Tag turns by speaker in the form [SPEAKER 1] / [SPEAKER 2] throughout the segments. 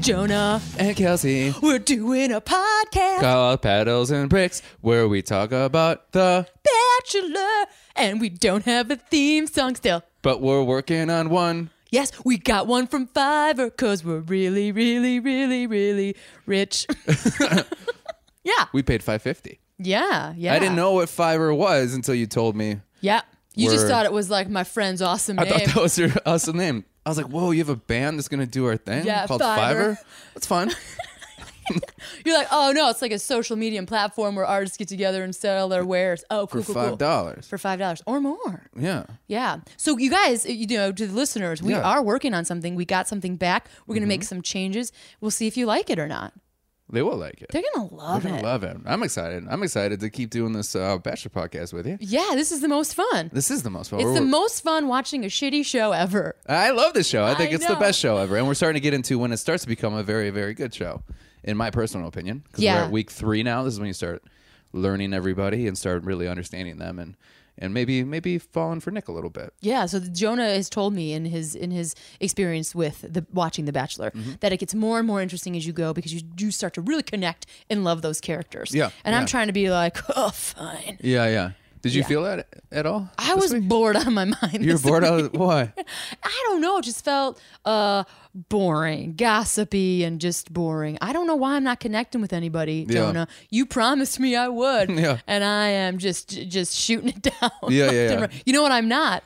[SPEAKER 1] Jonah.
[SPEAKER 2] And Kelsey
[SPEAKER 1] We're doing a podcast,
[SPEAKER 2] called Paddles and Bricks, where we talk about the.
[SPEAKER 1] Bachelor, and we don't have a theme song still.
[SPEAKER 2] But we're working on one.
[SPEAKER 1] Yes, we got one from Fiverr because we're really, really, really, really rich. yeah,
[SPEAKER 2] We paid five fifty.
[SPEAKER 1] yeah, yeah.
[SPEAKER 2] I didn't know what Fiverr was until you told me.
[SPEAKER 1] Yeah, you just
[SPEAKER 2] Word.
[SPEAKER 1] thought it was like my friend's awesome
[SPEAKER 2] I
[SPEAKER 1] name.
[SPEAKER 2] thought that was your awesome name. I was like, "Whoa, you have a band that's gonna do our thing
[SPEAKER 1] Yeah,
[SPEAKER 2] called
[SPEAKER 1] Fiverr.
[SPEAKER 2] Fiverr? That's fun."
[SPEAKER 1] You're like, oh no, it's like a social media platform where artists get together and sell their wares. Oh, cool,
[SPEAKER 2] For
[SPEAKER 1] cool,
[SPEAKER 2] five
[SPEAKER 1] cool.
[SPEAKER 2] dollars.
[SPEAKER 1] For five dollars or more.
[SPEAKER 2] Yeah.
[SPEAKER 1] Yeah. So you guys, uh, you know, to the listeners, we
[SPEAKER 2] Yeah. Mm-hmm.
[SPEAKER 1] are working on something. We got something back. We're gonna make some changes. We'll see if you like it or not.
[SPEAKER 2] They will like it.
[SPEAKER 1] They're gonna love
[SPEAKER 2] They're gonna
[SPEAKER 1] it.
[SPEAKER 2] love it. I'm excited. I'm excited to keep doing this uh, Bachelor podcast with you.
[SPEAKER 1] yeah, this is the most fun.
[SPEAKER 2] This is the most fun.
[SPEAKER 1] It's
[SPEAKER 2] We're-
[SPEAKER 1] the most fun watching a shitty show ever.
[SPEAKER 2] I love this show. I think
[SPEAKER 1] I
[SPEAKER 2] it's
[SPEAKER 1] know.
[SPEAKER 2] the best show ever. And we're starting to get into when it starts to become a very, very good show, in my personal opinion. 'Cause
[SPEAKER 1] Yeah.
[SPEAKER 2] We're at week three now. This is when you start learning everybody and start really understanding them and and maybe maybe falling for Nick a little bit.
[SPEAKER 1] Yeah, so the- Jonah has told me in his in his experience with the watching The Bachelor
[SPEAKER 2] Mm-hmm.
[SPEAKER 1] that it gets more and more interesting as you go because you do start to really connect and love those characters.
[SPEAKER 2] Yeah,
[SPEAKER 1] and I'm
[SPEAKER 2] yeah.
[SPEAKER 1] trying to be like, oh, fine.
[SPEAKER 2] Yeah, yeah. Did you
[SPEAKER 1] Yeah.
[SPEAKER 2] feel that at all?
[SPEAKER 1] I was bored out of my mind.
[SPEAKER 2] You're
[SPEAKER 1] this
[SPEAKER 2] bored
[SPEAKER 1] week.
[SPEAKER 2] out. Of, why?
[SPEAKER 1] I don't know. It just felt uh, boring, gossipy, and just boring. I don't know why I'm not connecting with anybody,
[SPEAKER 2] Yeah.
[SPEAKER 1] Jonah. You promised me I would,
[SPEAKER 2] Yeah.
[SPEAKER 1] and I am just just shooting it down.
[SPEAKER 2] Yeah, yeah,
[SPEAKER 1] left and
[SPEAKER 2] yeah.
[SPEAKER 1] right. You know what? I'm not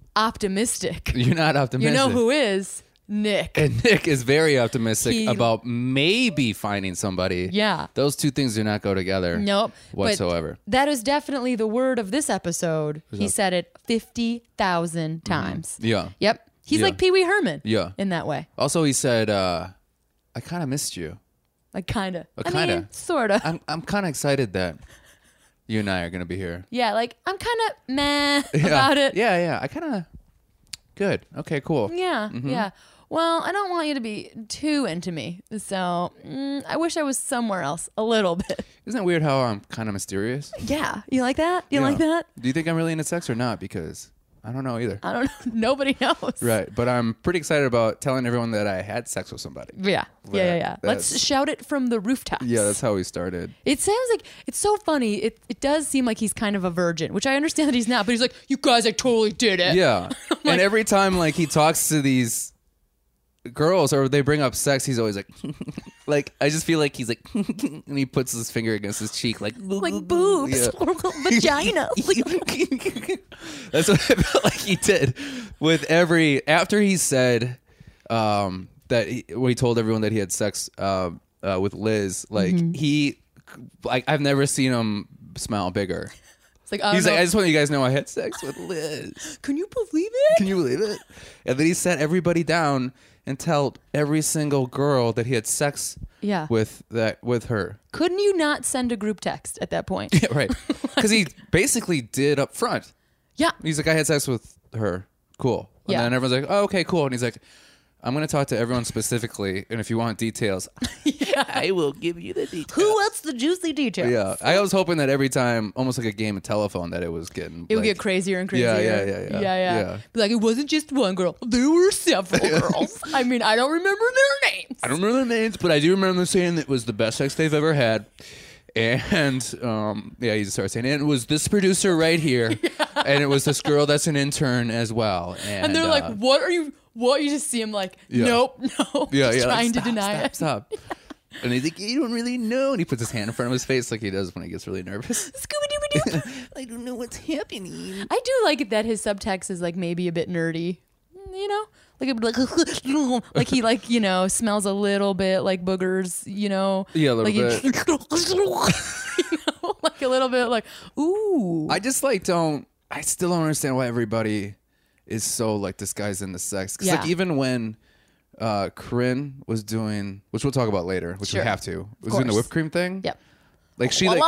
[SPEAKER 1] optimistic.
[SPEAKER 2] You're not optimistic.
[SPEAKER 1] You know who is Nick?
[SPEAKER 2] And Nick is very optimistic
[SPEAKER 1] He-
[SPEAKER 2] about maybe finding somebody.
[SPEAKER 1] Yeah.
[SPEAKER 2] Those two things do not go together.
[SPEAKER 1] Nope. But
[SPEAKER 2] Whatsoever.
[SPEAKER 1] that is definitely the word of this episode. He said it fifty thousand times.
[SPEAKER 2] Mm-hmm. Yeah.
[SPEAKER 1] Yep. He's
[SPEAKER 2] Yeah.
[SPEAKER 1] like Pee Wee Herman.
[SPEAKER 2] Yeah.
[SPEAKER 1] In that way,
[SPEAKER 2] Also, he said, uh, I kind of missed you.
[SPEAKER 1] like kind of. I
[SPEAKER 2] Uh, kinda.
[SPEAKER 1] mean, sort of.
[SPEAKER 2] I'm, I'm kind of excited that you and I are going to be here.
[SPEAKER 1] Yeah, like I'm kind of meh
[SPEAKER 2] Yeah.
[SPEAKER 1] about it. Yeah,
[SPEAKER 2] Yeah, yeah. I kind of. Good. Okay, cool.
[SPEAKER 1] yeah, Well, I don't want you to be too into me, so mm, I wish I was somewhere else a little bit.
[SPEAKER 2] Isn't it weird how I'm kind of mysterious?
[SPEAKER 1] Yeah, you like that? You like
[SPEAKER 2] Yeah.
[SPEAKER 1] that? Uh,
[SPEAKER 2] Do you think I'm really into sex or not? Because I don't know either.
[SPEAKER 1] I don't know. Nobody knows.
[SPEAKER 2] Right. But I'm pretty excited about telling everyone that I had sex with somebody.
[SPEAKER 1] Yeah, yeah, yeah, yeah.
[SPEAKER 2] That-
[SPEAKER 1] Let's
[SPEAKER 2] that's-
[SPEAKER 1] shout it from the rooftops.
[SPEAKER 2] Yeah, that's how we started.
[SPEAKER 1] It sounds like it's so funny. It it does seem like he's kind of a virgin, which I understand that he's not. But he's like, you guys, I totally did it.
[SPEAKER 2] Yeah. and every time like he talks to these girls or they bring up sex, he's always like like I just feel like he's like and he puts his finger against his cheek like
[SPEAKER 1] Like boobs
[SPEAKER 2] Yeah.
[SPEAKER 1] or vagina. Like,
[SPEAKER 2] That's what I felt like he did with every after he said um, that he, when he told everyone that he had sex um uh, with Liz, like he like I've never seen him smile bigger.
[SPEAKER 1] it's like, I
[SPEAKER 2] He's
[SPEAKER 1] don't
[SPEAKER 2] like,
[SPEAKER 1] know.
[SPEAKER 2] I just want you guys to know I had sex with Liz.
[SPEAKER 1] can you believe it?
[SPEAKER 2] Can you believe it? And then he sat everybody down and told every single girl that he had sex
[SPEAKER 1] Yeah.
[SPEAKER 2] with that with her.
[SPEAKER 1] Couldn't you not send a group text at that point?
[SPEAKER 2] Yeah, right. Because he basically did up front.
[SPEAKER 1] yeah.
[SPEAKER 2] He's like, I had sex with her. Cool. And
[SPEAKER 1] Yeah.
[SPEAKER 2] then everyone's like, Oh, okay, cool. And he's like, I'm gonna talk to everyone specifically, and if you want details, I will give you the details.
[SPEAKER 1] Who wants the juicy details?
[SPEAKER 2] Yeah, I was hoping that every time, almost like a game of telephone, that it was getting
[SPEAKER 1] It would
[SPEAKER 2] like-
[SPEAKER 1] get crazier and crazier.
[SPEAKER 2] Yeah, yeah, yeah, yeah,
[SPEAKER 1] yeah.
[SPEAKER 2] yeah.
[SPEAKER 1] Be Like it wasn't just one girl; there were several girls. I mean, I don't remember their names.
[SPEAKER 2] I don't remember the names, but I do remember them saying it was the best sex they've ever had. And um, yeah, he just started saying, and it was this producer right here, and it was this girl that's an intern as well. And,
[SPEAKER 1] And they're
[SPEAKER 2] uh,
[SPEAKER 1] like, "What are you? What?" You just see him like,
[SPEAKER 2] Yeah.
[SPEAKER 1] "Nope, no."
[SPEAKER 2] yeah,
[SPEAKER 1] just
[SPEAKER 2] yeah, like,
[SPEAKER 1] trying
[SPEAKER 2] stop,
[SPEAKER 1] to deny it.
[SPEAKER 2] Stop, stop. and he's like, you don't really know. And he puts his hand in front of his face like he does when he gets really nervous.
[SPEAKER 1] Scooby Dooby Doo.
[SPEAKER 2] I don't know what's happening.
[SPEAKER 1] I do like it that his subtext is like maybe a bit nerdy. Mm, You know, like it'd be like, like he like you know smells a little bit like boogers. You know,
[SPEAKER 2] Yeah, a little
[SPEAKER 1] like he- you know, like a little bit like ooh.
[SPEAKER 2] I just like don't. I still don't understand why everybody is so like this guy's into sex. 'Cause, like
[SPEAKER 1] Yeah.
[SPEAKER 2] even when uh Corinne was doing, which we'll talk about later, which
[SPEAKER 1] Sure.
[SPEAKER 2] we have to, was doing the
[SPEAKER 1] course.
[SPEAKER 2] whipped cream thing.
[SPEAKER 1] Yep.
[SPEAKER 2] Like she like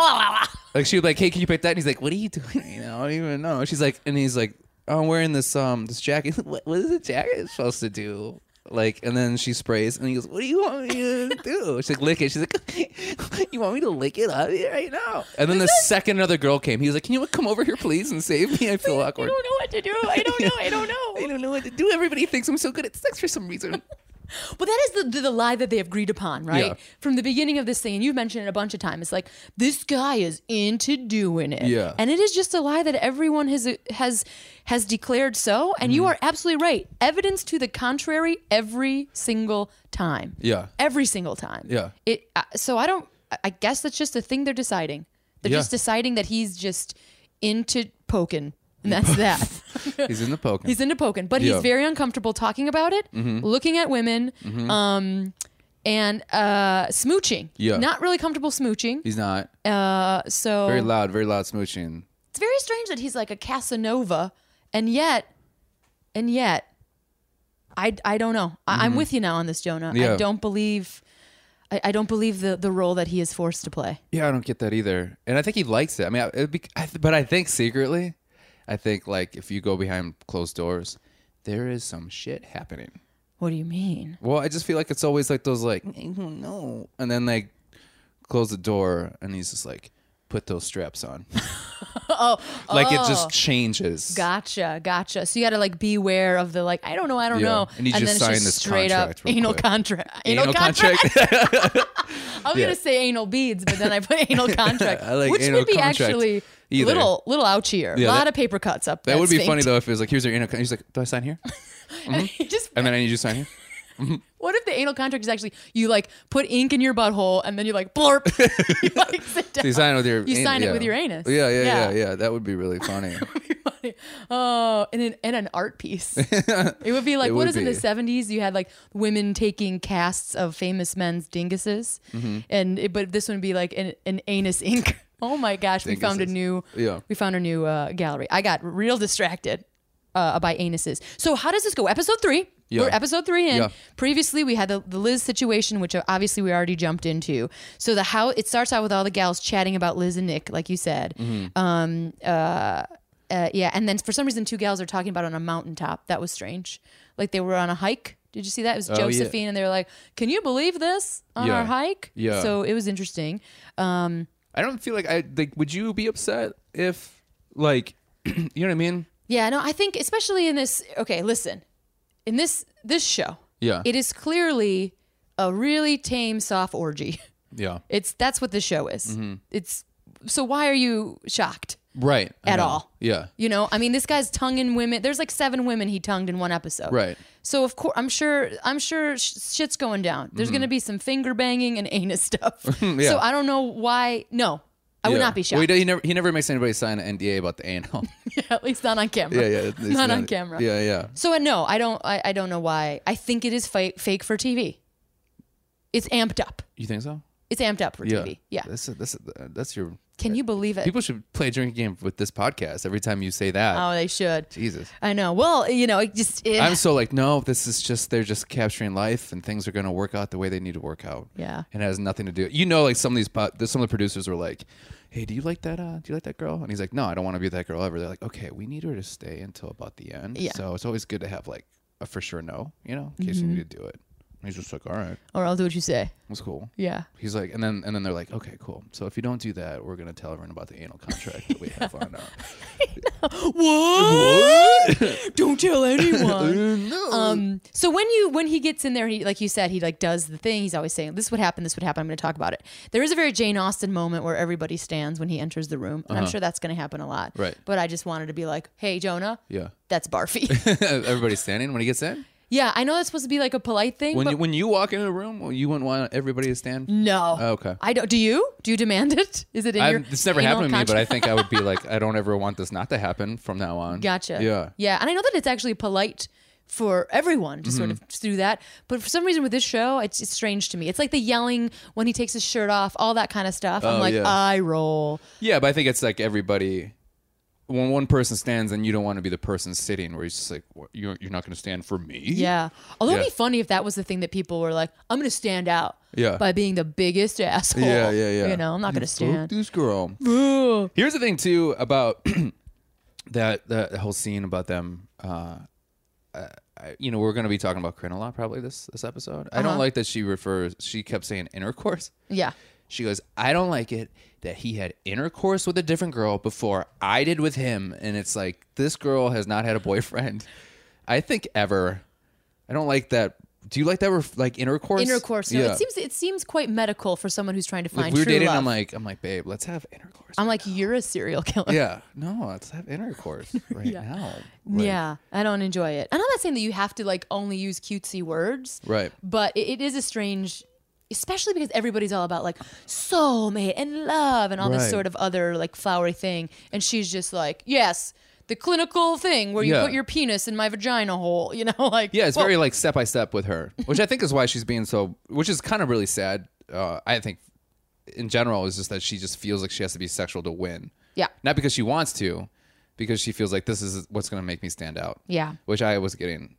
[SPEAKER 2] like she was like, hey, can you pick that? And he's like, what are you doing? You know, I don't even know. She's like, and he's like, oh, I'm wearing this um this jacket. What, what is the jacket supposed to do? Like, and then she sprays, and he goes, "What do you want me to do?" She's like, "Lick it." She's like, "You want me to lick it up here right now?" And then the second another girl came, he was like, "Can you come over here, please, and save me? I feel
[SPEAKER 1] I
[SPEAKER 2] awkward.
[SPEAKER 1] don't know what to do. I don't know. I don't know.
[SPEAKER 2] I don't know what to do. Everybody thinks I'm so good at sex for some reason."
[SPEAKER 1] Well, that is the, the, the lie that they have agreed upon, right?
[SPEAKER 2] Yeah.
[SPEAKER 1] From the beginning of this thing, and you've mentioned it a bunch of times. It's like this guy is into doing it,
[SPEAKER 2] Yeah.
[SPEAKER 1] and it is just a lie that everyone has has has declared so. And
[SPEAKER 2] Mm-hmm.
[SPEAKER 1] you are absolutely right. Evidence to the contrary every single time.
[SPEAKER 2] Yeah.
[SPEAKER 1] every single time.
[SPEAKER 2] Yeah.
[SPEAKER 1] It. Uh, so I don't. I- I guess that's just a thing they're deciding. They're
[SPEAKER 2] Yeah.
[SPEAKER 1] just deciding that he's just into poking, and that's that.
[SPEAKER 2] He's in the poker.
[SPEAKER 1] He's into poking, but
[SPEAKER 2] Yeah. Mm-hmm.
[SPEAKER 1] he's very uncomfortable talking about it, looking at women, um, and uh, smooching.
[SPEAKER 2] Yeah.
[SPEAKER 1] Not really comfortable smooching.
[SPEAKER 2] He's not
[SPEAKER 1] Uh, so
[SPEAKER 2] very loud, very loud smooching.
[SPEAKER 1] it's very strange that he's like a Casanova, and yet, and yet, I, I don't know. I, I'm with you now on this, Jonah.
[SPEAKER 2] Mm-hmm. Yeah.
[SPEAKER 1] I don't believe, I, I don't believe the, the role that he is forced to play.
[SPEAKER 2] Yeah, I don't get that either. And I think he likes it. I mean, I, it'd be, I th- but I think secretly, I think like if you go behind closed doors, there is some shit happening.
[SPEAKER 1] What do you mean?
[SPEAKER 2] Well, I just feel like it's always like those like I don't know, and then like close the door, and he's just like put those straps on. oh, like it just changes.
[SPEAKER 1] Gotcha, gotcha. So you got to like beware of the like I don't know, I don't
[SPEAKER 2] Yeah.
[SPEAKER 1] know,
[SPEAKER 2] And you just
[SPEAKER 1] it's
[SPEAKER 2] sign
[SPEAKER 1] just
[SPEAKER 2] this
[SPEAKER 1] straight
[SPEAKER 2] contract
[SPEAKER 1] up
[SPEAKER 2] real
[SPEAKER 1] anal
[SPEAKER 2] quick.
[SPEAKER 1] contract. Anal,
[SPEAKER 2] Anal
[SPEAKER 1] contract.
[SPEAKER 2] contract.
[SPEAKER 1] I was
[SPEAKER 2] Yeah.
[SPEAKER 1] gonna say anal beads, but then I put anal contract,
[SPEAKER 2] I like
[SPEAKER 1] which
[SPEAKER 2] anal
[SPEAKER 1] would be
[SPEAKER 2] contract
[SPEAKER 1] actually
[SPEAKER 2] either.
[SPEAKER 1] little little ouchier. a
[SPEAKER 2] Yeah,
[SPEAKER 1] lot
[SPEAKER 2] that-
[SPEAKER 1] of paper cuts up.
[SPEAKER 2] that would be funny though if it was like here's your anal. Con-. He's like, do I sign here?
[SPEAKER 1] though. Just
[SPEAKER 2] And then I need you to sign here.
[SPEAKER 1] what if the anal contract is actually you like put ink in your butthole and then you like blurp, you like sit down.
[SPEAKER 2] So you sign it with your.
[SPEAKER 1] You
[SPEAKER 2] an-
[SPEAKER 1] sign it
[SPEAKER 2] yeah.
[SPEAKER 1] with your anus.
[SPEAKER 2] Yeah, yeah, yeah,
[SPEAKER 1] Yeah.
[SPEAKER 2] yeah. That would be really funny.
[SPEAKER 1] Funny. Oh, and an, and an art piece. it would be like
[SPEAKER 2] It
[SPEAKER 1] what
[SPEAKER 2] would
[SPEAKER 1] is it in
[SPEAKER 2] be.
[SPEAKER 1] the seventies? You had like women taking casts of famous men's dinguses,
[SPEAKER 2] Mm-hmm.
[SPEAKER 1] and it, but this one would be like an, an anus ink. Oh my gosh, we found a
[SPEAKER 2] Dinguses.
[SPEAKER 1] new
[SPEAKER 2] Yeah.
[SPEAKER 1] we found a new uh, gallery. I got real distracted uh, by anuses. So how does this go? Episode three.
[SPEAKER 2] Yeah.
[SPEAKER 1] We're episode three in.
[SPEAKER 2] Yeah.
[SPEAKER 1] Previously, we had the, the Liz situation, which uh, obviously we already jumped into. So the how it starts out with all the gals chatting about Liz and Nick, like you said.
[SPEAKER 2] Mm-hmm.
[SPEAKER 1] Um, uh, uh, yeah, and then for some reason, two gals are talking about it on a mountaintop. That was strange. Like they were on a hike. Did you see that? It was
[SPEAKER 2] Oh, yeah.
[SPEAKER 1] Josephine, and they were like, "Can you believe this on
[SPEAKER 2] Yeah.
[SPEAKER 1] our hike?"
[SPEAKER 2] Yeah.
[SPEAKER 1] So it was interesting. Um,
[SPEAKER 2] I don't feel like I like. Would you be upset if like, you know what I mean?
[SPEAKER 1] Yeah, no, I think especially in this. Okay, listen, in this this show,
[SPEAKER 2] Yeah.
[SPEAKER 1] it is clearly a really tame soft orgy.
[SPEAKER 2] Yeah.
[SPEAKER 1] It's that's what this show is.
[SPEAKER 2] Mm-hmm.
[SPEAKER 1] It's so why are you shocked?
[SPEAKER 2] Right. I
[SPEAKER 1] At
[SPEAKER 2] know.
[SPEAKER 1] all.
[SPEAKER 2] Yeah.
[SPEAKER 1] You know, I mean, this guy's tonguing women. There's like seven women he tongued in one episode.
[SPEAKER 2] Right.
[SPEAKER 1] So of course, I'm sure, I'm sure sh- shit's going down.
[SPEAKER 2] Mm-hmm.
[SPEAKER 1] There's going to be some finger banging and anus stuff. So I don't know why. No, I would
[SPEAKER 2] Yeah.
[SPEAKER 1] not be
[SPEAKER 2] Well, he,
[SPEAKER 1] shocked.
[SPEAKER 2] d- he never he never makes anybody sign an NDA about the anal.
[SPEAKER 1] At least not on camera.
[SPEAKER 2] yeah, yeah. it's
[SPEAKER 1] not, on camera.
[SPEAKER 2] Yeah, yeah.
[SPEAKER 1] So uh, no, I don't. I, I don't know why. I think it is fi- fake for TV. It's amped up.
[SPEAKER 2] You think so?
[SPEAKER 1] It's amped up for
[SPEAKER 2] Yeah.
[SPEAKER 1] TV. Yeah.
[SPEAKER 2] That's that's that's your.
[SPEAKER 1] Can you believe it?
[SPEAKER 2] People should play a drinking game with this podcast every time you say that.
[SPEAKER 1] oh, they should.
[SPEAKER 2] Jesus.
[SPEAKER 1] I know. Well, you know, it just. eh.
[SPEAKER 2] I'm so like, no, this is just they're just capturing life and things are going to work out the way they need to work out.
[SPEAKER 1] Yeah.
[SPEAKER 2] And it has nothing to do. You know, like some of these po- the- some of the producers were like, "Hey, do you like that? Uh, do you like that girl?" And he's like, "No, I don't want to be that girl ever." They're like, "Okay, we need her to stay until about the end."
[SPEAKER 1] Yeah.
[SPEAKER 2] So it's always good to have like a for sure no, you know, in case you
[SPEAKER 1] Mm-hmm.
[SPEAKER 2] need to do it. And he's just like, "All right,
[SPEAKER 1] or I'll do what you say.
[SPEAKER 2] that's cool."
[SPEAKER 1] Yeah.
[SPEAKER 2] He's like, and then and then they're like, okay, cool. So if you don't do that, we're gonna tell everyone about the anal contract that we have on now.
[SPEAKER 1] What? Don't tell anyone.
[SPEAKER 2] no.
[SPEAKER 1] um. So when you when he gets in there, he like you said, he like does the thing. He's always saying, "This would happen. This would happen." I'm going to talk about it. There is a very Jane Austen moment where everybody stands when he enters the room, and I'm sure that's going to happen a lot.
[SPEAKER 2] Uh-huh. Right.
[SPEAKER 1] But I just wanted to be like, "Hey, Jonah,
[SPEAKER 2] Yeah.
[SPEAKER 1] that's barfy."
[SPEAKER 2] Everybody's standing when he gets in.
[SPEAKER 1] Yeah, I know that's supposed to be like a polite thing,
[SPEAKER 2] When
[SPEAKER 1] but Mm.
[SPEAKER 2] you, when you walk into a room, well, you wouldn't want everybody to stand.
[SPEAKER 1] no.
[SPEAKER 2] Oh, okay.
[SPEAKER 1] I don't. Do you? Do you demand it? Is it in
[SPEAKER 2] i
[SPEAKER 1] Uh, your?
[SPEAKER 2] this never
[SPEAKER 1] anal
[SPEAKER 2] happened to me, but I
[SPEAKER 1] contract?
[SPEAKER 2] think I would be like, I don't ever want this not to happen from now on.
[SPEAKER 1] Gotcha.
[SPEAKER 2] Yeah.
[SPEAKER 1] Yeah, and I know that it's actually polite for everyone to sort of
[SPEAKER 2] Mm-hmm.
[SPEAKER 1] do that, but for some reason with this show, it's, it's strange to me. It's like the yelling when he takes his shirt off, all that kind of stuff.
[SPEAKER 2] Oh,
[SPEAKER 1] I'm like,
[SPEAKER 2] yeah.
[SPEAKER 1] I roll.
[SPEAKER 2] Yeah, but I think it's like everybody. When one person stands, and you don't want to be the person sitting, where he's just like, "What, "You're you're not going to stand for me."
[SPEAKER 1] Yeah. Although
[SPEAKER 2] Yeah.
[SPEAKER 1] it'd be funny if that was the thing that people were like, I'm going to stand out.
[SPEAKER 2] Yeah.
[SPEAKER 1] By being the biggest asshole.
[SPEAKER 2] Yeah, yeah, yeah.
[SPEAKER 1] You know, I'm not going to
[SPEAKER 2] Fuck
[SPEAKER 1] stand.
[SPEAKER 2] this girl. Here's the thing too about that that whole scene about them. Uh, uh, I- you know, we're going to be talking about Kryn a lot probably this this episode. I
[SPEAKER 1] Uh-huh.
[SPEAKER 2] don't like that she refers. She kept saying intercourse.
[SPEAKER 1] Yeah.
[SPEAKER 2] She goes, I don't like it that he had intercourse with a different girl before I did with him. And it's like, this girl has not had a boyfriend, I think, ever. I don't like that Do you like that? We're like intercourse.
[SPEAKER 1] intercourse. No, it seems it seems quite medical for someone who's trying to
[SPEAKER 2] Like
[SPEAKER 1] find
[SPEAKER 2] we were
[SPEAKER 1] true
[SPEAKER 2] dating.
[SPEAKER 1] love.
[SPEAKER 2] I'm like, I'm like, babe, let's have intercourse.
[SPEAKER 1] I'm like, you're a serial killer.
[SPEAKER 2] yeah, no, let's have intercourse right now. Like,
[SPEAKER 1] yeah, I don't enjoy it, and I'm not saying that you have to like only use cutesy words,
[SPEAKER 2] Right.
[SPEAKER 1] But it, it is a strange, especially because everybody's all about like soulmate and love and all
[SPEAKER 2] Right.
[SPEAKER 1] this sort of other like flowery thing, and she's just like, yes, the clinical thing where you
[SPEAKER 2] Yeah.
[SPEAKER 1] put your penis in my vagina hole, you know, like
[SPEAKER 2] Yeah, it's
[SPEAKER 1] well,
[SPEAKER 2] very like step by step with her, which I think is why she's being so, which is kind of really sad. Uh, I think in general is just that she just feels like she has to be sexual to win.
[SPEAKER 1] Yeah.
[SPEAKER 2] Not because she wants to, because she feels like this is what's going to make me stand out.
[SPEAKER 1] Yeah.
[SPEAKER 2] Which I was getting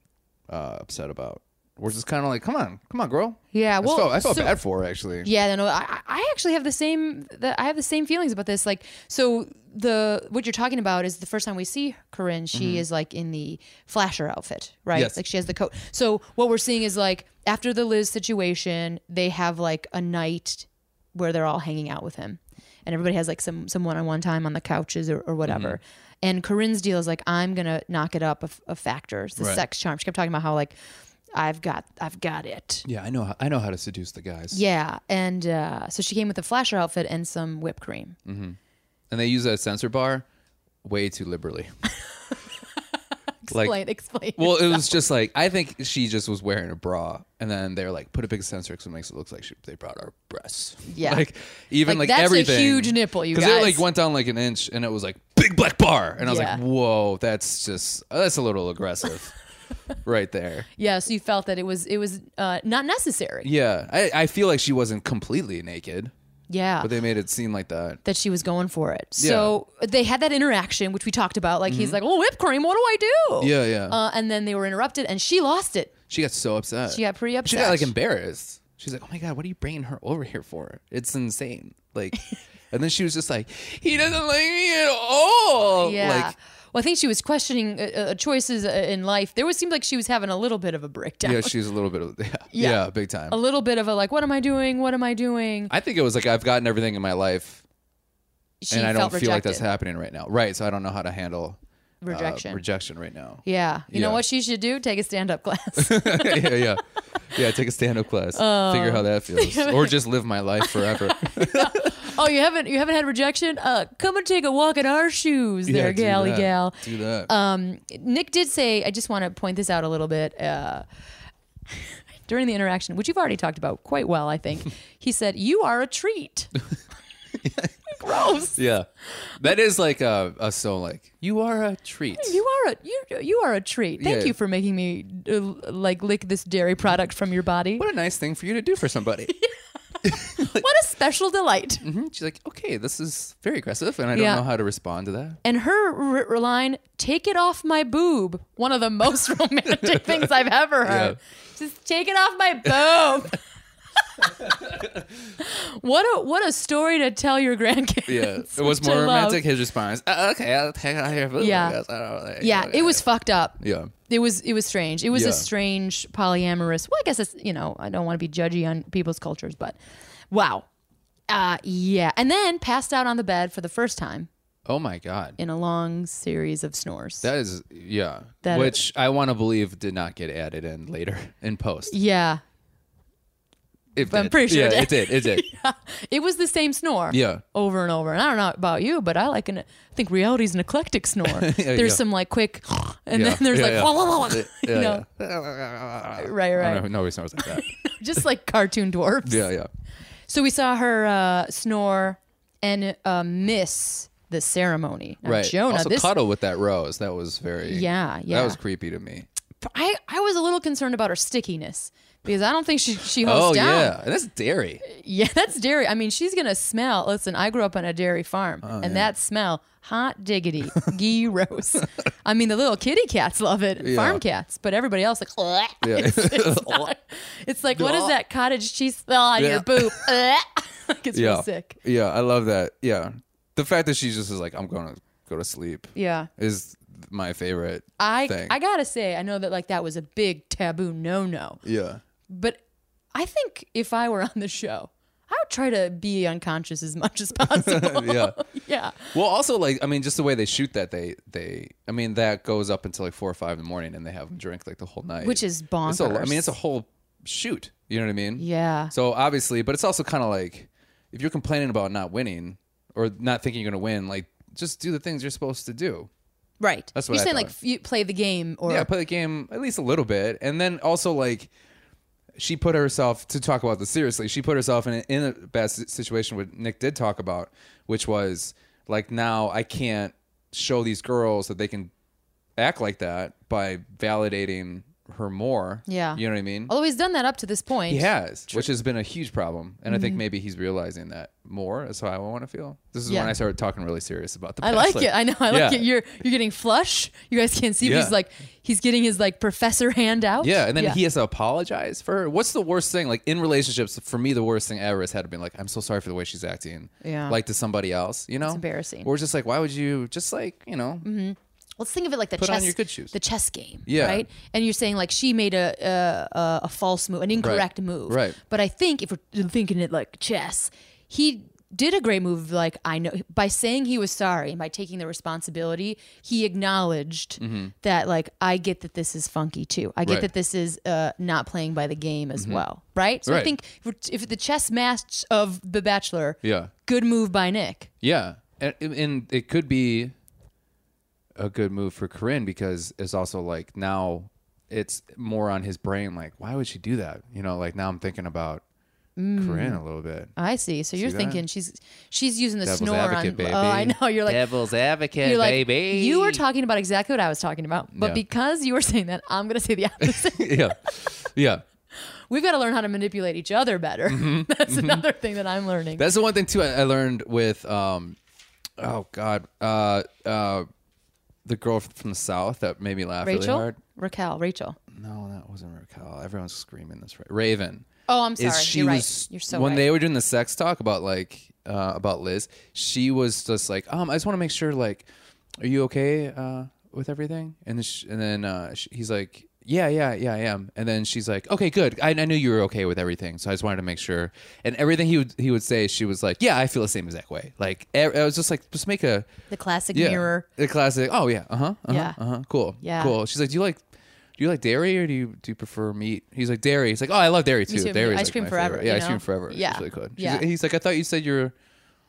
[SPEAKER 2] uh, upset about. We're just kind of like, come on, come on, girl.
[SPEAKER 1] Yeah,
[SPEAKER 2] I
[SPEAKER 1] well,
[SPEAKER 2] felt, I felt
[SPEAKER 1] so-
[SPEAKER 2] bad for her actually.
[SPEAKER 1] Yeah, no, I, I- I actually have the same. The, I have the same feelings about this. Like, so the what you're talking about is the first time we see Corinne, she is like in the flasher outfit, right?
[SPEAKER 2] Mm-hmm. Yes.
[SPEAKER 1] Like she has the coat. So what we're seeing is like after the Liz situation, they have like a night where they're all hanging out with him, and everybody has like some some one-on-one time on the couches or, or whatever.
[SPEAKER 2] Mm-hmm.
[SPEAKER 1] And Corinne's deal is like, I'm gonna knock it up a, f- a factor. It's the
[SPEAKER 2] Right.
[SPEAKER 1] sex charm. She kept talking about how like, I've got, I've got it.
[SPEAKER 2] Yeah, I know. How, I know how to seduce the guys.
[SPEAKER 1] Yeah, and uh, so she came with a flasher outfit and some whipped cream.
[SPEAKER 2] Mm, And they use a sensor bar way too liberally.
[SPEAKER 1] Explain, explain.
[SPEAKER 2] Well, it was just like I think she just was wearing a bra, and then they're like, put a big sensor because it makes it look like she, they brought our breasts.
[SPEAKER 1] Yeah.
[SPEAKER 2] like even
[SPEAKER 1] Like,
[SPEAKER 2] like,
[SPEAKER 1] that's a
[SPEAKER 2] everything.
[SPEAKER 1] huge nipple, you
[SPEAKER 2] it like
[SPEAKER 1] guys.
[SPEAKER 2] went down like an inch, and it was like big black bar, and I was
[SPEAKER 1] Yeah.
[SPEAKER 2] like, whoa, that's just uh, that's a little aggressive, right there.
[SPEAKER 1] yeah, so you felt that it was it was uh, not necessary.
[SPEAKER 2] Yeah, I, I feel like she wasn't completely naked,
[SPEAKER 1] Yeah.
[SPEAKER 2] but they made it seem like that.
[SPEAKER 1] that she was going for it. So they had that interaction, which we talked about. Like he's like, "Oh, whipped cream. What do I do?"
[SPEAKER 2] Mm-hmm. Yeah, yeah.
[SPEAKER 1] Uh, and then they were interrupted, and she lost it.
[SPEAKER 2] She got so upset.
[SPEAKER 1] She got pretty upset.
[SPEAKER 2] She got like embarrassed. She's like, "Oh my god, what are you bringing her over here for? It's insane!" Like, and then she was just like, "He doesn't like me at all."
[SPEAKER 1] yeah.
[SPEAKER 2] Like,
[SPEAKER 1] well, I think she was questioning uh, uh, choices uh, in life. There was seemed like she was having a little bit of a breakdown.
[SPEAKER 2] yeah, she's a little bit of yeah, yeah,
[SPEAKER 1] Yeah.
[SPEAKER 2] big time.
[SPEAKER 1] a little bit of a like, "What am I doing? What am I doing?"
[SPEAKER 2] I think it was like I've gotten everything in my life,
[SPEAKER 1] She
[SPEAKER 2] and I don't
[SPEAKER 1] felt
[SPEAKER 2] feel
[SPEAKER 1] rejected.
[SPEAKER 2] like that's happening right now. Right, so I don't know how to handle uh,
[SPEAKER 1] Rejection.
[SPEAKER 2] rejection right now.
[SPEAKER 1] Yeah. You
[SPEAKER 2] Yeah.
[SPEAKER 1] know what she should do? Take a stand up class.
[SPEAKER 2] yeah, yeah, yeah. Take a stand-up class, figure how
[SPEAKER 1] Um.
[SPEAKER 2] that feels, or just live my life forever.
[SPEAKER 1] oh, you haven't you haven't had rejection? Uh come and take a walk in our shoes there,
[SPEAKER 2] Yeah, do
[SPEAKER 1] galley
[SPEAKER 2] that.
[SPEAKER 1] gal.
[SPEAKER 2] Do that.
[SPEAKER 1] Um Nick did say, I just want to point this out a little bit, uh during the interaction, which you've already talked about quite well, I think. he said, You are a treat. Gross.
[SPEAKER 2] yeah, that is like a, a so like you are a treat.
[SPEAKER 1] You are a you you are a treat. Thank
[SPEAKER 2] Yeah.
[SPEAKER 1] you for making me uh, like lick this dairy product from your body. What,
[SPEAKER 2] what a nice thing for you to do for somebody.
[SPEAKER 1] a special delight.
[SPEAKER 2] Mhm. She's like, okay, this is very aggressive, and I don't
[SPEAKER 1] Yeah.
[SPEAKER 2] know how to respond to that.
[SPEAKER 1] And her r- r- line, "Take it off my boob," one of the most romantic things I've ever heard. Just take it off my boob. what a what a story to tell your grandkids.
[SPEAKER 2] Yeah, it was
[SPEAKER 1] which
[SPEAKER 2] more
[SPEAKER 1] I love.
[SPEAKER 2] romantic. His response, "Uh, okay, I'll take out your food.
[SPEAKER 1] Yeah.
[SPEAKER 2] I guess. I don't know."
[SPEAKER 1] Yeah, it was fucked up.
[SPEAKER 2] Yeah,
[SPEAKER 1] It was it was strange. It was
[SPEAKER 2] Yeah.
[SPEAKER 1] a strange polyamorous. Well, I guess it's you know I don't want to be judgy on people's cultures, but wow, uh, yeah. And then passed out on the bed for the first time
[SPEAKER 2] Oh my god,
[SPEAKER 1] in a long series of snores.
[SPEAKER 2] that is yeah.
[SPEAKER 1] That-
[SPEAKER 2] Which I want to believe did not get added in later in post.
[SPEAKER 1] yeah,
[SPEAKER 2] It
[SPEAKER 1] I'm
[SPEAKER 2] did.
[SPEAKER 1] pretty sure it
[SPEAKER 2] yeah, it did. It did.
[SPEAKER 1] It was the same snore.
[SPEAKER 2] Yeah.
[SPEAKER 1] Over and over. And I don't know about you, but I like an I think reality's an eclectic snore.
[SPEAKER 2] yeah.
[SPEAKER 1] there's some like quick and
[SPEAKER 2] Yeah.
[SPEAKER 1] then there's
[SPEAKER 2] Yeah,
[SPEAKER 1] like
[SPEAKER 2] yeah.
[SPEAKER 1] you know.
[SPEAKER 2] Yeah,
[SPEAKER 1] Right,
[SPEAKER 2] I
[SPEAKER 1] right.
[SPEAKER 2] don't know. Nobody sounds like that.
[SPEAKER 1] Just like cartoon dwarfs.
[SPEAKER 2] yeah, yeah.
[SPEAKER 1] So we saw her uh, snore and uh, miss the ceremony. Now,
[SPEAKER 2] Right.
[SPEAKER 1] Jonah,
[SPEAKER 2] also,
[SPEAKER 1] this
[SPEAKER 2] cuddle with that rose. That was very.
[SPEAKER 1] Yeah, yeah.
[SPEAKER 2] That was creepy to me.
[SPEAKER 1] I, I was a little concerned about her stickiness because I don't think she she holds
[SPEAKER 2] Oh
[SPEAKER 1] down.
[SPEAKER 2] yeah, and that's dairy.
[SPEAKER 1] Yeah, that's dairy. I mean, she's gonna smell. Listen, I grew up on a dairy farm,
[SPEAKER 2] Oh,
[SPEAKER 1] and that smell, hot diggity, gross. I mean, the little kitty cats love it, farm cats, but everybody else like, it's, it's not- it's like, what is that cottage cheese smell on
[SPEAKER 2] Yeah.
[SPEAKER 1] your boob? like it's
[SPEAKER 2] yeah.
[SPEAKER 1] real sick.
[SPEAKER 2] Yeah, I love that. Yeah. The fact that she's just is like, I'm gonna go to sleep
[SPEAKER 1] Yeah,
[SPEAKER 2] is my favorite
[SPEAKER 1] I
[SPEAKER 2] thing.
[SPEAKER 1] I gotta say, I know that like that was a big taboo no no,
[SPEAKER 2] yeah.
[SPEAKER 1] but I think if I were on the show, I would try to be unconscious as much as possible.
[SPEAKER 2] Yeah.
[SPEAKER 1] yeah.
[SPEAKER 2] Well also like I mean just the way they shoot that they they I mean that goes up until like four or five in the morning and they have them drink like the whole night.
[SPEAKER 1] Which is
[SPEAKER 2] It's a- I
[SPEAKER 1] bonkers.
[SPEAKER 2] mean it's a whole shoot. You know what I mean?
[SPEAKER 1] Yeah.
[SPEAKER 2] So obviously, but it's also kind of like if you're complaining about not winning or not thinking you're going to win, like just do the things you're supposed to do.
[SPEAKER 1] Right.
[SPEAKER 2] That's what
[SPEAKER 1] You're
[SPEAKER 2] I
[SPEAKER 1] saying
[SPEAKER 2] thought.
[SPEAKER 1] like f- you play the game or
[SPEAKER 2] Yeah, play the game at least a little bit, and then also like she put herself to talk about this seriously. She put herself in a, in a bad si- situation, what Nick did talk about, which was like now I can't show these girls that they can act like that by validating her more.
[SPEAKER 1] Yeah. Oh,
[SPEAKER 2] you know what I mean.
[SPEAKER 1] although he's done that up to this point.
[SPEAKER 2] He has, which has been a huge problem, and I
[SPEAKER 1] Mm-hmm.
[SPEAKER 2] think maybe he's realizing that more. That's how I want to feel. This is
[SPEAKER 1] Yeah.
[SPEAKER 2] when I started talking really serious about the.
[SPEAKER 1] I like
[SPEAKER 2] Bachelor.
[SPEAKER 1] it. I know. I like
[SPEAKER 2] Yeah.
[SPEAKER 1] it. You're you're getting flush. You guys can't see, but
[SPEAKER 2] Yeah.
[SPEAKER 1] he's like he's getting his like professor hand out.
[SPEAKER 2] Yeah, and then he has to apologize for her. What's the worst thing? Like in relationships, for me, the worst thing ever is had to be like, I'm so sorry for the way she's acting.
[SPEAKER 1] Yeah.
[SPEAKER 2] Like to somebody else, you know? It's
[SPEAKER 1] embarrassing. Mm-hmm.
[SPEAKER 2] Or just like, why would you just like, you know,
[SPEAKER 1] Let's think of it like the
[SPEAKER 2] Put on
[SPEAKER 1] chess,
[SPEAKER 2] your good shoes.
[SPEAKER 1] the chess game,
[SPEAKER 2] Yeah.
[SPEAKER 1] right? And you're saying like she made a a, a, a false move, an incorrect move,
[SPEAKER 2] Right.
[SPEAKER 1] But I think if we're thinking it like chess, he did a great move. Like I know by saying he was sorry and by taking the responsibility, he acknowledged that like I get that this is funky too. I get
[SPEAKER 2] Mm-hmm. Right. Mm-hmm.
[SPEAKER 1] that this is uh, not playing by the game as well, right? So I
[SPEAKER 2] Right.
[SPEAKER 1] think if, we're- if the chess match of The Bachelor,
[SPEAKER 2] Yeah.
[SPEAKER 1] good move by Nick.
[SPEAKER 2] Yeah. And, and it could be a good move for Corinne because it's also like now it's more on his brain. Like, why would she do that? You know, like now I'm thinking about
[SPEAKER 1] Mm.
[SPEAKER 2] Corinne a little bit.
[SPEAKER 1] I see. So you're
[SPEAKER 2] that?
[SPEAKER 1] thinking she's she's using the
[SPEAKER 2] Devil's
[SPEAKER 1] snore
[SPEAKER 2] advocate,
[SPEAKER 1] on.
[SPEAKER 2] baby.
[SPEAKER 1] Oh, I know. You're like
[SPEAKER 2] devil's advocate,
[SPEAKER 1] You're like,
[SPEAKER 2] baby.
[SPEAKER 1] you were talking about exactly what I was talking about, but
[SPEAKER 2] Yeah.
[SPEAKER 1] because you were saying that, I'm going to say the opposite.
[SPEAKER 2] yeah, yeah.
[SPEAKER 1] We've got to learn how to manipulate each other better. That's another thing that I'm learning.
[SPEAKER 2] Mm-hmm. That's the one thing too I, I learned with um oh god. Uh uh the girl f- from the south that made me laugh really
[SPEAKER 1] Rachel,
[SPEAKER 2] hard.
[SPEAKER 1] Raquel, Rachel.
[SPEAKER 2] No, that wasn't Raquel. Everyone's screaming this right. Raven.
[SPEAKER 1] Oh, I'm sorry.
[SPEAKER 2] Is she
[SPEAKER 1] You're right.
[SPEAKER 2] was
[SPEAKER 1] You're so
[SPEAKER 2] when
[SPEAKER 1] right.
[SPEAKER 2] they were doing the sex talk about like uh about Liz, she was just like, um, I just want to make sure like, are you okay uh with everything? And then sh- and then uh sh- he's like. Yeah, yeah, yeah, I am. And then she's like, "Okay, good. I, I knew you were okay with everything, so I just wanted to make sure." And everything he would he would say, she was like, "Yeah, I feel the same exact way." Like, e- I was just like, "Just make a
[SPEAKER 1] The classic
[SPEAKER 2] yeah.
[SPEAKER 1] mirror.
[SPEAKER 2] The classic. Oh yeah. Uh huh. Uh-huh,
[SPEAKER 1] Yeah.
[SPEAKER 2] Uh huh. Cool.
[SPEAKER 1] Yeah.
[SPEAKER 2] Cool. She's like, do you like, do you like dairy or do you do you prefer meat? He's like dairy. He's like, oh, I love dairy too.
[SPEAKER 1] too. Me-
[SPEAKER 2] Dairy. is,
[SPEAKER 1] ice
[SPEAKER 2] like,
[SPEAKER 1] cream
[SPEAKER 2] my
[SPEAKER 1] forever,
[SPEAKER 2] favorite. Yeah,
[SPEAKER 1] you
[SPEAKER 2] ice cream
[SPEAKER 1] know?
[SPEAKER 2] forever.
[SPEAKER 1] Yeah.
[SPEAKER 2] She's really good. She's
[SPEAKER 1] Yeah.
[SPEAKER 2] like- he's like, I thought you said you're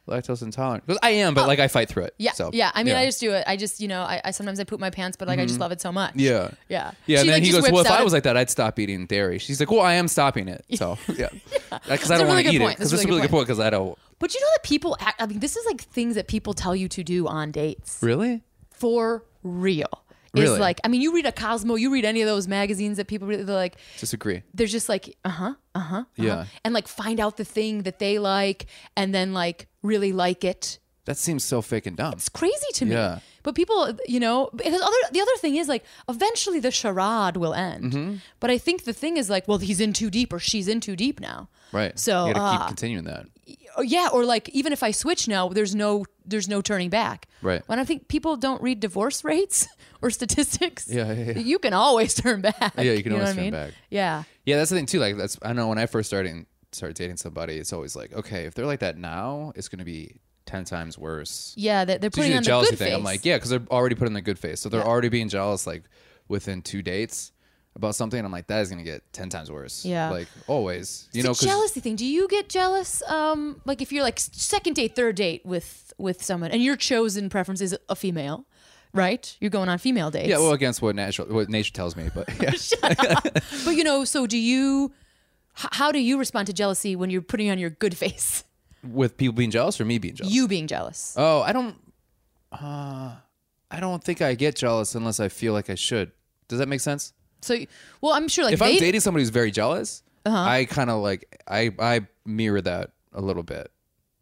[SPEAKER 2] lactose intolerant. He goes, I am, but like I fight through it.
[SPEAKER 1] Oh. Yeah,
[SPEAKER 2] So
[SPEAKER 1] yeah. I mean, I just do it. I just, you know, I, I sometimes I poop my pants, but like I just love it so much.
[SPEAKER 2] Mm-hmm. Yeah.
[SPEAKER 1] yeah.
[SPEAKER 2] Yeah,
[SPEAKER 1] She,
[SPEAKER 2] and then
[SPEAKER 1] like,
[SPEAKER 2] he
[SPEAKER 1] just
[SPEAKER 2] goes, "Well,
[SPEAKER 1] whips
[SPEAKER 2] if
[SPEAKER 1] out
[SPEAKER 2] I
[SPEAKER 1] a-
[SPEAKER 2] was like that, I'd stop eating dairy." She's like, "Well, I am stopping it, so yeah, because I
[SPEAKER 1] a
[SPEAKER 2] don't want
[SPEAKER 1] really
[SPEAKER 2] to
[SPEAKER 1] good
[SPEAKER 2] eat
[SPEAKER 1] point.
[SPEAKER 2] it because
[SPEAKER 1] That's
[SPEAKER 2] it's a really good point because I don't
[SPEAKER 1] but you know that people, act, I mean, this is like things that people tell you to do on dates.
[SPEAKER 2] really."
[SPEAKER 1] for real. Is
[SPEAKER 2] Really?
[SPEAKER 1] like, I mean, you read a Cosmo, you read any of those magazines that people read, they're like,
[SPEAKER 2] Disagree.
[SPEAKER 1] they're just like, uh huh, uh huh, uh-huh,
[SPEAKER 2] Yeah.
[SPEAKER 1] and like find out the thing that they like and then like really like it.
[SPEAKER 2] That seems so fake and dumb.
[SPEAKER 1] It's crazy to me.
[SPEAKER 2] Yeah.
[SPEAKER 1] But people, you know, because other the other thing is like, eventually the charade will end.
[SPEAKER 2] Mm-hmm.
[SPEAKER 1] But I think the thing is like, well, he's in too deep or she's in too deep now.
[SPEAKER 2] Right.
[SPEAKER 1] So,
[SPEAKER 2] you gotta keep
[SPEAKER 1] uh,
[SPEAKER 2] continuing that.
[SPEAKER 1] Or, Oh, yeah, or like even if I switch now, there's no there's no turning back.
[SPEAKER 2] Right.
[SPEAKER 1] When I think people don't read divorce rates or statistics,
[SPEAKER 2] Yeah, yeah, yeah.
[SPEAKER 1] you can always turn back.
[SPEAKER 2] Yeah, you can
[SPEAKER 1] know
[SPEAKER 2] always
[SPEAKER 1] what I
[SPEAKER 2] turn
[SPEAKER 1] mean?
[SPEAKER 2] back.
[SPEAKER 1] Yeah,
[SPEAKER 2] Yeah, that's the thing too. Like that's I know when I first started started dating somebody, it's always like, okay, if they're like that now, it's gonna be ten times worse.
[SPEAKER 1] yeah, they're, they're
[SPEAKER 2] It's
[SPEAKER 1] putting
[SPEAKER 2] usually a
[SPEAKER 1] on the
[SPEAKER 2] jealousy
[SPEAKER 1] good
[SPEAKER 2] thing.
[SPEAKER 1] face.
[SPEAKER 2] I'm like, yeah, because they're already putting the good face, so they're
[SPEAKER 1] Yeah.
[SPEAKER 2] already being jealous like within two dates about something. I'm like, that is gonna get ten times worse.
[SPEAKER 1] Yeah.
[SPEAKER 2] like always. You
[SPEAKER 1] it's
[SPEAKER 2] know,
[SPEAKER 1] a
[SPEAKER 2] 'cause-
[SPEAKER 1] jealousy thing. Do you get jealous? Um, like if you're like s- second date, third date with with someone, and your chosen preference is a female, right? You're going on female dates.
[SPEAKER 2] yeah, well, against what natural what nature tells me, but yeah,
[SPEAKER 1] but you know, so do you? h- How do you respond to jealousy when you're putting on your good face?
[SPEAKER 2] with people being jealous or me being jealous.
[SPEAKER 1] You being jealous.
[SPEAKER 2] oh, I don't. Uh, I don't think I get jealous unless I feel like I should. Does that make sense?
[SPEAKER 1] So, you- well, I'm sure like
[SPEAKER 2] if
[SPEAKER 1] they,
[SPEAKER 2] I'm dating somebody who's very jealous, I kind of like I I mirror that a little bit.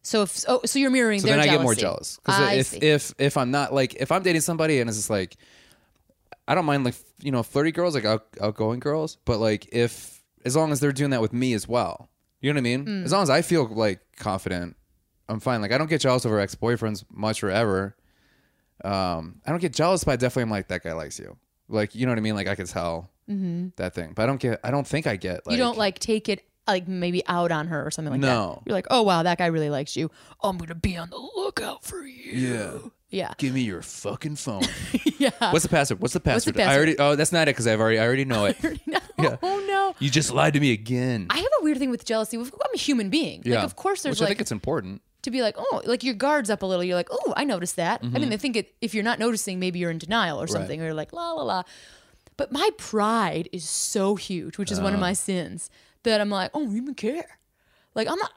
[SPEAKER 1] So if oh, so you're mirroring
[SPEAKER 2] So
[SPEAKER 1] their
[SPEAKER 2] then
[SPEAKER 1] jealousy.
[SPEAKER 2] I get more jealous because
[SPEAKER 1] I
[SPEAKER 2] if
[SPEAKER 1] see.
[SPEAKER 2] if if I'm not like if I'm dating somebody and it's just like I don't mind like you know flirty girls like out, outgoing girls, but like if as long as they're doing that with me as well, you know what I mean.
[SPEAKER 1] Hmm.
[SPEAKER 2] As long as I feel like confident, I'm fine. Like I don't get jealous over ex boyfriends much or ever. Um, I don't get jealous, but I definitely am like that guy likes you. Like you know what I mean. Like I could tell that thing, but I don't get. I don't think I get. Like,
[SPEAKER 1] Mm-hmm. you don't like take it like maybe out on her or something like
[SPEAKER 2] No.
[SPEAKER 1] that. You're like, oh wow, that guy really likes you. I'm gonna be on the lookout for you. Yeah.
[SPEAKER 2] Give me your fucking phone.
[SPEAKER 1] Yeah.
[SPEAKER 2] What's the password? What's the password?
[SPEAKER 1] the
[SPEAKER 2] I
[SPEAKER 1] password?
[SPEAKER 2] already. Oh, that's not it because I've already. I already know it.
[SPEAKER 1] Yeah.
[SPEAKER 2] Yeah.
[SPEAKER 1] Oh no.
[SPEAKER 2] You just lied to me again.
[SPEAKER 1] I have a weird thing with jealousy. I'm a human being. Like, of course, there's
[SPEAKER 2] Which
[SPEAKER 1] like
[SPEAKER 2] I think it's important.
[SPEAKER 1] to be like, oh, like your guard's up a little. You're like, oh, I noticed that. I
[SPEAKER 2] Mm-hmm.
[SPEAKER 1] mean, I think it, if you're not noticing, maybe you're in denial or something, or you're like, la, la, la. But my pride is so huge, which is one
[SPEAKER 2] Uh-huh.
[SPEAKER 1] of my sins, that I'm like, oh, I don't even care. Like, I'm not,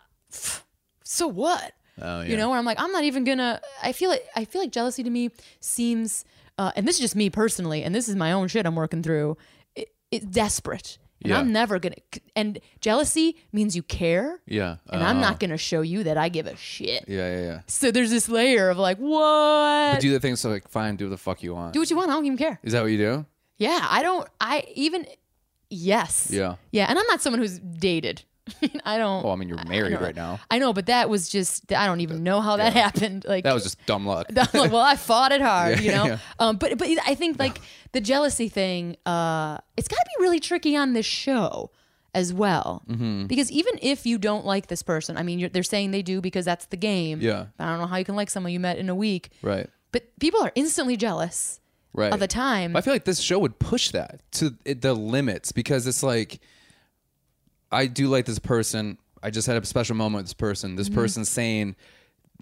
[SPEAKER 1] so what?
[SPEAKER 2] Oh, yeah.
[SPEAKER 1] You know, where I'm like, I'm not even gonna. I feel like I feel like jealousy to me seems, uh, and this is just me personally, and this is my own shit I'm working through. It, it's desperate, and
[SPEAKER 2] Yeah.
[SPEAKER 1] I'm never gonna. And jealousy means you care,
[SPEAKER 2] Yeah. uh-huh.
[SPEAKER 1] and I'm not gonna show you that I give a shit.
[SPEAKER 2] Yeah, yeah, yeah.
[SPEAKER 1] So there's this layer of like, what?
[SPEAKER 2] Do the thing so like fine, do what the fuck you want.
[SPEAKER 1] do what you want. I don't even care.
[SPEAKER 2] Is that what you do?
[SPEAKER 1] Yeah, I don't. I even. Yes.
[SPEAKER 2] Yeah. Oh.
[SPEAKER 1] Yeah, and I'm not someone who's dated. I don't.
[SPEAKER 2] Well, I mean you're married right now.
[SPEAKER 1] I know, but that was just. I don't even know how that happened. Like
[SPEAKER 2] That was just dumb luck.
[SPEAKER 1] I'm like, well, I fought it hard,
[SPEAKER 2] Yeah,
[SPEAKER 1] you know.
[SPEAKER 2] yeah.
[SPEAKER 1] Um, but but I think like the jealousy thing, uh, it's got to be really tricky on this show as well,
[SPEAKER 2] Mm-hmm.
[SPEAKER 1] because even if you don't like this person, I mean, you're, they're saying they do because that's the game.
[SPEAKER 2] Yeah.
[SPEAKER 1] I don't know how you can like someone you met in a week,
[SPEAKER 2] right.
[SPEAKER 1] but people are instantly jealous
[SPEAKER 2] Right.
[SPEAKER 1] of the time.
[SPEAKER 2] I feel like this show would push that to it- the limits because it's like, I do like this person. I just had a special moment with this person.
[SPEAKER 1] Mm-hmm.
[SPEAKER 2] This person's saying,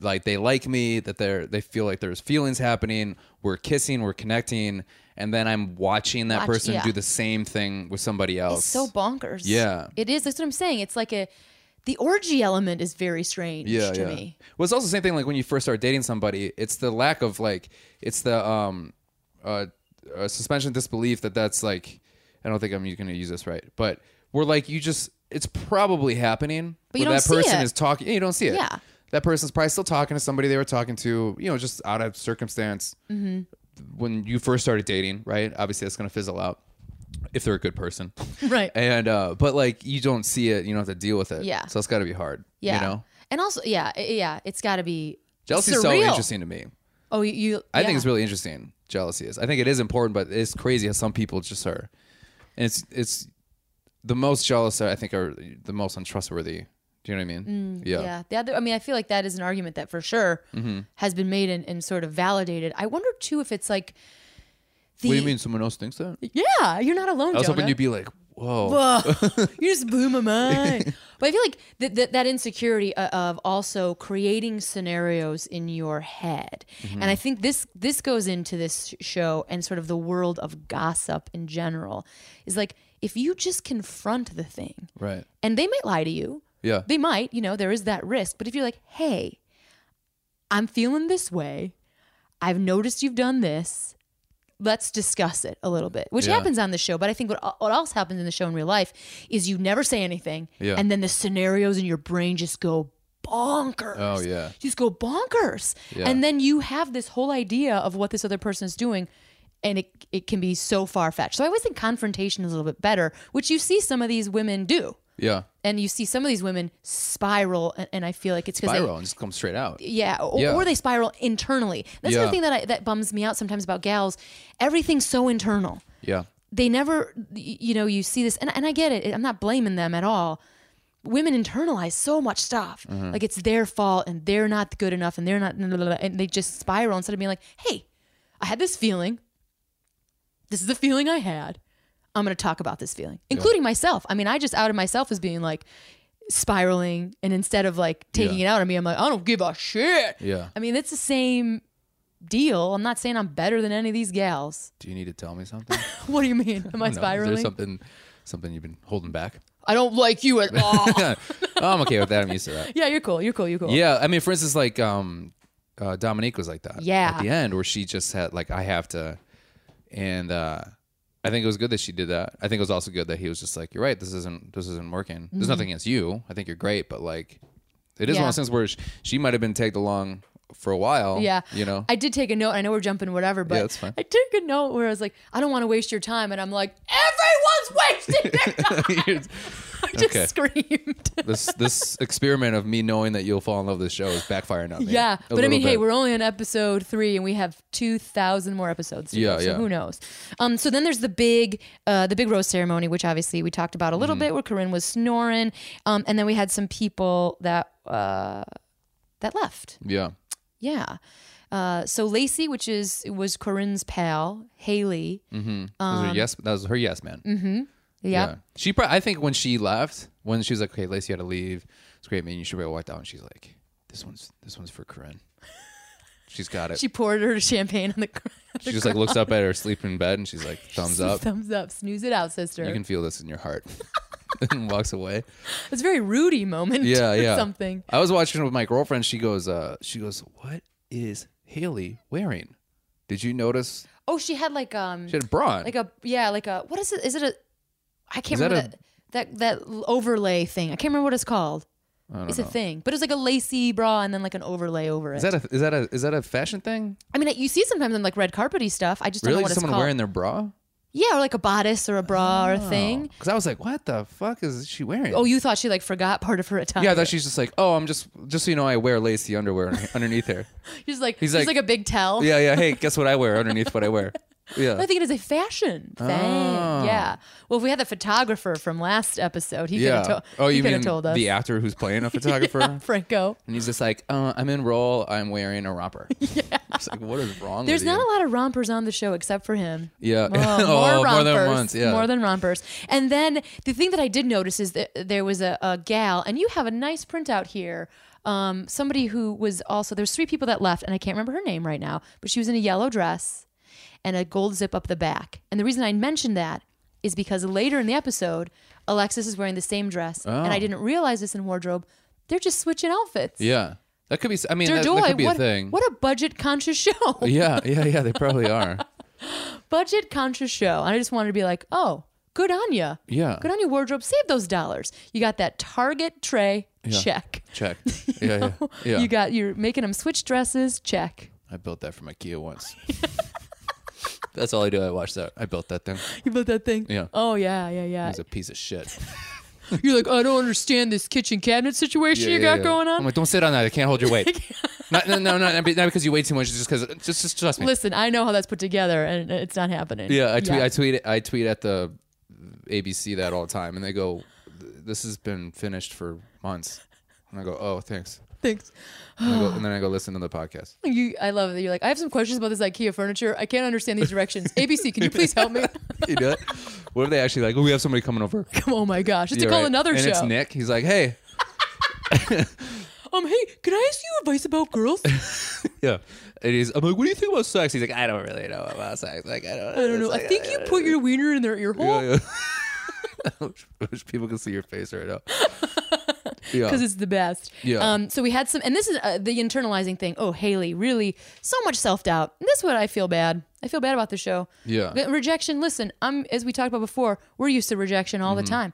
[SPEAKER 2] like, they like me, that they're they feel like there's feelings happening. We're kissing, we're connecting, and then I'm watching that
[SPEAKER 1] Watch-
[SPEAKER 2] person
[SPEAKER 1] yeah.
[SPEAKER 2] do the same thing with somebody else.
[SPEAKER 1] It's so bonkers.
[SPEAKER 2] Yeah.
[SPEAKER 1] it is. That's what I'm saying. It's like a the orgy element is very strange
[SPEAKER 2] yeah,
[SPEAKER 1] to
[SPEAKER 2] yeah.
[SPEAKER 1] me.
[SPEAKER 2] Well, it's also the same thing like when you first start dating somebody. It's the lack of like, it's the um, uh, uh suspension of disbelief that that's like, I don't think I'm going to use this right, but we're like, you just, it's probably happening,
[SPEAKER 1] But you
[SPEAKER 2] that
[SPEAKER 1] don't see
[SPEAKER 2] person
[SPEAKER 1] it.
[SPEAKER 2] is talking. yeah, You don't see it.
[SPEAKER 1] Yeah.
[SPEAKER 2] That person's probably still talking to somebody they were talking to, you know, just out of circumstance.
[SPEAKER 1] Mm-hmm.
[SPEAKER 2] When you first started dating, right? Obviously, that's going to fizzle out if they're a good person.
[SPEAKER 1] Right.
[SPEAKER 2] And, uh, but like, you don't see it, you don't have to deal with it.
[SPEAKER 1] Yeah.
[SPEAKER 2] So it's got to be hard.
[SPEAKER 1] Yeah.
[SPEAKER 2] You know?
[SPEAKER 1] And also, yeah, i- yeah, it's got to be
[SPEAKER 2] Jealousy's so
[SPEAKER 1] surreal.
[SPEAKER 2] interesting to me.
[SPEAKER 1] Oh, you. you
[SPEAKER 2] I think
[SPEAKER 1] yeah.
[SPEAKER 2] it's really interesting. Jealousy is. I think it is important, but it's crazy how some people just are. And it's it's the most jealous. I think are the most untrustworthy. Do you know what I mean? yeah.
[SPEAKER 1] Mm,
[SPEAKER 2] Mm-hmm.
[SPEAKER 1] Yeah. The other, I mean, I feel like that is an argument that for sure has been made and, and sort of validated. I wonder too if it's like the.
[SPEAKER 2] What do you mean? Someone else thinks that?
[SPEAKER 1] Yeah, you're not alone.
[SPEAKER 2] I was
[SPEAKER 1] Jonah.
[SPEAKER 2] hoping you'd be like, whoa.
[SPEAKER 1] Whoa, you just blew my mind. But I feel like th- th- that insecurity o- of also creating scenarios in your head, and I think this this goes into this show and sort of the world of gossip in general is like if you just confront the thing,
[SPEAKER 2] Right.
[SPEAKER 1] and they might lie to you,
[SPEAKER 2] Yeah.
[SPEAKER 1] they might, you know, there is that risk. But if you're like, hey, I'm feeling this way, I've noticed you've done this, let's discuss it a little bit, which
[SPEAKER 2] Yeah.
[SPEAKER 1] happens on the show. But I think what, what else happens in the show in real life is you never say anything,
[SPEAKER 2] Yeah.
[SPEAKER 1] and then the scenarios in your brain just go bonkers.
[SPEAKER 2] Oh, yeah.
[SPEAKER 1] You just go bonkers.
[SPEAKER 2] Yeah.
[SPEAKER 1] And then you have this whole idea of what this other person is doing. And it, it can be so far fetched. So I always think confrontation is a little bit better, which you see some of these women do
[SPEAKER 2] yeah.
[SPEAKER 1] and you see some of these women spiral and, and i feel like it's because
[SPEAKER 2] Viral
[SPEAKER 1] they
[SPEAKER 2] and just come straight out.
[SPEAKER 1] yeah or,
[SPEAKER 2] Yeah.
[SPEAKER 1] or they spiral internally that's
[SPEAKER 2] Yeah.
[SPEAKER 1] the thing that I, that bums me out sometimes about gals everything's so internal
[SPEAKER 2] Yeah.
[SPEAKER 1] they never y- you know you see this and, and i get it i'm not blaming them at all women internalize so much stuff
[SPEAKER 2] Mm-hmm.
[SPEAKER 1] like it's their fault and they're not good enough and they're not blah, blah, blah, and they just spiral instead of being like hey i had this feeling this is the feeling i had i'm going to talk about this feeling including myself i mean i just outed myself as being like spiraling and instead of like taking
[SPEAKER 2] Yeah.
[SPEAKER 1] it out on me i'm like i don't give a shit
[SPEAKER 2] Yeah.
[SPEAKER 1] i mean it's the same deal i'm not saying i'm better than any of these gals
[SPEAKER 2] Do you need to tell me something?
[SPEAKER 1] what do you mean am i
[SPEAKER 2] No? Is there
[SPEAKER 1] spiraling
[SPEAKER 2] something something you've been holding back?
[SPEAKER 1] I don't like you at all.
[SPEAKER 2] oh, I'm okay with that. I'm used to that.
[SPEAKER 1] yeah, you're cool. You're cool. You're cool.
[SPEAKER 2] Yeah, I mean, for instance, like um, uh, Dominique was like that.
[SPEAKER 1] Yeah.
[SPEAKER 2] At the end, where she just had like, I have to, and uh, I think it was good that she did that. I think it was also good that he was just like, you're right. This isn't this isn't working. There's nothing against you. I think you're great, but like, it is
[SPEAKER 1] Mm-hmm. Yeah.
[SPEAKER 2] one of those things where she, she might have been tagged along for a while.
[SPEAKER 1] Yeah.
[SPEAKER 2] You know.
[SPEAKER 1] I did take a note. I know we're jumping whatever, but
[SPEAKER 2] that's fine.
[SPEAKER 1] I took a note where I was like, I don't want to waste your time. And I'm like, everyone's wasting their time. I just
[SPEAKER 2] Okay.
[SPEAKER 1] screamed.
[SPEAKER 2] this this experiment of me knowing that you'll fall in love with this show is backfiring on me.
[SPEAKER 1] yeah.
[SPEAKER 2] a
[SPEAKER 1] but I
[SPEAKER 2] little
[SPEAKER 1] mean, hey,
[SPEAKER 2] bit.
[SPEAKER 1] we're only on episode three and we have 2,000 more episodes. to go,
[SPEAKER 2] Yeah,
[SPEAKER 1] So
[SPEAKER 2] yeah.
[SPEAKER 1] who knows? Um, so then there's the big, uh, the big rose ceremony, which obviously we talked about a
[SPEAKER 2] Mm-hmm.
[SPEAKER 1] little bit where Corinne was snoring. Um, and then we had some people that, uh, that left.
[SPEAKER 2] yeah.
[SPEAKER 1] Yeah. Uh, so Lacey, which is was Corinne's pal, Haley.
[SPEAKER 2] Mm,
[SPEAKER 1] Um,
[SPEAKER 2] That was her yes, that was her yes man.
[SPEAKER 1] Yep.
[SPEAKER 2] She probably, I think when she left, when she was like, okay, Lacey, you had to leave. It's great meeting you. She probably walked out and she's like, this one's, this one's for Corinne. She's got it.
[SPEAKER 1] She poured her champagne on the. gr-
[SPEAKER 2] she just like looks up at her sleeping bed and she's like, thumbs up.
[SPEAKER 1] Thumbs up. Snooze it out, sister.
[SPEAKER 2] You can feel this in your heart. and walks away.
[SPEAKER 1] It's a very Rudy moment.
[SPEAKER 2] Yeah,
[SPEAKER 1] It's
[SPEAKER 2] yeah.
[SPEAKER 1] Something.
[SPEAKER 2] I was watching with my girlfriend. She goes, uh, she goes, what is Haley wearing? Did you notice
[SPEAKER 1] Oh, she had like um,
[SPEAKER 2] she had a bra? on.
[SPEAKER 1] like a yeah, like a what is it? Is it a? I can't
[SPEAKER 2] Is that
[SPEAKER 1] remember that, that that overlay thing. I can't remember what it's called.
[SPEAKER 2] don't
[SPEAKER 1] It's a thing, but it's like a lacy bra and then like an overlay over it.
[SPEAKER 2] is that a is that a is that a fashion thing?
[SPEAKER 1] I mean, you see sometimes on like red carpety stuff. I just don't
[SPEAKER 2] Really,
[SPEAKER 1] know what it's
[SPEAKER 2] someone
[SPEAKER 1] called.
[SPEAKER 2] wearing Oh. their bra?
[SPEAKER 1] yeah, or like a bodice or a bra or a thing.
[SPEAKER 2] Because I was like, what the fuck is she wearing?
[SPEAKER 1] Oh, you thought she like forgot part of her attire?
[SPEAKER 2] yeah, I thought she's just like, oh, I'm just just so you know, I wear lacy underwear un- underneath here.
[SPEAKER 1] she's like
[SPEAKER 2] He's
[SPEAKER 1] she's like,
[SPEAKER 2] like-
[SPEAKER 1] a big towel.
[SPEAKER 2] Yeah, yeah. Hey, guess what I wear underneath what I wear?
[SPEAKER 1] I
[SPEAKER 2] Yeah.
[SPEAKER 1] think it is a fashion thing.
[SPEAKER 2] Oh.
[SPEAKER 1] Yeah. Well, if we had the photographer from last episode, he could
[SPEAKER 2] Yeah.
[SPEAKER 1] have to-
[SPEAKER 2] Oh,
[SPEAKER 1] he
[SPEAKER 2] you
[SPEAKER 1] could
[SPEAKER 2] mean
[SPEAKER 1] have told us.
[SPEAKER 2] the actor who's playing a photographer?
[SPEAKER 1] Yeah, Franco.
[SPEAKER 2] And he's just like, uh, I'm in role. I'm wearing a romper. Yeah. It's like, what is wrong
[SPEAKER 1] There's
[SPEAKER 2] with you?
[SPEAKER 1] not a lot of rompers on the show except for him.
[SPEAKER 2] Yeah.
[SPEAKER 1] Oh, more
[SPEAKER 2] Oh,
[SPEAKER 1] rompers.
[SPEAKER 2] more than once, yeah.
[SPEAKER 1] More than rompers. And then the thing that I did notice is that there was a, a gal, and you have a nice printout here. Um, somebody who was also there's three people that left, and I can't remember her name right now, but she was in a yellow dress and a gold zip up the back. And the reason I mentioned that is because later in the episode, Alexis is wearing the same dress, and I didn't realize this in wardrobe. They're just switching outfits.
[SPEAKER 2] Oh. yeah. That could be. s- I mean,
[SPEAKER 1] Dear
[SPEAKER 2] that, that
[SPEAKER 1] Joy,
[SPEAKER 2] could be
[SPEAKER 1] what,
[SPEAKER 2] a thing.
[SPEAKER 1] what a budget conscious show.
[SPEAKER 2] yeah, yeah, yeah. They probably are.
[SPEAKER 1] budget conscious show. And I just wanted to be like, oh, good on you.
[SPEAKER 2] Yeah.
[SPEAKER 1] Good on you, wardrobe. Save those dollars. You got that Target tray. Check.
[SPEAKER 2] Check. Yeah, yeah, yeah.
[SPEAKER 1] You got you're making them switch dresses. Check.
[SPEAKER 2] I built that for my Kia once. That's all I do. I watch that. I built that thing.
[SPEAKER 1] You built that thing.
[SPEAKER 2] Yeah.
[SPEAKER 1] Oh yeah, yeah, yeah.
[SPEAKER 2] It's a piece of shit.
[SPEAKER 1] You're like, I don't understand this kitchen cabinet situation you got going on.
[SPEAKER 2] I'm like, don't sit on that. I can't hold your weight. not, no, no, not, not because you weigh too much. Just because. Just, just trust me.
[SPEAKER 1] Listen, I know how that's put together, and it's not happening.
[SPEAKER 2] Yeah, I tweet. I tweet. I tweet at the ABC that all the time, and they go, "This has been finished for months." And I go, "Oh, thanks."
[SPEAKER 1] Thanks.
[SPEAKER 2] And, I go, and then I go listen to the podcast.
[SPEAKER 1] You, I love that you're like, I have some questions about this IKEA furniture. I can't understand these directions. ABC, can you please help me?
[SPEAKER 2] You do it. What if they actually like? Oh, we have somebody coming over.
[SPEAKER 1] oh my gosh, it's
[SPEAKER 2] You're
[SPEAKER 1] a call
[SPEAKER 2] right.
[SPEAKER 1] another
[SPEAKER 2] and
[SPEAKER 1] show.
[SPEAKER 2] it's Nick. He's like, "Hey,
[SPEAKER 1] Um, hey, can I ask you advice about girls?
[SPEAKER 2] yeah." And he's, I'm like, "What do you think about sex?" He's like, "I don't really know about sex. Like, I don't.
[SPEAKER 1] I don't know. I think you put your wiener in their ear hole
[SPEAKER 2] Yeah, yeah. I wish- I wish people could see your face right now. Yeah.
[SPEAKER 1] because it's the best.
[SPEAKER 2] Yeah.
[SPEAKER 1] Um. So we had some, and this is uh, the internalizing thing. Oh, Haley, really, so much self doubt. This is what I feel bad. I feel bad about the show.
[SPEAKER 2] Yeah.
[SPEAKER 1] The rejection. Listen, I'm as we talked about before. We're used to rejection all the
[SPEAKER 2] Mm-hmm.
[SPEAKER 1] time.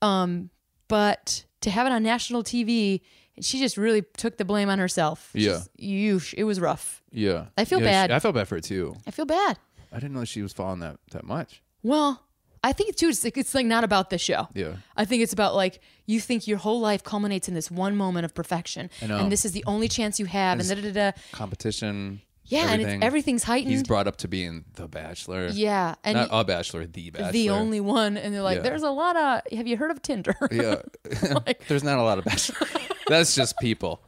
[SPEAKER 1] Um. But to have it on national TV, she just really took the blame on herself.
[SPEAKER 2] Yeah.
[SPEAKER 1] She's- You. It was rough.
[SPEAKER 2] yeah.
[SPEAKER 1] I feel
[SPEAKER 2] Yeah,
[SPEAKER 1] bad.
[SPEAKER 2] She, I felt bad for it too.
[SPEAKER 1] I feel bad.
[SPEAKER 2] I didn't know she was falling that that much.
[SPEAKER 1] Well, I think too. It's like it's like not about this show.
[SPEAKER 2] Yeah.
[SPEAKER 1] I think it's about like you think your whole life culminates in this one moment of perfection,
[SPEAKER 2] know.
[SPEAKER 1] and this is the only chance you have, and da da da. da.
[SPEAKER 2] competition.
[SPEAKER 1] Yeah, and it's, everything's heightened.
[SPEAKER 2] He's brought up to being the bachelor.
[SPEAKER 1] yeah, and
[SPEAKER 2] not a bachelor, the bachelor.
[SPEAKER 1] the only one, and they're like,
[SPEAKER 2] Yeah.
[SPEAKER 1] "There's a lot of. Have you heard of Tinder?
[SPEAKER 2] Yeah, there's not a lot of bachelor. That's just people.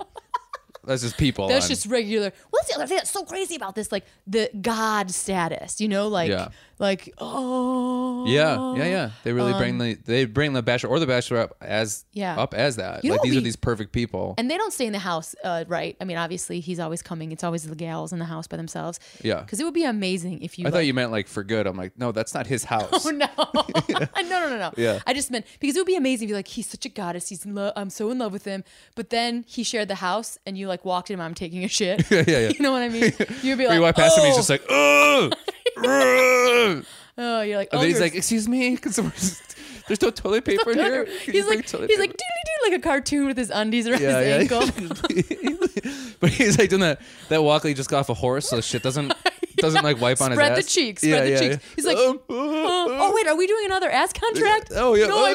[SPEAKER 2] That's just people.
[SPEAKER 1] That's
[SPEAKER 2] on-
[SPEAKER 1] just regular. What's the other thing that's so crazy about this? Like the God status, you know, like
[SPEAKER 2] Yeah.
[SPEAKER 1] like oh
[SPEAKER 2] Yeah, yeah, yeah. They really bring the they bring the bachelor or the bachelor up as
[SPEAKER 1] Um, Yeah.
[SPEAKER 2] up as that.
[SPEAKER 1] You know
[SPEAKER 2] like
[SPEAKER 1] what
[SPEAKER 2] these are
[SPEAKER 1] we-
[SPEAKER 2] these perfect people.
[SPEAKER 1] And they don't stay in the house, uh, right? I mean, obviously, he's always coming. It's always the gals in the house by themselves.
[SPEAKER 2] Yeah.
[SPEAKER 1] Because it would be amazing if you.
[SPEAKER 2] I
[SPEAKER 1] like-
[SPEAKER 2] thought you meant like for good. I'm like, no, that's not his house.
[SPEAKER 1] Oh no. no, no, no, no.
[SPEAKER 2] Yeah.
[SPEAKER 1] I just meant because it would be amazing if you're like, he's such a goddess. He's in love. I'm so in love with him. But then he shared the house, and you like walked in. I'm taking a shit.
[SPEAKER 2] Yeah, yeah, yeah.
[SPEAKER 1] You know what I mean? You'd be
[SPEAKER 2] We
[SPEAKER 1] like,
[SPEAKER 2] walk past
[SPEAKER 1] oh.
[SPEAKER 2] him, he's just like, ugh. ugh."
[SPEAKER 1] oh, you're like,
[SPEAKER 2] And
[SPEAKER 1] oh,
[SPEAKER 2] then he's
[SPEAKER 1] you're-
[SPEAKER 2] like, excuse me, can someone just- there's no toilet paper in here. Can you
[SPEAKER 1] he's
[SPEAKER 2] bring
[SPEAKER 1] like, he's
[SPEAKER 2] toilet
[SPEAKER 1] like,
[SPEAKER 2] paper?"
[SPEAKER 1] doodly doo, like a cartoon with his undies around his ankle.
[SPEAKER 2] but he's like doing that that walk like he just got off a horse, so shit doesn't doesn't like wipe on his
[SPEAKER 1] Spread
[SPEAKER 2] ass.
[SPEAKER 1] the cheeks, spread the cheeks. He's like,
[SPEAKER 2] Um,
[SPEAKER 1] Oh, oh wait, are we doing another ass contract?
[SPEAKER 2] oh yeah,
[SPEAKER 1] No,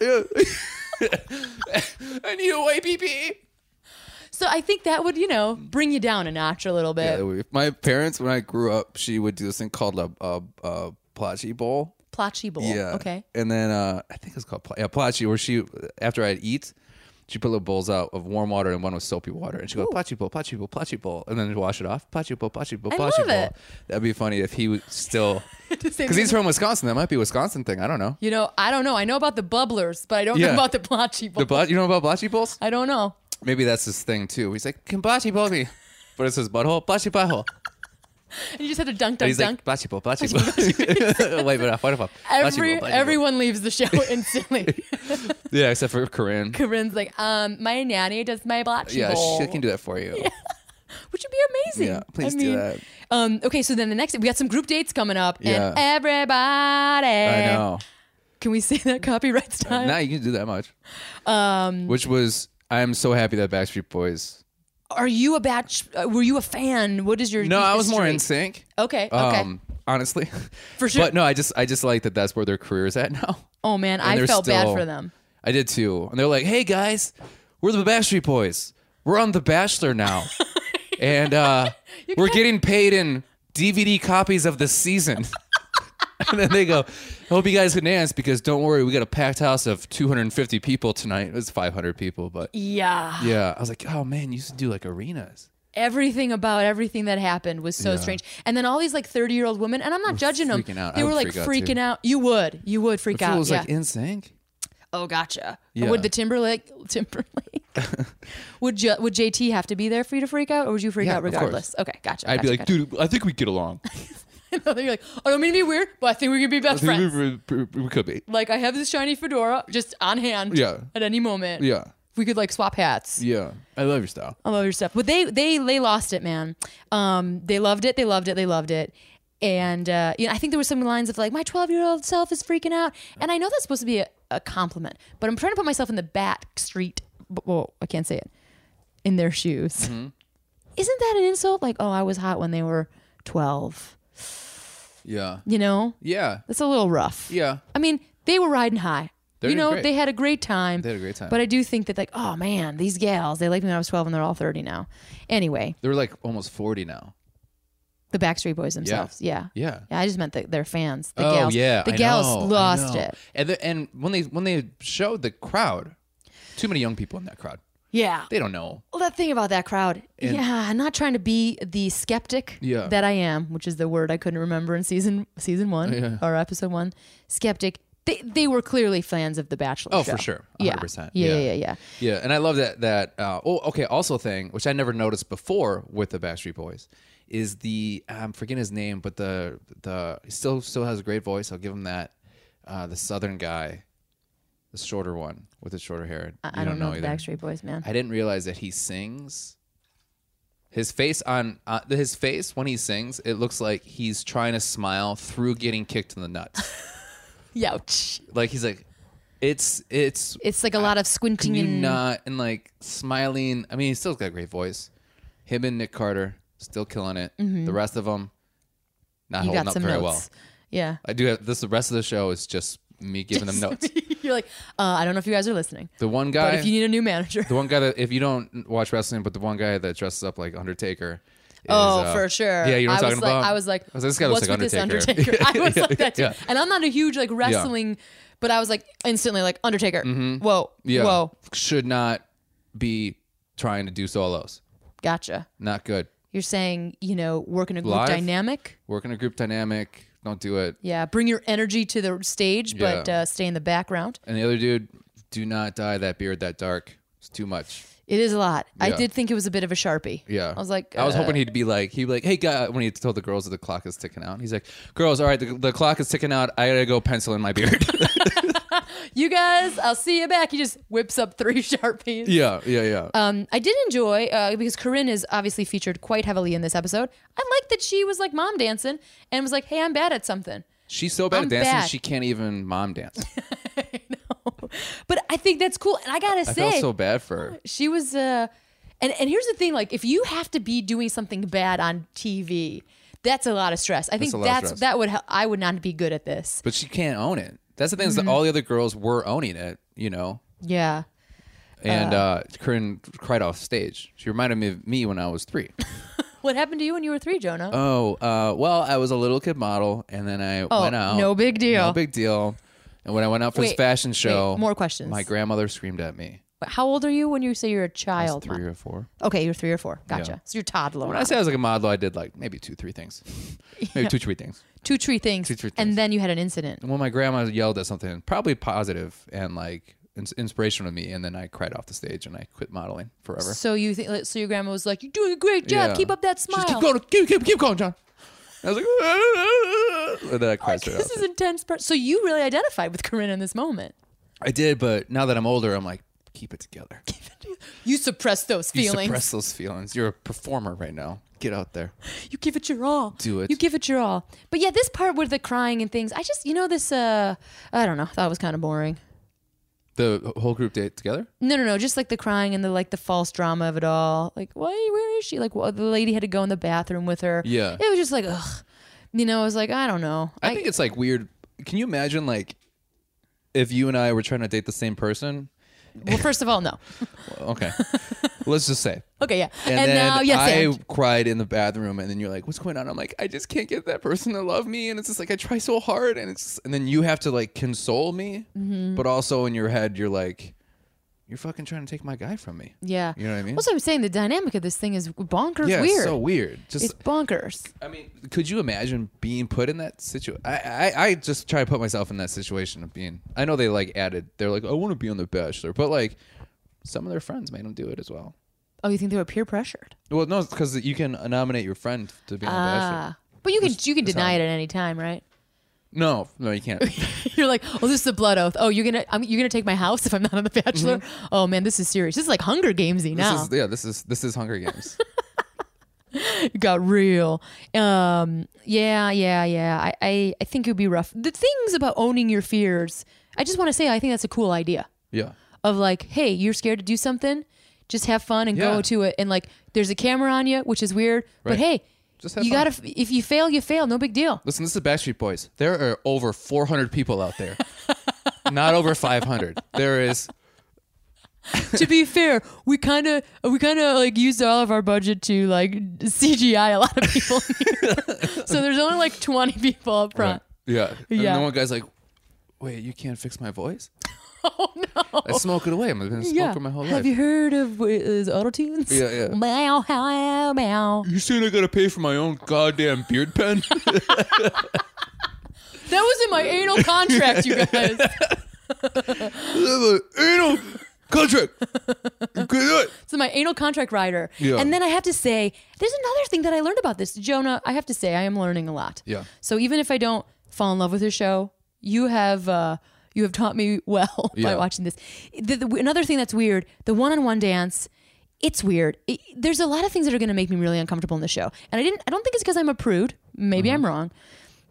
[SPEAKER 2] oh,
[SPEAKER 1] I pooped.
[SPEAKER 2] yeah. I need a white pee.
[SPEAKER 1] So I think that would, you know, bring you down a notch a little bit.
[SPEAKER 2] Yeah, we- my parents when I grew up, she would do this thing called a a, a plachi bowl.
[SPEAKER 1] Plotchy bowl. Okay.
[SPEAKER 2] And then uh, I think it's called pl- yeah, plachi, where she after I'd eat, She put little bowls out of warm water and one was soapy water, and she go plachi bowl, plachi bowl, plachi bowl, and then wash it off. Plachi bowl, plachi bowl,
[SPEAKER 1] I
[SPEAKER 2] plachi
[SPEAKER 1] love
[SPEAKER 2] bowl.
[SPEAKER 1] it.
[SPEAKER 2] That'd be funny if he was still
[SPEAKER 1] Just say-
[SPEAKER 2] because he's from Wisconsin. That might be a Wisconsin thing. I don't know.
[SPEAKER 1] you know, I don't know. I know about the bubblers, but I don't
[SPEAKER 2] Yeah.
[SPEAKER 1] know about the plachi bowl.
[SPEAKER 2] The butt, you know about plachi bowls?
[SPEAKER 1] I don't know.
[SPEAKER 2] Maybe that's his thing too. He's like, "Can plachi bowl me?" But it says butthole, plachi butthole.
[SPEAKER 1] And you just had to dunk,
[SPEAKER 2] And
[SPEAKER 1] dunk,
[SPEAKER 2] he's
[SPEAKER 1] dunk.
[SPEAKER 2] like, "Plachi bowl, plachi bowl." Wipe it off, wipe it off. Plachi
[SPEAKER 1] Every
[SPEAKER 2] bowl, plachi bowl.
[SPEAKER 1] everyone leaves the show instantly.
[SPEAKER 2] Yeah, except for Corinne.
[SPEAKER 1] Corinne's like, um, my nanny does my black
[SPEAKER 2] Yeah,
[SPEAKER 1] bowl,
[SPEAKER 2] she can do that for you.
[SPEAKER 1] which would be amazing.
[SPEAKER 2] Yeah, please
[SPEAKER 1] I
[SPEAKER 2] do
[SPEAKER 1] mean,
[SPEAKER 2] that.
[SPEAKER 1] Um, okay, so then the next we got some group dates coming up,
[SPEAKER 2] Yeah.
[SPEAKER 1] and everybody.
[SPEAKER 2] I know.
[SPEAKER 1] Can we say that copyright time?
[SPEAKER 2] Now you can do that much. Um, Which was, I'm so happy that Backstreet Boys.
[SPEAKER 1] Are you a batch? Uh, were you a fan? What is your
[SPEAKER 2] No, I was more in
[SPEAKER 1] history?
[SPEAKER 2] sync.
[SPEAKER 1] Okay, okay.
[SPEAKER 2] Um, honestly,
[SPEAKER 1] For sure.
[SPEAKER 2] But no, I just, I just like that. That's where their career is at now.
[SPEAKER 1] oh man, I
[SPEAKER 2] they're
[SPEAKER 1] felt bad
[SPEAKER 2] still-
[SPEAKER 1] for them.
[SPEAKER 2] I did too. And they're like, hey guys, we're the Backstreet Boys. We're on The Bachelor now. and uh, we're getting paid in DVD copies of the season. and then they go, I hope you guys can dance because don't worry, we got a packed house of 250 people tonight. It was 500 people, but
[SPEAKER 1] Yeah.
[SPEAKER 2] yeah. I was like, oh man, you used to do like arenas.
[SPEAKER 1] everything about everything that happened was so strange. And then all these like 30 year old women, and I'm not judging them.
[SPEAKER 2] freaking out. I
[SPEAKER 1] They were
[SPEAKER 2] would
[SPEAKER 1] like
[SPEAKER 2] freak out,
[SPEAKER 1] freaking
[SPEAKER 2] too.
[SPEAKER 1] out. You would, you would freak
[SPEAKER 2] It
[SPEAKER 1] out.
[SPEAKER 2] was
[SPEAKER 1] Yeah.
[SPEAKER 2] like in sync.
[SPEAKER 1] oh, gotcha.
[SPEAKER 2] Yeah.
[SPEAKER 1] Would the Timberlake Timberlake? would J- would JT have to be there for you to freak out, or would you freak
[SPEAKER 2] Yeah,
[SPEAKER 1] out
[SPEAKER 2] of course.
[SPEAKER 1] regardless? Okay, gotcha.
[SPEAKER 2] I'd
[SPEAKER 1] gotcha,
[SPEAKER 2] be like,
[SPEAKER 1] gotcha.
[SPEAKER 2] dude, I think we get along.
[SPEAKER 1] you're like, I don't mean to be weird, but I think we could be best friends.
[SPEAKER 2] we, we- we could be.
[SPEAKER 1] like I have this shiny fedora just on hand.
[SPEAKER 2] Yeah.
[SPEAKER 1] At any moment.
[SPEAKER 2] Yeah.
[SPEAKER 1] We could like swap hats.
[SPEAKER 2] Yeah. I love your style.
[SPEAKER 1] I love your stuff. But they they they lost it, man. Um, they loved it. They loved it. They loved it. And uh, you know, I think there were some lines of like, my 12 year old self is freaking out, and I know that's supposed to be a, a compliment, but I'm trying to put myself in the back street. Whoa, I can't say it. In their shoes,
[SPEAKER 2] Mm-hmm.
[SPEAKER 1] isn't that an insult? Like, oh, I was hot when they were 12.
[SPEAKER 2] Yeah.
[SPEAKER 1] You know,
[SPEAKER 2] Yeah.
[SPEAKER 1] that's a little rough.
[SPEAKER 2] Yeah.
[SPEAKER 1] I mean, they were riding high.
[SPEAKER 2] They
[SPEAKER 1] you
[SPEAKER 2] were
[SPEAKER 1] know,
[SPEAKER 2] great.
[SPEAKER 1] they had a great time.
[SPEAKER 2] They had a great time.
[SPEAKER 1] But I do think that, like, oh man, these gals, they liked me when I was 12 and they're all 30 now. Anyway,
[SPEAKER 2] They're like almost 40 now.
[SPEAKER 1] the Backstreet Boys themselves. Yeah.
[SPEAKER 2] Yeah.
[SPEAKER 1] I just meant the, their fans. The
[SPEAKER 2] oh
[SPEAKER 1] gals.
[SPEAKER 2] yeah,
[SPEAKER 1] The
[SPEAKER 2] I
[SPEAKER 1] gals
[SPEAKER 2] know, I
[SPEAKER 1] lost
[SPEAKER 2] know.
[SPEAKER 1] it.
[SPEAKER 2] And the, and when they when they showed the crowd, too many young people in that crowd.
[SPEAKER 1] Yeah.
[SPEAKER 2] They don't know.
[SPEAKER 1] Well, that thing about that crowd.
[SPEAKER 2] And-
[SPEAKER 1] yeah. I'm not trying to be the skeptic
[SPEAKER 2] Yeah.
[SPEAKER 1] that I am, which is the word I couldn't remember in season season one
[SPEAKER 2] Yeah.
[SPEAKER 1] or episode one. Skeptic. They, they were clearly fans of The Bachelor.
[SPEAKER 2] Oh,
[SPEAKER 1] show.
[SPEAKER 2] for sure,
[SPEAKER 1] Yeah.
[SPEAKER 2] 100%.
[SPEAKER 1] Yeah.
[SPEAKER 2] Yeah.
[SPEAKER 1] Yeah. Yeah. yeah.
[SPEAKER 2] Yeah, and I love that that uh, oh okay also thing which I never noticed before with the Backstreet Boys is the ah, I'm forgetting his name but the the he still still has a great voice I'll give him that uh, the Southern guy the shorter one with the shorter hair
[SPEAKER 1] I,
[SPEAKER 2] You
[SPEAKER 1] I don't know, the
[SPEAKER 2] either.
[SPEAKER 1] Backstreet Boys, man.
[SPEAKER 2] I didn't realize that he sings. His face on uh, his face when he sings, it looks like he's trying to smile through getting kicked in the nuts.
[SPEAKER 1] Youch.
[SPEAKER 2] like he's like, it's it's
[SPEAKER 1] It's like a lot of squinting
[SPEAKER 2] can you
[SPEAKER 1] and
[SPEAKER 2] not and like smiling. I mean, he still's got a great voice. Him and Nick Carter still killing it. The rest of them not
[SPEAKER 1] Mm-hmm. you
[SPEAKER 2] holding
[SPEAKER 1] got
[SPEAKER 2] up
[SPEAKER 1] some
[SPEAKER 2] very
[SPEAKER 1] notes.
[SPEAKER 2] well.
[SPEAKER 1] Yeah.
[SPEAKER 2] I do have this. The rest of the show is just me giving them notes.
[SPEAKER 1] You're like, uh, I don't know if you guys are listening,
[SPEAKER 2] The one
[SPEAKER 1] but
[SPEAKER 2] guy
[SPEAKER 1] if you need a new manager,
[SPEAKER 2] The one guy that if you don't watch wrestling, but the one guy that dresses up like Undertaker. is,
[SPEAKER 1] oh,
[SPEAKER 2] uh,
[SPEAKER 1] for sure.
[SPEAKER 2] Yeah, you know
[SPEAKER 1] I
[SPEAKER 2] what I'm
[SPEAKER 1] was
[SPEAKER 2] talking
[SPEAKER 1] like,
[SPEAKER 2] about.
[SPEAKER 1] I was like,
[SPEAKER 2] I was like, this guy
[SPEAKER 1] what's
[SPEAKER 2] looks like
[SPEAKER 1] with
[SPEAKER 2] Undertaker.
[SPEAKER 1] this Undertaker? I was like that too.
[SPEAKER 2] Yeah.
[SPEAKER 1] And I'm not a huge like wrestling, but I was like instantly like Undertaker. Whoa,
[SPEAKER 2] Mm-hmm. yeah,
[SPEAKER 1] whoa,
[SPEAKER 2] should not be trying to do solos.
[SPEAKER 1] gotcha.
[SPEAKER 2] Not good.
[SPEAKER 1] You're saying you know work in a group
[SPEAKER 2] Live?
[SPEAKER 1] dynamic.
[SPEAKER 2] Work in a group dynamic. Don't do it.
[SPEAKER 1] Yeah, bring your energy to the stage, but
[SPEAKER 2] Yeah.
[SPEAKER 1] uh, stay in the background.
[SPEAKER 2] And the other dude, do not dye that beard that dark. It's too much.
[SPEAKER 1] It is a lot. I
[SPEAKER 2] Yeah.
[SPEAKER 1] did think it was a bit of a sharpie.
[SPEAKER 2] Yeah.
[SPEAKER 1] I was like,
[SPEAKER 2] I was
[SPEAKER 1] uh,
[SPEAKER 2] hoping he'd be like, he'd be like, hey, guy, when he told the girls that the clock is ticking out, he's like, girls, all right, the, the clock is ticking out. I gotta go pencil in my beard.
[SPEAKER 1] you guys, I'll see you back. He just whips up three sharpies.
[SPEAKER 2] yeah, yeah, yeah.
[SPEAKER 1] Um, I did enjoy uh, because Corinne is obviously featured quite heavily in this episode. I liked that she was like mom dancing and was like, "Hey, I'm bad at something."
[SPEAKER 2] She's so bad
[SPEAKER 1] I'm
[SPEAKER 2] at dancing,
[SPEAKER 1] bad.
[SPEAKER 2] she can't even mom dance.
[SPEAKER 1] But I think that's cool, and I gotta
[SPEAKER 2] I
[SPEAKER 1] say,
[SPEAKER 2] felt so bad for her.
[SPEAKER 1] she was. Uh, and and here's the thing: like, if you have to be doing something bad on TV, that's a lot of stress. I think
[SPEAKER 2] a lot
[SPEAKER 1] that's,
[SPEAKER 2] of stress.
[SPEAKER 1] that would hel- I would not be good at this.
[SPEAKER 2] But she can't own it. That's the thing is
[SPEAKER 1] Mm-hmm.
[SPEAKER 2] that all the other girls were owning it, you know.
[SPEAKER 1] Yeah,
[SPEAKER 2] And uh, Corinne cried off stage. She reminded me of me when I was three.
[SPEAKER 1] what happened to you when you were three, Jonah?
[SPEAKER 2] oh, uh, well, I was a little kid model, and then I
[SPEAKER 1] Oh,
[SPEAKER 2] went out.
[SPEAKER 1] no big deal.
[SPEAKER 2] No big deal. And when I went out for
[SPEAKER 1] Wait,
[SPEAKER 2] this fashion show,
[SPEAKER 1] wait, more questions.
[SPEAKER 2] My grandmother screamed at me
[SPEAKER 1] How old are you when you say you're a child?
[SPEAKER 2] three
[SPEAKER 1] Ma?
[SPEAKER 2] or four.
[SPEAKER 1] Okay, you're three or four. Gotcha.
[SPEAKER 2] Yeah.
[SPEAKER 1] So you're toddler.
[SPEAKER 2] When I say I was like a model, I did like maybe two, three things, maybe two, three things.
[SPEAKER 1] two, three things,
[SPEAKER 2] Two, three things.
[SPEAKER 1] and then you had an incident.
[SPEAKER 2] And when my grandma yelled at something, probably positive and like ins- inspirational to me, and then I cried off the stage and I quit modeling forever.
[SPEAKER 1] So you think? So your grandma was like, "You're doing a great job.
[SPEAKER 2] Yeah.
[SPEAKER 1] Keep up that
[SPEAKER 2] She
[SPEAKER 1] smile."
[SPEAKER 2] just keep going, keep, keep, keep going, John. I was like, and then I cried straight
[SPEAKER 1] This
[SPEAKER 2] off.
[SPEAKER 1] is intense. Per- so you really identified with Corinna in this moment.
[SPEAKER 2] I did, but now that I'm older, I'm like, keep it together.
[SPEAKER 1] You suppress those
[SPEAKER 2] You
[SPEAKER 1] feelings.
[SPEAKER 2] suppress those feelings. You're a performer right now. Get out there.
[SPEAKER 1] you give it your all.
[SPEAKER 2] Do it.
[SPEAKER 1] You give it your all. But yeah, this part with the crying and things, I just, you know, this, uh, I don't know, thought it was kind of boring.
[SPEAKER 2] The whole group date together.
[SPEAKER 1] No, no, no, just like the crying and the like the false drama of it all. Like, why? Where is she? Like, well, the lady had to go in the bathroom with her.
[SPEAKER 2] Yeah.
[SPEAKER 1] It was just like, ugh. You know, I was like, I don't know.
[SPEAKER 2] I, think it's like weird. Can you imagine like if you and I were trying to date the same person?
[SPEAKER 1] well, first of all, no.
[SPEAKER 2] Okay, let's just say.
[SPEAKER 1] Okay, yeah. And,
[SPEAKER 2] then
[SPEAKER 1] now, yes,
[SPEAKER 2] I
[SPEAKER 1] and.
[SPEAKER 2] cried in the bathroom, and then you're like, "What's going on?" I'm like, "I just can't get that person to love me," and it's just like I try so hard, and it's and then you have to like console me,
[SPEAKER 1] Mm-hmm.
[SPEAKER 2] but also in your head you're like, "You're fucking trying to take my guy from me."
[SPEAKER 1] Yeah.
[SPEAKER 2] You know what I mean?
[SPEAKER 1] Also, I'm saying the dynamic of this thing is bonkers
[SPEAKER 2] yeah,
[SPEAKER 1] weird.
[SPEAKER 2] it's so weird. Just
[SPEAKER 1] it's bonkers.
[SPEAKER 2] I mean, could you imagine being put in that situation? I, I, I just try to put myself in that situation of being. I know they like added. They're like, I want to be on The Bachelor, but like, some of their friends made them do it as well.
[SPEAKER 1] Oh, you think they were peer pressured?
[SPEAKER 2] Well, no, because you can nominate your friend to be on The Bachelor.
[SPEAKER 1] Ah. But you can you can
[SPEAKER 2] that's
[SPEAKER 1] deny
[SPEAKER 2] how-
[SPEAKER 1] it at any time, right?
[SPEAKER 2] No, no, you can't.
[SPEAKER 1] You're like, oh, this is a blood oath. Oh, you're gonna I'm, you're gonna take my house if I'm not on the Bachelor. Oh man, this is serious. This is like Hunger Gamesy now.
[SPEAKER 2] Mm-hmm. This is yeah. This is this is Hunger Games.
[SPEAKER 1] It got real. Um, yeah, yeah, yeah. I, I I think it would be rough. The things about owning your fears. I just want to say I think that's a cool idea
[SPEAKER 2] yeah.
[SPEAKER 1] of like, hey, you're scared to do something, just have fun and
[SPEAKER 2] Yeah.
[SPEAKER 1] go to it. And like, there's a camera on you, which is weird, but
[SPEAKER 2] Right.
[SPEAKER 1] hey,
[SPEAKER 2] Just have
[SPEAKER 1] you
[SPEAKER 2] fun.
[SPEAKER 1] gotta if you fail, you fail. No big deal.
[SPEAKER 2] Listen, this is Backstreet Boys. There are over 400 people out there. Not over 500. There is
[SPEAKER 1] to be fair, we kind of we kind of like used all of our budget to like CGI a lot of people. in here. so there's only like 20 people up front.
[SPEAKER 2] Yeah. And
[SPEAKER 1] Yeah.
[SPEAKER 2] then one guy's like, wait, you can't fix my voice?
[SPEAKER 1] Oh no.
[SPEAKER 2] I smoke it away. I've been a smoker
[SPEAKER 1] Yeah.
[SPEAKER 2] my whole life.
[SPEAKER 1] Have you heard of uh, is auto tunes?
[SPEAKER 2] Yeah, yeah.
[SPEAKER 1] Meow, meow, meow.
[SPEAKER 2] You saying I gotta pay for my own goddamn beard pen?
[SPEAKER 1] That was in my anal contract, you guys.
[SPEAKER 2] Anal contract. You could do it.
[SPEAKER 1] It's in my anal contract rider.
[SPEAKER 2] Yeah.
[SPEAKER 1] And then I have to say, there's another thing that I learned about this, Jonah. I have to say, I am learning a lot.
[SPEAKER 2] Yeah.
[SPEAKER 1] So even if I don't fall in love with your show, you have uh, you have taught me well by
[SPEAKER 2] Yeah.
[SPEAKER 1] watching this. The, the, another thing that's weird, the one-on-one dance. It's weird. It- there's a lot of things that are going to make me really uncomfortable in the show, and I didn't. I don't think it's because I'm a prude. Maybe I'm wrong.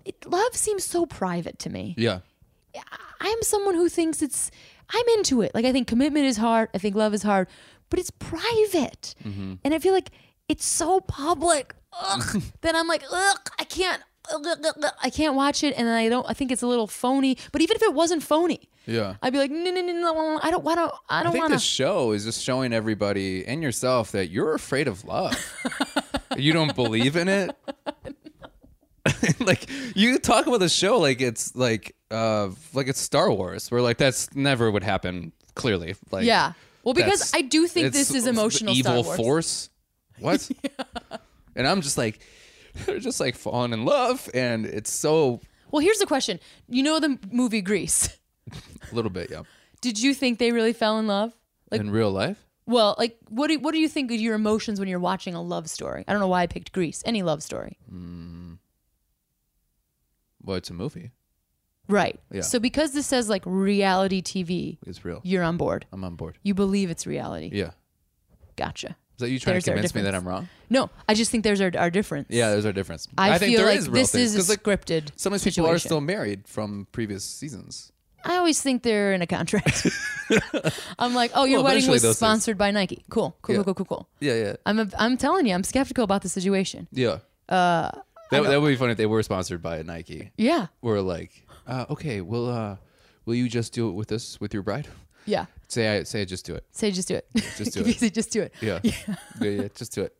[SPEAKER 1] It, love seems so private to me.
[SPEAKER 2] Yeah.
[SPEAKER 1] I'm someone who thinks it's I'm into it. Like I think commitment is hard. I think love is hard, but it's private,
[SPEAKER 2] Mm-hmm.
[SPEAKER 1] and I feel like it's so public. Ugh, then I'm like, ugh, I can't. ugh, ugh, ugh, ugh. I can't watch it, and I don't. I think it's a little phony. But even if it wasn't phony,
[SPEAKER 2] Yeah.
[SPEAKER 1] I'd be like, no, no, no, no, no, I don't. I don't. I
[SPEAKER 2] I
[SPEAKER 1] don't
[SPEAKER 2] think
[SPEAKER 1] want
[SPEAKER 2] this
[SPEAKER 1] to.
[SPEAKER 2] show is just showing everybody and yourself that you're afraid of love. you don't believe in it. like you talk about the show like it's like uh like it's Star Wars where like that's never would happen clearly like
[SPEAKER 1] Yeah. Well, because
[SPEAKER 2] that's-
[SPEAKER 1] I do think
[SPEAKER 2] it's
[SPEAKER 1] this is
[SPEAKER 2] the
[SPEAKER 1] emotional. Star
[SPEAKER 2] evil
[SPEAKER 1] Wars.
[SPEAKER 2] force. What? And I'm just like they're just like falling in love and it's so
[SPEAKER 1] Well, here's the question. You know the movie Grease.
[SPEAKER 2] a little bit yeah.
[SPEAKER 1] Did you think they really fell in love? Like
[SPEAKER 2] in real life?
[SPEAKER 1] Well, like, what do what do you think of your emotions when you're watching a love story? I don't know why I picked Greece. Any love story,
[SPEAKER 2] Well, it's a movie.
[SPEAKER 1] right?
[SPEAKER 2] Yeah.
[SPEAKER 1] So because this says like reality TV,
[SPEAKER 2] It's real.
[SPEAKER 1] you're on board.
[SPEAKER 2] I'm on board.
[SPEAKER 1] You believe it's reality.
[SPEAKER 2] Yeah. Is
[SPEAKER 1] Gotcha.
[SPEAKER 2] that you trying
[SPEAKER 1] There's
[SPEAKER 2] to
[SPEAKER 1] our
[SPEAKER 2] convince me that
[SPEAKER 1] difference.
[SPEAKER 2] I'm wrong?
[SPEAKER 1] No, I just think there's our, our difference.
[SPEAKER 2] Yeah, there's our difference.
[SPEAKER 1] I,
[SPEAKER 2] think
[SPEAKER 1] feel
[SPEAKER 2] there
[SPEAKER 1] like
[SPEAKER 2] is real
[SPEAKER 1] this
[SPEAKER 2] things,
[SPEAKER 1] is a
[SPEAKER 2] like
[SPEAKER 1] scripted.
[SPEAKER 2] sometimes people are
[SPEAKER 1] situation.
[SPEAKER 2] still married from previous seasons.
[SPEAKER 1] I always think they're in a contract. I'm like, oh, your
[SPEAKER 2] Well,
[SPEAKER 1] wedding
[SPEAKER 2] eventually
[SPEAKER 1] was
[SPEAKER 2] those things-
[SPEAKER 1] sponsored by Nike. Cool, cool,
[SPEAKER 2] Yeah.
[SPEAKER 1] cool, cool, cool, cool.
[SPEAKER 2] Yeah, yeah,
[SPEAKER 1] I'm a, I'm telling you, I'm skeptical about the situation.
[SPEAKER 2] yeah. Uh, that, that would be funny if they were sponsored by Nike.
[SPEAKER 1] Yeah,
[SPEAKER 2] We're like, uh, okay, well, uh, will you just do it with us with your bride?
[SPEAKER 1] yeah.
[SPEAKER 2] Say, I say, just do it.
[SPEAKER 1] Say just do it.
[SPEAKER 2] Just do it.
[SPEAKER 1] Easy, just do it.
[SPEAKER 2] Yeah, yeah, yeah, just do it.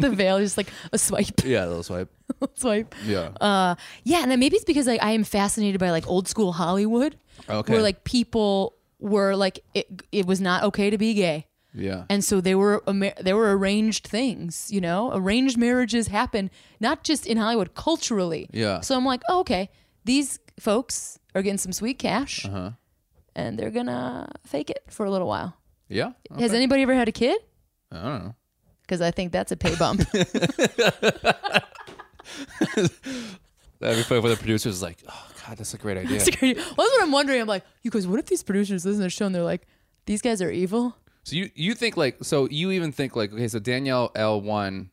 [SPEAKER 1] The veil is just like a swipe,
[SPEAKER 2] Yeah, a little swipe.
[SPEAKER 1] swipe.
[SPEAKER 2] Yeah,
[SPEAKER 1] Uh, yeah, and then maybe it's because like I am fascinated by like old school Hollywood,
[SPEAKER 2] Oh, Okay.
[SPEAKER 1] where like people were like it, it was not okay to be gay
[SPEAKER 2] Yeah.
[SPEAKER 1] and so they were ama- they were arranged things you know arranged marriages happen not just in hollywood culturally
[SPEAKER 2] Yeah.
[SPEAKER 1] so i'm like oh, okay these folks are getting some sweet cash
[SPEAKER 2] Uh-huh.
[SPEAKER 1] and they're gonna fake it for a little while
[SPEAKER 2] yeah.
[SPEAKER 1] has anybody ever had a kid
[SPEAKER 2] I don't know.
[SPEAKER 1] because i think that's a pay bump
[SPEAKER 2] That'd be funny for the producers. Like, oh god, that's a great idea.
[SPEAKER 1] Well, that's what i'm wondering i'm like you guys what if these producers listen to the show and they're like these guys are evil
[SPEAKER 2] So you you think like so you even think like okay so Danielle L won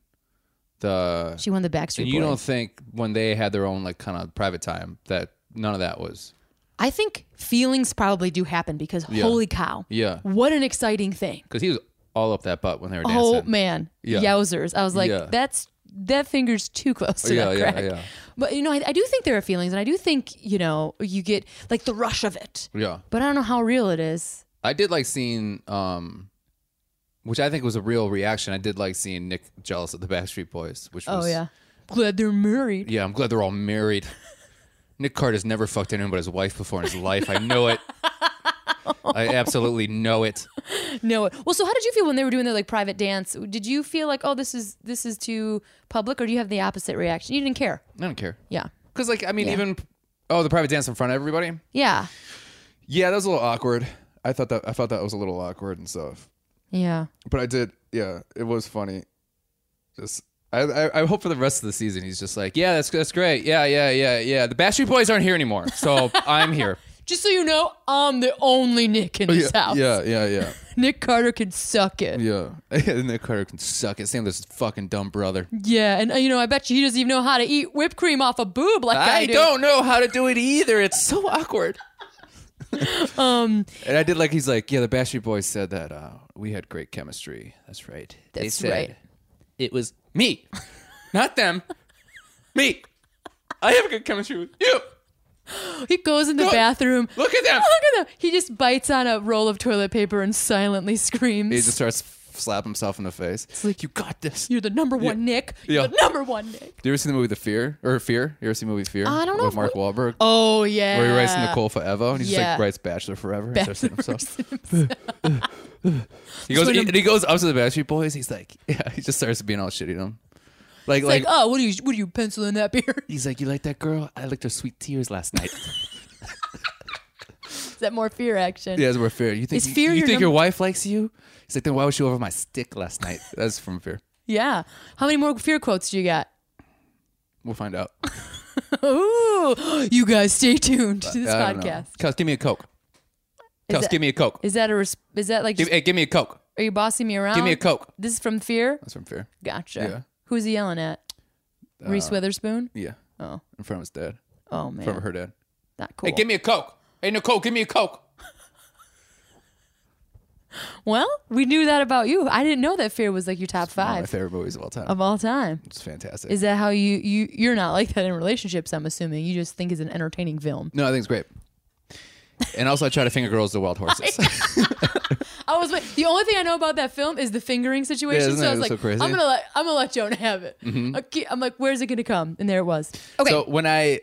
[SPEAKER 2] the
[SPEAKER 1] she won the backstreet
[SPEAKER 2] and you
[SPEAKER 1] Boys.
[SPEAKER 2] don't think when they had their own like kind of private time that none of that was
[SPEAKER 1] I think feelings probably do happen because holy cow.
[SPEAKER 2] Yeah.
[SPEAKER 1] What an exciting thing.
[SPEAKER 2] because he was all up that butt when they were dancing.
[SPEAKER 1] Oh man.
[SPEAKER 2] Yeah.
[SPEAKER 1] Yowzers. I was like,
[SPEAKER 2] Yeah.
[SPEAKER 1] that's that finger's too close to
[SPEAKER 2] Yeah,
[SPEAKER 1] that
[SPEAKER 2] yeah,
[SPEAKER 1] crack.
[SPEAKER 2] yeah.
[SPEAKER 1] But you know, I, I do think there are feelings and I do think, you know, you get like the rush of it.
[SPEAKER 2] Yeah,
[SPEAKER 1] But I don't know how real it is.
[SPEAKER 2] I did like seeing um, which I think was a real reaction. I did like seeing Nick jealous of the Backstreet Boys, which was
[SPEAKER 1] Oh yeah. Glad they're married.
[SPEAKER 2] yeah. I'm glad they're all married. Nick Carter's never fucked anyone but his wife before in his life. I know it. I absolutely know it.
[SPEAKER 1] No. Well, so how did you feel when they were doing their like private dance? Did you feel like, oh, this is this is too public, or do you have the opposite reaction? You didn't care.
[SPEAKER 2] I don't care.
[SPEAKER 1] Yeah.
[SPEAKER 2] Because, like, I mean,
[SPEAKER 1] Yeah.
[SPEAKER 2] even oh, the private dance in front of everybody.
[SPEAKER 1] Yeah.
[SPEAKER 2] Yeah, that was a little awkward. I thought that I thought that was a little awkward and stuff.
[SPEAKER 1] Yeah.
[SPEAKER 2] But I did. Yeah, it was funny. Just I, I, I hope for the rest of the season he's just like, yeah, that's that's great. Yeah, yeah, yeah, yeah. The Backstreet Boys aren't here anymore, so I'm here.
[SPEAKER 1] Just so you know, I'm the only Nick in this house.
[SPEAKER 2] Oh, yeah, yeah, yeah,
[SPEAKER 1] Nick Carter can suck it. Yeah.
[SPEAKER 2] yeah. and Nick Carter can suck it. Sam, this fucking dumb brother.
[SPEAKER 1] and uh, you know, I bet you he doesn't even know how to eat whipped cream off a boob like I,
[SPEAKER 2] I
[SPEAKER 1] do.
[SPEAKER 2] don't know how to do it either. It's so awkward.
[SPEAKER 1] Um,
[SPEAKER 2] And I did like he's like, yeah, the Backstreet Boys said that uh, we had great chemistry. That's right.
[SPEAKER 1] That's right.
[SPEAKER 2] It was me, not them. Me. I have a good chemistry with you.
[SPEAKER 1] he goes in the
[SPEAKER 2] Look.
[SPEAKER 1] bathroom.
[SPEAKER 2] Look at them.
[SPEAKER 1] Look at him. He just bites on a roll of toilet paper and silently screams.
[SPEAKER 2] He just starts f- slap himself in the face. It's like you got this.
[SPEAKER 1] You're the number one Nick. You're
[SPEAKER 2] Yeah.
[SPEAKER 1] the number one Nick.
[SPEAKER 2] Do you ever see the movie The Fear or Fear? You ever see the movie Fear?
[SPEAKER 1] I don't know
[SPEAKER 2] With
[SPEAKER 1] if
[SPEAKER 2] Mark
[SPEAKER 1] we-
[SPEAKER 2] Wahlberg,
[SPEAKER 1] Oh yeah.
[SPEAKER 2] where he writes Nicole Forever, and he just
[SPEAKER 1] Yeah.
[SPEAKER 2] like writes Bachelor Forever. and starts hitting himself. he
[SPEAKER 1] Just
[SPEAKER 2] goes
[SPEAKER 1] when
[SPEAKER 2] he,
[SPEAKER 1] I'm-
[SPEAKER 2] and he goes up to the Backstreet Boys. He's like, yeah, he just starts being all shitty to him. Like,
[SPEAKER 1] Like,
[SPEAKER 2] like,
[SPEAKER 1] oh, what are you? What are you penciling that beer?
[SPEAKER 2] He's like, "You like that girl? I licked her sweet tears last night."
[SPEAKER 1] Is that more fear action?
[SPEAKER 2] yeah, it's more fear. You think
[SPEAKER 1] Is Fear
[SPEAKER 2] you,
[SPEAKER 1] your
[SPEAKER 2] think your
[SPEAKER 1] number-
[SPEAKER 2] wife likes you? He's like, "Then why was she over my stick last night?" That's from Fear.
[SPEAKER 1] Yeah. How many more fear quotes do you got?
[SPEAKER 2] We'll find out.
[SPEAKER 1] Ooh, you guys stay tuned to this
[SPEAKER 2] I don't know.
[SPEAKER 1] podcast.
[SPEAKER 2] Kels, give me a coke.
[SPEAKER 1] Is
[SPEAKER 2] Kels,
[SPEAKER 1] that-
[SPEAKER 2] give me a coke.
[SPEAKER 1] Is that a res- is that like
[SPEAKER 2] Give,
[SPEAKER 1] just,
[SPEAKER 2] hey, give me a coke.
[SPEAKER 1] are you bossing me around?
[SPEAKER 2] Give me a coke.
[SPEAKER 1] This is from Fear.
[SPEAKER 2] That's from Fear.
[SPEAKER 1] Gotcha.
[SPEAKER 2] Yeah. Uh,
[SPEAKER 1] Who's he yelling at? Reese Witherspoon.
[SPEAKER 2] Yeah,
[SPEAKER 1] Oh,
[SPEAKER 2] in front of his dad,
[SPEAKER 1] oh
[SPEAKER 2] in front
[SPEAKER 1] man,
[SPEAKER 2] of her dad.
[SPEAKER 1] not cool.
[SPEAKER 2] Hey, give me a coke. Hey, Nicole, give me a coke.
[SPEAKER 1] well, we knew that about you. I didn't know that Fear was like your top
[SPEAKER 2] One of my
[SPEAKER 1] five
[SPEAKER 2] favorite movies of all time.
[SPEAKER 1] of all time.
[SPEAKER 2] it's fantastic.
[SPEAKER 1] Is that how you you you're not like that in relationships? I'm assuming you just think it's an entertaining film.
[SPEAKER 2] no, I think it's great. And also, I try to finger girls to wild horses.
[SPEAKER 1] I was the only thing I know about that film is the fingering situation.
[SPEAKER 2] Yeah, isn't
[SPEAKER 1] so I was
[SPEAKER 2] that
[SPEAKER 1] like,
[SPEAKER 2] so crazy? Mm-hmm.
[SPEAKER 1] I'm gonna let I'm gonna let Jonah have it. Okay, I'm like, where's it gonna come? And there it was. Okay,
[SPEAKER 2] So when I,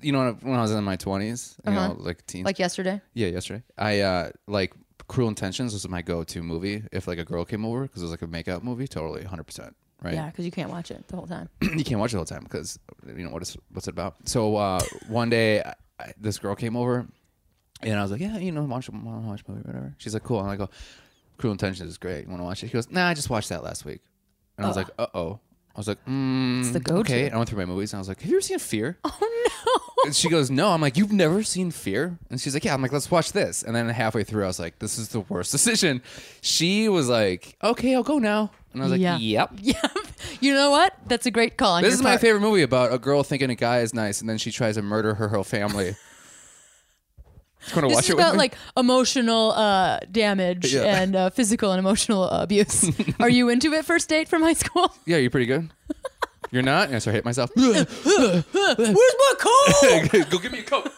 [SPEAKER 2] you know, when I was in my twenties, you know, like teens,
[SPEAKER 1] Uh-huh. like yesterday.
[SPEAKER 2] Yeah, yesterday. I uh like Cruel Intentions was my go-to movie if like a girl came over because it was like a makeout movie. Totally, hundred percent. Right?
[SPEAKER 1] Yeah, because you can't watch it the whole time.
[SPEAKER 2] you can't watch it all the time because you know what is what's it about. So uh one day I, I, this girl came over and I was like, yeah, you know, watch wanna watch a movie, whatever. She's like, cool. And I go, Cruel Intentions is great. You want to watch it? She goes, Nah, I just watched that last week. And I was like, uh oh. I was like, mm,
[SPEAKER 1] the go-to.
[SPEAKER 2] Okay. And I went through my movies and I was like, Have you ever seen Fear?
[SPEAKER 1] Oh no.
[SPEAKER 2] And she goes, No. I'm like, You've never seen Fear? And she's like, Yeah. I'm like, Let's watch this. And then halfway through, I was like, This is the worst decision. She was like, Okay, I'll go now. And I was like,
[SPEAKER 1] Yeah.
[SPEAKER 2] Yep.
[SPEAKER 1] Yep. You know what? That's a great call. on
[SPEAKER 2] This
[SPEAKER 1] your
[SPEAKER 2] is my
[SPEAKER 1] part.
[SPEAKER 2] favorite movie about a girl thinking a guy is nice and then she tries to murder her whole family. Just gonna
[SPEAKER 1] This
[SPEAKER 2] watch
[SPEAKER 1] is
[SPEAKER 2] it with
[SPEAKER 1] about
[SPEAKER 2] me.
[SPEAKER 1] like emotional uh, damage
[SPEAKER 2] Yeah.
[SPEAKER 1] and uh, physical and emotional abuse. Are you into it? First date from high school?
[SPEAKER 2] yeah, you're pretty good. You're not? And I start hitting myself.
[SPEAKER 1] Where's my coke?
[SPEAKER 2] Go give me a Coke.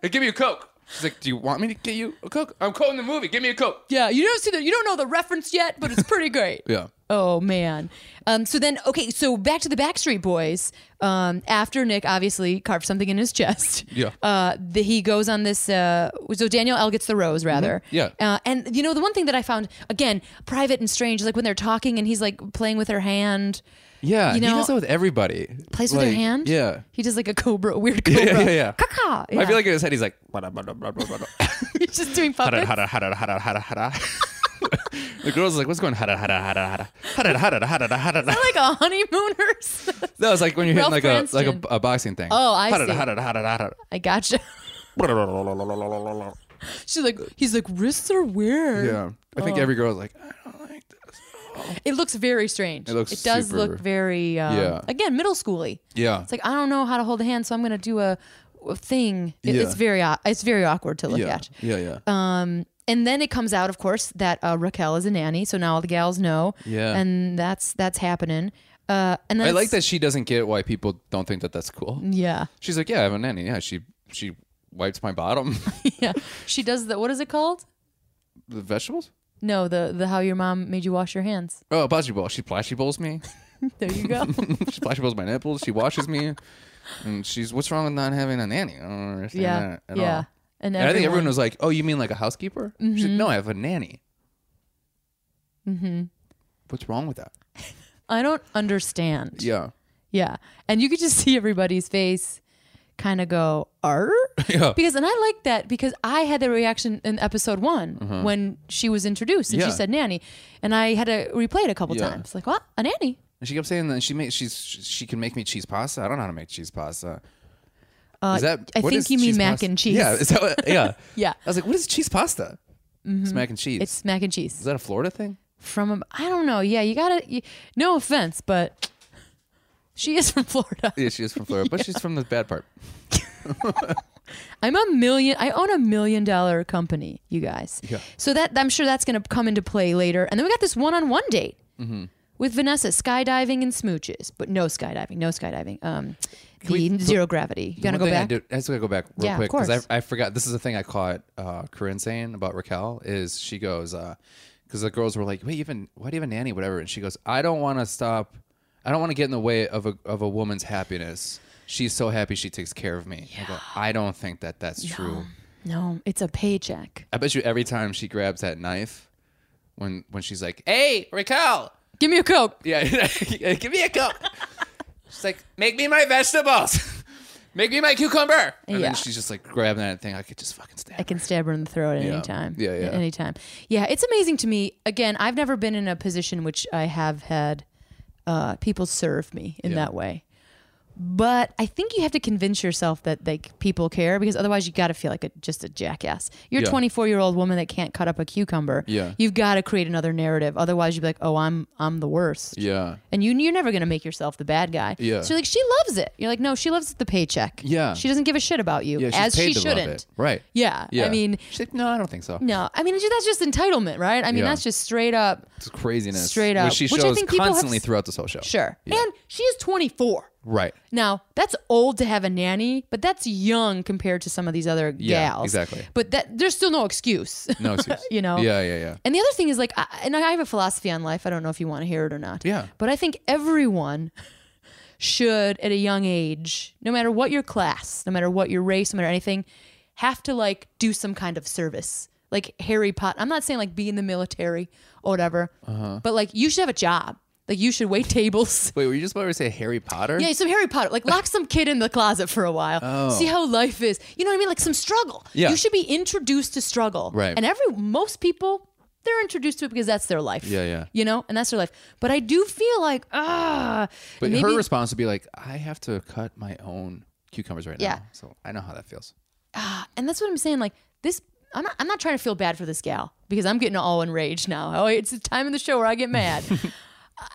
[SPEAKER 2] Hey, give me a Coke. She's like, Do you want me to get you a Coke? I'm Coke in the movie. Give me a Coke.
[SPEAKER 1] yeah, you don't see that. You don't know the reference yet, but it's pretty great.
[SPEAKER 2] Yeah.
[SPEAKER 1] Oh man. Um, so then, okay, so back to the Backstreet Boys. Um, after Nick obviously carved something in his chest,
[SPEAKER 2] Yeah.
[SPEAKER 1] Uh, the, he goes on this. Uh, so Daniel L gets the rose, rather.
[SPEAKER 2] Mm-hmm. Yeah.
[SPEAKER 1] Uh, and you know the one thing that I found again private and strange, is, like when they're talking and he's like playing with her hand,
[SPEAKER 2] Yeah,
[SPEAKER 1] You
[SPEAKER 2] he
[SPEAKER 1] know-
[SPEAKER 2] does that with everybody.
[SPEAKER 1] plays with her
[SPEAKER 2] Like,
[SPEAKER 1] hand.
[SPEAKER 2] Yeah.
[SPEAKER 1] He does like a cobra, a weird
[SPEAKER 2] Yeah,
[SPEAKER 1] cobra.
[SPEAKER 2] yeah, yeah.
[SPEAKER 1] Caw-caw.
[SPEAKER 2] I
[SPEAKER 1] Yeah.
[SPEAKER 2] feel like in his head he's like, "Bada, bada, bada, bada, bada."
[SPEAKER 1] he's just doing
[SPEAKER 2] Hada,
[SPEAKER 1] puppets.
[SPEAKER 2] hada, hada, hada, hada, hada. the girl's like, what's going hada hada hada hada hada hada hada hada hada.
[SPEAKER 1] like a honeymooners.
[SPEAKER 2] No, it's like when you're hitting
[SPEAKER 1] Ralph
[SPEAKER 2] like a like a,
[SPEAKER 1] Cranston.
[SPEAKER 2] a boxing thing.
[SPEAKER 1] Oh, I
[SPEAKER 2] Hada,
[SPEAKER 1] see.
[SPEAKER 2] hada, hada,
[SPEAKER 1] I gotcha.
[SPEAKER 2] hada, hada.
[SPEAKER 1] She's like, he's like, wrists are weird.
[SPEAKER 2] Yeah, I
[SPEAKER 1] Oh.
[SPEAKER 2] think every girl's like, I don't like this.
[SPEAKER 1] It looks very strange.
[SPEAKER 2] It looks
[SPEAKER 1] It does
[SPEAKER 2] super-
[SPEAKER 1] look very. Um,
[SPEAKER 2] Yeah.
[SPEAKER 1] Again, middle schooly.
[SPEAKER 2] Yeah,
[SPEAKER 1] It's like I don't know how to hold a hand, so I'm gonna do a, a thing. It-
[SPEAKER 2] Yeah.
[SPEAKER 1] It's very au- it's very awkward to look
[SPEAKER 2] yeah,
[SPEAKER 1] at.
[SPEAKER 2] yeah, yeah.
[SPEAKER 1] Um, and then it comes out, of course, that uh, Raquel is a nanny, so now all the gals know.
[SPEAKER 2] Yeah.
[SPEAKER 1] And that's that's happening. Uh, and then
[SPEAKER 2] I
[SPEAKER 1] it's- Mm.
[SPEAKER 2] like that she doesn't get why people don't think that that's cool.
[SPEAKER 1] Yeah,
[SPEAKER 2] She's like, yeah, I have a nanny. Yeah, she she wipes my bottom.
[SPEAKER 1] yeah. She does the what is it called?
[SPEAKER 2] the vegetables.
[SPEAKER 1] No, the the how your mom made you wash your hands.
[SPEAKER 2] Oh, bocce ball. She plashy bowls me.
[SPEAKER 1] There you go.
[SPEAKER 2] she flash bowls my nipples. She washes me, and she's what's wrong with not having a nanny? I don't understand
[SPEAKER 1] yeah,
[SPEAKER 2] that at
[SPEAKER 1] yeah.
[SPEAKER 2] all.
[SPEAKER 1] And,
[SPEAKER 2] And I think everyone was like, "Oh, you mean like a housekeeper?" She's like, "No, I have a nanny." Mm-hmm. What's wrong with that?
[SPEAKER 1] I don't understand.
[SPEAKER 2] Yeah,
[SPEAKER 1] Yeah. And you could just see everybody's face kind of go, "Arr?"
[SPEAKER 2] yeah,
[SPEAKER 1] Because and I like that because I had the reaction in episode 1 when she was introduced and
[SPEAKER 2] Uh-huh. Yeah.
[SPEAKER 1] she said nanny and I had to replay it a couple
[SPEAKER 2] Yeah.
[SPEAKER 1] times. Like, "What? A nanny?"
[SPEAKER 2] And she kept saying that she makes she's she can make me cheese pasta. I don't know how to make cheese pasta. Uh, is that
[SPEAKER 1] I
[SPEAKER 2] what
[SPEAKER 1] think
[SPEAKER 2] is
[SPEAKER 1] you mean
[SPEAKER 2] cheese
[SPEAKER 1] mac
[SPEAKER 2] pasta?
[SPEAKER 1] and cheese.
[SPEAKER 2] Yeah, is that what, yeah.
[SPEAKER 1] Yeah. Mm-hmm.
[SPEAKER 2] I was like, what is cheese pasta? It's mac and cheese.
[SPEAKER 1] It's mac and
[SPEAKER 2] is
[SPEAKER 1] cheese.
[SPEAKER 2] that a Florida thing?
[SPEAKER 1] From a, I don't know. Yeah, you got to No offense, but she is from Florida.
[SPEAKER 2] Yeah, she is from Florida, but she's from the bad part.
[SPEAKER 1] I'm a million. I own a million dollar company, you guys.
[SPEAKER 2] Yeah.
[SPEAKER 1] So that I'm sure that's going to come into play later. And then we got this one-on-one date
[SPEAKER 2] Mm-hmm.
[SPEAKER 1] with Vanessa, skydiving and smooches, but no skydiving, no skydiving. Um, the
[SPEAKER 2] we-
[SPEAKER 1] zero gravity. You gonna
[SPEAKER 2] One
[SPEAKER 1] go
[SPEAKER 2] thing
[SPEAKER 1] back?
[SPEAKER 2] I, did, I just gotta go back real
[SPEAKER 1] Yeah, of
[SPEAKER 2] quick
[SPEAKER 1] course.
[SPEAKER 2] because I, I forgot. This is the thing I caught uh, Corinne saying about Raquel is she goes because the girls were like, "Wait, even why do you have a nanny, whatever?" And she goes, "I don't want to stop. I don't want to get in the way of a of a woman's happiness. She's so happy she takes care of me." I go, "I don't think that that's true.
[SPEAKER 1] No, it's a paycheck.
[SPEAKER 2] I bet you every time she grabs that knife, when when she's like, "Hey, Raquel,
[SPEAKER 1] Give me a coke.
[SPEAKER 2] yeah, give me a cup. she's like, make me my vegetables. make me my cucumber. And
[SPEAKER 1] Yeah.
[SPEAKER 2] then she's just like grabbing that thing. I could just fucking stab.
[SPEAKER 1] I
[SPEAKER 2] her.
[SPEAKER 1] can stab her in the throat at
[SPEAKER 2] Yeah.
[SPEAKER 1] any time.
[SPEAKER 2] Yeah, yeah.
[SPEAKER 1] At any time. Yeah, it's amazing to me. Again, I've never been in a position which I have had uh, people serve me in
[SPEAKER 2] Yeah.
[SPEAKER 1] that way. But I think you have to convince yourself that like people care because otherwise you got to feel like a, just a jackass. You're a
[SPEAKER 2] Yeah.
[SPEAKER 1] 24 year old woman that can't cut up a cucumber.
[SPEAKER 2] Yeah.
[SPEAKER 1] You've got to create another narrative. Otherwise you'd be like, oh, I'm I'm the worst.
[SPEAKER 2] Yeah.
[SPEAKER 1] And you, you're never going to make yourself the bad guy.
[SPEAKER 2] Yeah.
[SPEAKER 1] So you're like, she loves it. You're like, no, she loves the paycheck.
[SPEAKER 2] Yeah.
[SPEAKER 1] She doesn't give a shit about you,
[SPEAKER 2] Yeah, she's
[SPEAKER 1] as
[SPEAKER 2] paid
[SPEAKER 1] she
[SPEAKER 2] to love
[SPEAKER 1] shouldn't.
[SPEAKER 2] it. Right.
[SPEAKER 1] Yeah.
[SPEAKER 2] Yeah.
[SPEAKER 1] I mean,
[SPEAKER 2] she's like, no, I don't think so.
[SPEAKER 1] no, I mean that's just entitlement, right? I mean
[SPEAKER 2] Yeah.
[SPEAKER 1] that's just straight up.
[SPEAKER 2] It's craziness.
[SPEAKER 1] Straight up.
[SPEAKER 2] Which she
[SPEAKER 1] Which I
[SPEAKER 2] shows
[SPEAKER 1] think people have
[SPEAKER 2] constantly
[SPEAKER 1] s-
[SPEAKER 2] throughout this whole show.
[SPEAKER 1] Sure. And she is 24.
[SPEAKER 2] Right.
[SPEAKER 1] Now, that's old to have a nanny, but that's young compared to some of these other
[SPEAKER 2] Yeah,
[SPEAKER 1] gals.
[SPEAKER 2] exactly.
[SPEAKER 1] But that there's still no excuse.
[SPEAKER 2] No excuse.
[SPEAKER 1] You know?
[SPEAKER 2] Yeah, yeah, yeah.
[SPEAKER 1] And the other thing is like I, and I have a philosophy on life. I don't know if you want to hear it or not.
[SPEAKER 2] Yeah.
[SPEAKER 1] But I think everyone should at a young age, no matter what your class, no matter what your race, no matter anything, have to like do some kind of service. Like Harry Potter. I'm not saying like be in the military or whatever.
[SPEAKER 2] Uh-huh.
[SPEAKER 1] But like you should have a job. Like you should wait tables.
[SPEAKER 2] Wait, were you just about to say Harry Potter?
[SPEAKER 1] Yeah, some Harry Potter. Like lock some kid in the closet for a while. See how life is. You know what I mean? Like some struggle.
[SPEAKER 2] Oh. Yeah.
[SPEAKER 1] You should be introduced to struggle.
[SPEAKER 2] Right.
[SPEAKER 1] And every most people, they're introduced to it because that's their life.
[SPEAKER 2] Yeah, yeah.
[SPEAKER 1] You know, and that's their life. But I do feel like ah,
[SPEAKER 2] But
[SPEAKER 1] maybe,
[SPEAKER 2] her response would be like, I have to cut my own cucumbers right
[SPEAKER 1] Yeah.
[SPEAKER 2] now. So I know how that feels.
[SPEAKER 1] and that's what I'm saying. Like this, I'm not. I'm not trying to feel bad for this gal because I'm getting all enraged now. Oh, it's the time in the show where I get mad. I-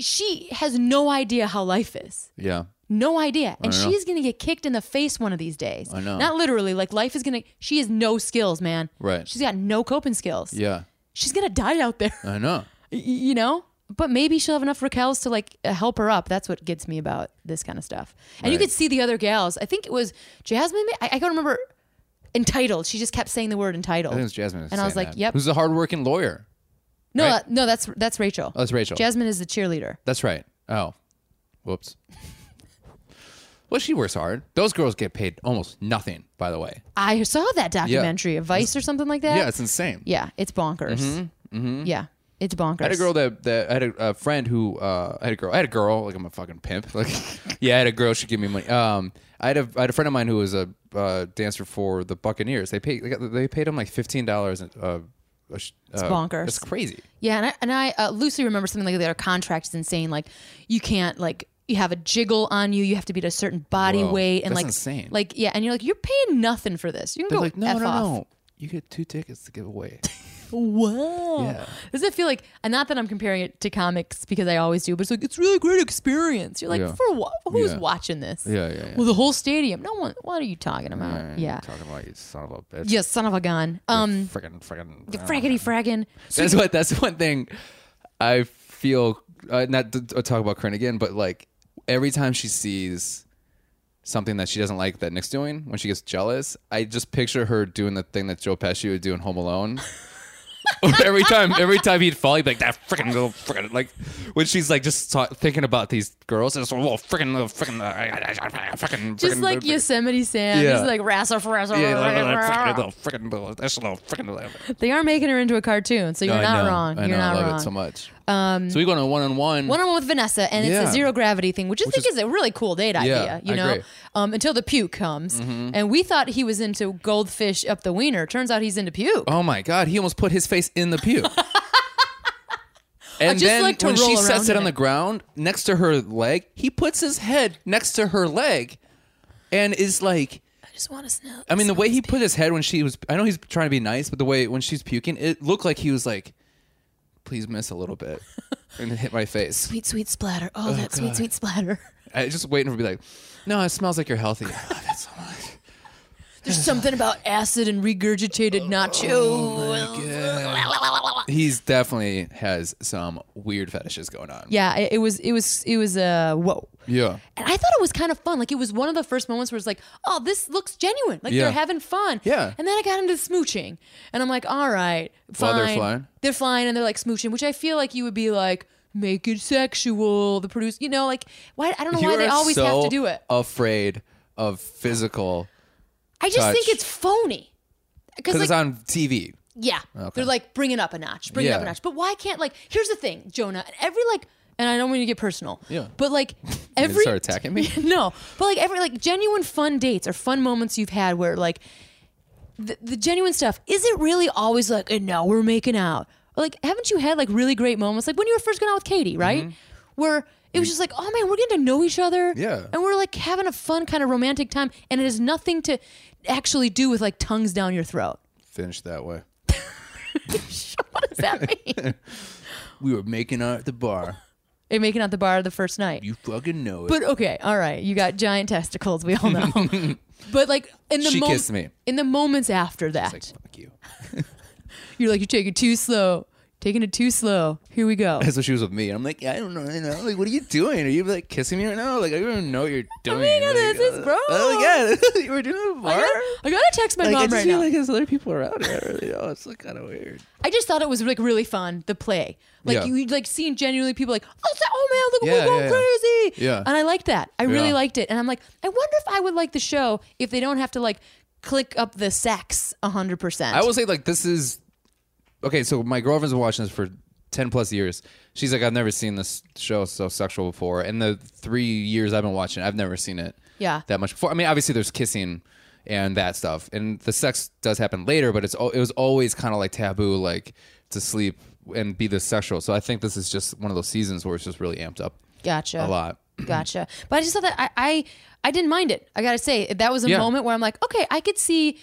[SPEAKER 1] she has no idea how life is.
[SPEAKER 2] Yeah.
[SPEAKER 1] No idea. And
[SPEAKER 2] know.
[SPEAKER 1] she's going to get kicked in the face one of these days.
[SPEAKER 2] I know.
[SPEAKER 1] Not literally. Like, life is going to. She has no skills, man.
[SPEAKER 2] Right.
[SPEAKER 1] She's got no coping skills.
[SPEAKER 2] Yeah.
[SPEAKER 1] She's going to die out there, y-
[SPEAKER 2] I know.
[SPEAKER 1] you know? But maybe she'll have enough Raquels to, like, uh, help her up. That's what gets me about this kind of stuff. And you
[SPEAKER 2] Right.
[SPEAKER 1] could see the other gals. I think it was Jasmine. ma- I, I can't remember. Entitled. She just kept saying the word entitled.
[SPEAKER 2] I think it was Jasmine.
[SPEAKER 1] And I was
[SPEAKER 2] saying
[SPEAKER 1] like,
[SPEAKER 2] that.
[SPEAKER 1] yep.
[SPEAKER 2] Who's a hardworking lawyer?
[SPEAKER 1] No,
[SPEAKER 2] right?
[SPEAKER 1] uh, no, that's that's Rachel.
[SPEAKER 2] Oh, that's Rachel.
[SPEAKER 1] Jasmine is the cheerleader.
[SPEAKER 2] That's right. Oh, whoops. well, she works hard. Those girls get paid almost nothing, by the way.
[SPEAKER 1] I saw that documentary, a Vice or something like that.
[SPEAKER 2] Yeah, it's insane.
[SPEAKER 1] Yeah, it's bonkers. Yeah, it's bonkers.
[SPEAKER 2] I had a girl that, that I had a, a friend who uh, I had a girl. I had a girl like I'm a fucking pimp. Like, yeah, I had a girl. She gave me money. Um, I had a I had a friend of mine who was a uh, dancer for the Buccaneers. They paid they, got, they paid him like fifteen dollars. Uh, it's
[SPEAKER 1] bonkers.
[SPEAKER 2] It's crazy.
[SPEAKER 1] Yeah, and I, and I uh, loosely remember something like that. Our contract is insane. Like, you can't like you have a jiggle on you. You have to be at a certain body
[SPEAKER 2] Whoa,
[SPEAKER 1] weight and
[SPEAKER 2] that's
[SPEAKER 1] like
[SPEAKER 2] insane.
[SPEAKER 1] Like yeah, and you're like you're paying nothing for this. You can
[SPEAKER 2] They're
[SPEAKER 1] go
[SPEAKER 2] like, no,
[SPEAKER 1] F
[SPEAKER 2] no,
[SPEAKER 1] off.
[SPEAKER 2] no. You get two tickets to give away.
[SPEAKER 1] Whoa.
[SPEAKER 2] Yeah.
[SPEAKER 1] Does it feel like, and not that I'm comparing it to comics because I always do, but it's like, it's really great experience. You're like,
[SPEAKER 2] Yeah.
[SPEAKER 1] for what? Who's
[SPEAKER 2] Yeah.
[SPEAKER 1] watching this?
[SPEAKER 2] Yeah, yeah, yeah.
[SPEAKER 1] Well, the whole stadium. No one, what are you talking about? yeah.
[SPEAKER 2] Talking about you, son of a bitch.
[SPEAKER 1] Yeah, son of a gun. Um,
[SPEAKER 2] Frickin', frickin'. uh,
[SPEAKER 1] fraggity fraggin. So
[SPEAKER 2] that's what that's one thing I feel uh, not to to talk about Corinne again, but like every time she sees something that she doesn't like that Nick's doing when she gets jealous, I just picture her doing the thing that Joe Pesci would do in Home Alone. every time, every time he'd fall, he'd be like that freaking little freaking like when she's like just ta- thinking about these girls and it's like, well, freaking little freaking uh, freaking
[SPEAKER 1] just
[SPEAKER 2] frickin',
[SPEAKER 1] like
[SPEAKER 2] frickin',
[SPEAKER 1] Yosemite Sam.
[SPEAKER 2] Yeah.
[SPEAKER 1] He's like, rassa frazzle.
[SPEAKER 2] yeah, little, little, frickin' little frickin' little, that's a little frickin' little.
[SPEAKER 1] They are making her into a cartoon, so you're
[SPEAKER 2] I
[SPEAKER 1] not
[SPEAKER 2] know,
[SPEAKER 1] wrong.
[SPEAKER 2] I
[SPEAKER 1] you're
[SPEAKER 2] know,
[SPEAKER 1] not
[SPEAKER 2] I love
[SPEAKER 1] wrong.
[SPEAKER 2] it so much. Um, so we go on a one on one.
[SPEAKER 1] one on one with Vanessa, and it's
[SPEAKER 2] Yeah.
[SPEAKER 1] a zero gravity thing, which I think is, a really cool date idea.
[SPEAKER 2] I
[SPEAKER 1] you know,
[SPEAKER 2] agree. Mm-hmm.
[SPEAKER 1] um, until the puke comes, and we thought he was into goldfish up the wiener. Turns out he's into puke.
[SPEAKER 2] Oh my god, he almost put his face in the pew. And
[SPEAKER 1] just
[SPEAKER 2] then
[SPEAKER 1] like to
[SPEAKER 2] when she
[SPEAKER 1] roll
[SPEAKER 2] sets
[SPEAKER 1] around
[SPEAKER 2] it
[SPEAKER 1] in
[SPEAKER 2] on the
[SPEAKER 1] it.
[SPEAKER 2] ground next to her leg, he puts his head next to her leg, and is like,
[SPEAKER 1] I just want to smell.
[SPEAKER 2] I mean, the way he put his head when she was, I know he's trying to be nice, but the way when she's puking, it looked like he was like, please miss a little bit, and hit my face.
[SPEAKER 1] sweet, sweet splatter. Oh, that sweet, sweet splatter.
[SPEAKER 2] I was just waiting for her to be like, no, it smells like you're healthy. I love it so much.
[SPEAKER 1] There's something about acid and regurgitated
[SPEAKER 2] Oh,
[SPEAKER 1] nacho.
[SPEAKER 2] He's definitely has some weird fetishes going on.
[SPEAKER 1] Yeah, it, it was, it was, it was uh, whoa.
[SPEAKER 2] Yeah.
[SPEAKER 1] And I thought it was kind of fun. Like it was one of the first moments where it's like, oh, this looks genuine. Like
[SPEAKER 2] Yeah.
[SPEAKER 1] they're having fun.
[SPEAKER 2] Yeah.
[SPEAKER 1] And then I got into smooching, and I'm like, all right, fine.
[SPEAKER 2] While they're flying?
[SPEAKER 1] They're flying and they're like smooching, which I feel like you would be like, make it sexual. The produce, you know, like why? I don't know why they
[SPEAKER 2] are
[SPEAKER 1] always
[SPEAKER 2] so
[SPEAKER 1] have to do it.
[SPEAKER 2] Afraid of physical
[SPEAKER 1] I just think
[SPEAKER 2] touch.
[SPEAKER 1] it's phony.
[SPEAKER 2] because
[SPEAKER 1] Because
[SPEAKER 2] it's
[SPEAKER 1] like,
[SPEAKER 2] on TV.
[SPEAKER 1] yeah, they're like bring it up a notch, bring it up a
[SPEAKER 2] Yeah.
[SPEAKER 1] notch. But why can't like? Here's the thing, Jonah. Every like, and I don't want you to get personal.
[SPEAKER 2] Yeah.
[SPEAKER 1] But like
[SPEAKER 2] And
[SPEAKER 1] every
[SPEAKER 2] start attacking me.
[SPEAKER 1] no, but like every like genuine fun dates or fun moments you've had where like the, the genuine stuff isn't really always like and now we're making out. Like haven't you had like really great moments like when you were first going out with Katie, right? Where it was just like, oh man, we're getting to know each other,
[SPEAKER 2] Mm-hmm. Yeah.
[SPEAKER 1] and we're like having a fun kind of romantic time, and it has nothing to actually do with like tongues down your throat.
[SPEAKER 2] Finish that way.
[SPEAKER 1] What does that mean?
[SPEAKER 2] We were making out at the bar.
[SPEAKER 1] and making out the bar the first night.
[SPEAKER 2] You fucking know it.
[SPEAKER 1] But okay, all right. You got giant testicles. We all know. but like in the
[SPEAKER 2] She
[SPEAKER 1] mom-
[SPEAKER 2] kissed me.
[SPEAKER 1] in the moments after that,
[SPEAKER 2] like, fuck you.
[SPEAKER 1] you're like you're taking it too slow, taking it too slow. Here we go.
[SPEAKER 2] That's what she was with me. And I'm like, yeah, I don't know, you know. Like, what are you doing? Are you like kissing me right now? Like, I don't even know what you're doing.
[SPEAKER 1] Oh God,
[SPEAKER 2] Like,
[SPEAKER 1] this is
[SPEAKER 2] uh,
[SPEAKER 1] gross.
[SPEAKER 2] Oh yeah, you were doing it at a
[SPEAKER 1] I
[SPEAKER 2] bar.
[SPEAKER 1] gotta, I gotta text my
[SPEAKER 2] Like, I
[SPEAKER 1] mom
[SPEAKER 2] just
[SPEAKER 1] right
[SPEAKER 2] feel
[SPEAKER 1] now.
[SPEAKER 2] like there's other people around here. I really know. It's like kind of weird.
[SPEAKER 1] I just thought it was like really fun the play, like
[SPEAKER 2] Yeah.
[SPEAKER 1] you like seeing genuinely people like oh, it's- oh man, look
[SPEAKER 2] Yeah,
[SPEAKER 1] we're going
[SPEAKER 2] yeah,
[SPEAKER 1] crazy,
[SPEAKER 2] Yeah.
[SPEAKER 1] and I liked that. I really
[SPEAKER 2] Yeah.
[SPEAKER 1] liked it, and I'm like, I wonder if I would like the show if they don't have to like click up the sex hundred percent.
[SPEAKER 2] I will say like this is okay. So my girlfriend's been watching this for ten plus years. She's like, I've never seen this show so sexual before. And the three years I've been watching, it, I've never seen it.
[SPEAKER 1] Yeah.
[SPEAKER 2] That much before. I mean, obviously there's kissing and that stuff, and the sex does happen later, but it's al- it was always kind of like taboo, like to sleep and be this sexual. So I think this is just one of those seasons where it's just really amped up
[SPEAKER 1] gotcha
[SPEAKER 2] a lot.
[SPEAKER 1] Gotcha. But I just thought that I, I I didn't mind it. I gotta say that was a
[SPEAKER 2] Yeah.
[SPEAKER 1] moment where I'm like, okay, I could see,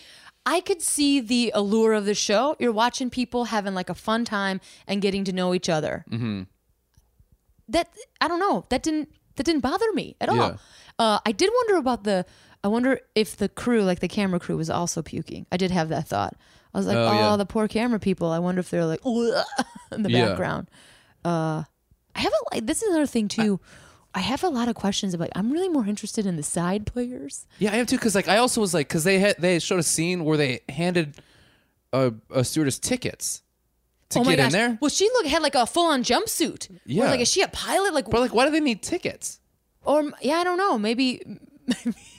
[SPEAKER 1] I could see the allure of the show. You're watching people having like a fun time and getting to know each other. Mm-hmm. That I don't know. That didn't that didn't bother me at
[SPEAKER 2] Yeah.
[SPEAKER 1] all. Uh, I did wonder about the. I wonder if the crew, like the camera crew, was also puking. I did have that thought. I was like,
[SPEAKER 2] Oh,
[SPEAKER 1] oh,
[SPEAKER 2] yeah.
[SPEAKER 1] the poor camera people. I wonder if they're like in the
[SPEAKER 2] Yeah.
[SPEAKER 1] background. Uh, I have a like, this is another thing too. I, have a lot of questions about. I'm really more interested in the side players.
[SPEAKER 2] Yeah, I am too. Because like I also was like, because they had they showed a scene where they handed a, a stewardess tickets,
[SPEAKER 1] Oh
[SPEAKER 2] to get in there.
[SPEAKER 1] Well, she look had like a full on jumpsuit. Yeah.
[SPEAKER 2] Yeah.
[SPEAKER 1] like is she a pilot? Like
[SPEAKER 2] But like, why do they need tickets?
[SPEAKER 1] or yeah, I don't know. Maybe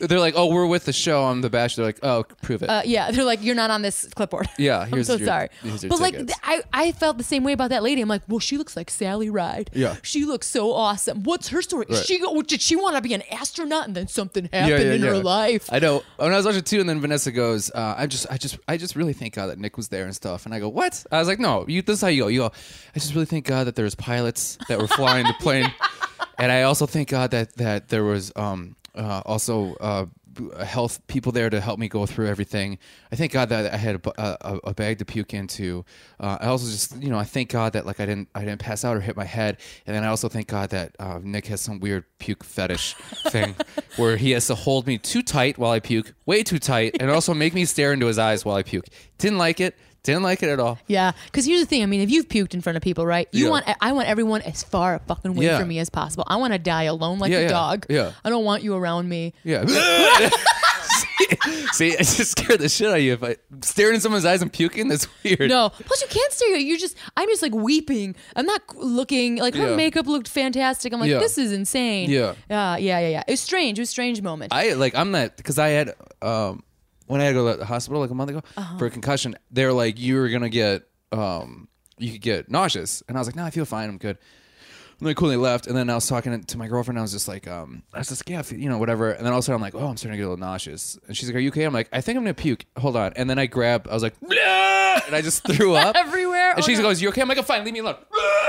[SPEAKER 2] They're like, oh, we're with the show on The Bachelor. They're like, oh, prove it.
[SPEAKER 1] uh, yeah. They're like you're not on this clipboard.
[SPEAKER 2] Yeah,
[SPEAKER 1] I'm
[SPEAKER 2] here's
[SPEAKER 1] so
[SPEAKER 2] your-
[SPEAKER 1] sorry.
[SPEAKER 2] here's your
[SPEAKER 1] but like
[SPEAKER 2] tickets.
[SPEAKER 1] th- I I felt the same way about that lady. I'm like, well, she looks like Sally Ride.
[SPEAKER 2] Yeah.
[SPEAKER 1] she looks so awesome. What's her story? Is
[SPEAKER 2] Right.
[SPEAKER 1] She go- did she want to be an astronaut and then something happened in her life?
[SPEAKER 2] I know. When I was watching two, and then Vanessa goes, uh, "I just, I just, I just really thank God that Nick was there and stuff." And I go, "What?" I was like, "No, you, this is how you go. You go. I just really thank God that there was pilots that were flying the plane, and I also thank God that that there was um uh, also uh b- health people there to help me go through everything. I thank God that I had a, bu- a, a- a bag to puke into. Uh, I also just you know I thank God that like I didn't I didn't pass out or hit my head, and then I also thank God that uh, Nick has some weird puke fetish thing where he has to hold me too tight while I puke, way too tight, and also make me stare into his eyes while I puke. Didn't like it. Didn't like it at all.
[SPEAKER 1] Yeah, because here's the thing. I mean, if you've puked in front of people, right? You
[SPEAKER 2] Yeah.
[SPEAKER 1] want I want everyone as far fucking away
[SPEAKER 2] Yeah.
[SPEAKER 1] from me as possible. I want to die alone like
[SPEAKER 2] Yeah,
[SPEAKER 1] a
[SPEAKER 2] yeah,
[SPEAKER 1] dog.
[SPEAKER 2] yeah.
[SPEAKER 1] I don't want you around me.
[SPEAKER 2] Yeah. See, I just scared the shit out of you. If I staring in someone's eyes and puking, that's weird.
[SPEAKER 1] No. Plus, you can't stare. You're just. I'm just like weeping. I'm not looking like her
[SPEAKER 2] Yeah.
[SPEAKER 1] makeup looked fantastic. I'm like,
[SPEAKER 2] Yeah.
[SPEAKER 1] this is insane.
[SPEAKER 2] Yeah.
[SPEAKER 1] Yeah. Yeah. Yeah. Yeah. It was strange. It was a strange moment.
[SPEAKER 2] I like I'm not because I had um when I had to go to the hospital like a month ago
[SPEAKER 1] Uh-huh.
[SPEAKER 2] for a concussion. They're like you were gonna get um you could get nauseous, and I was like, no, I feel fine, I'm good. And then cool, they left, and then I was talking to my girlfriend. And I was just like, um, I was just yeah, I feel- you know, whatever. And then all of a sudden, I'm like, oh, I'm starting to get a little nauseous. And she's like, Are you okay? I'm like, I think I'm gonna puke. Hold on. And then I grabbed, I was like, "Blah!" and I just threw up
[SPEAKER 1] Everywhere.
[SPEAKER 2] And
[SPEAKER 1] Oh,
[SPEAKER 2] she
[SPEAKER 1] no.
[SPEAKER 2] goes, "You okay?" I'm like, "I'm fine. Leave me alone."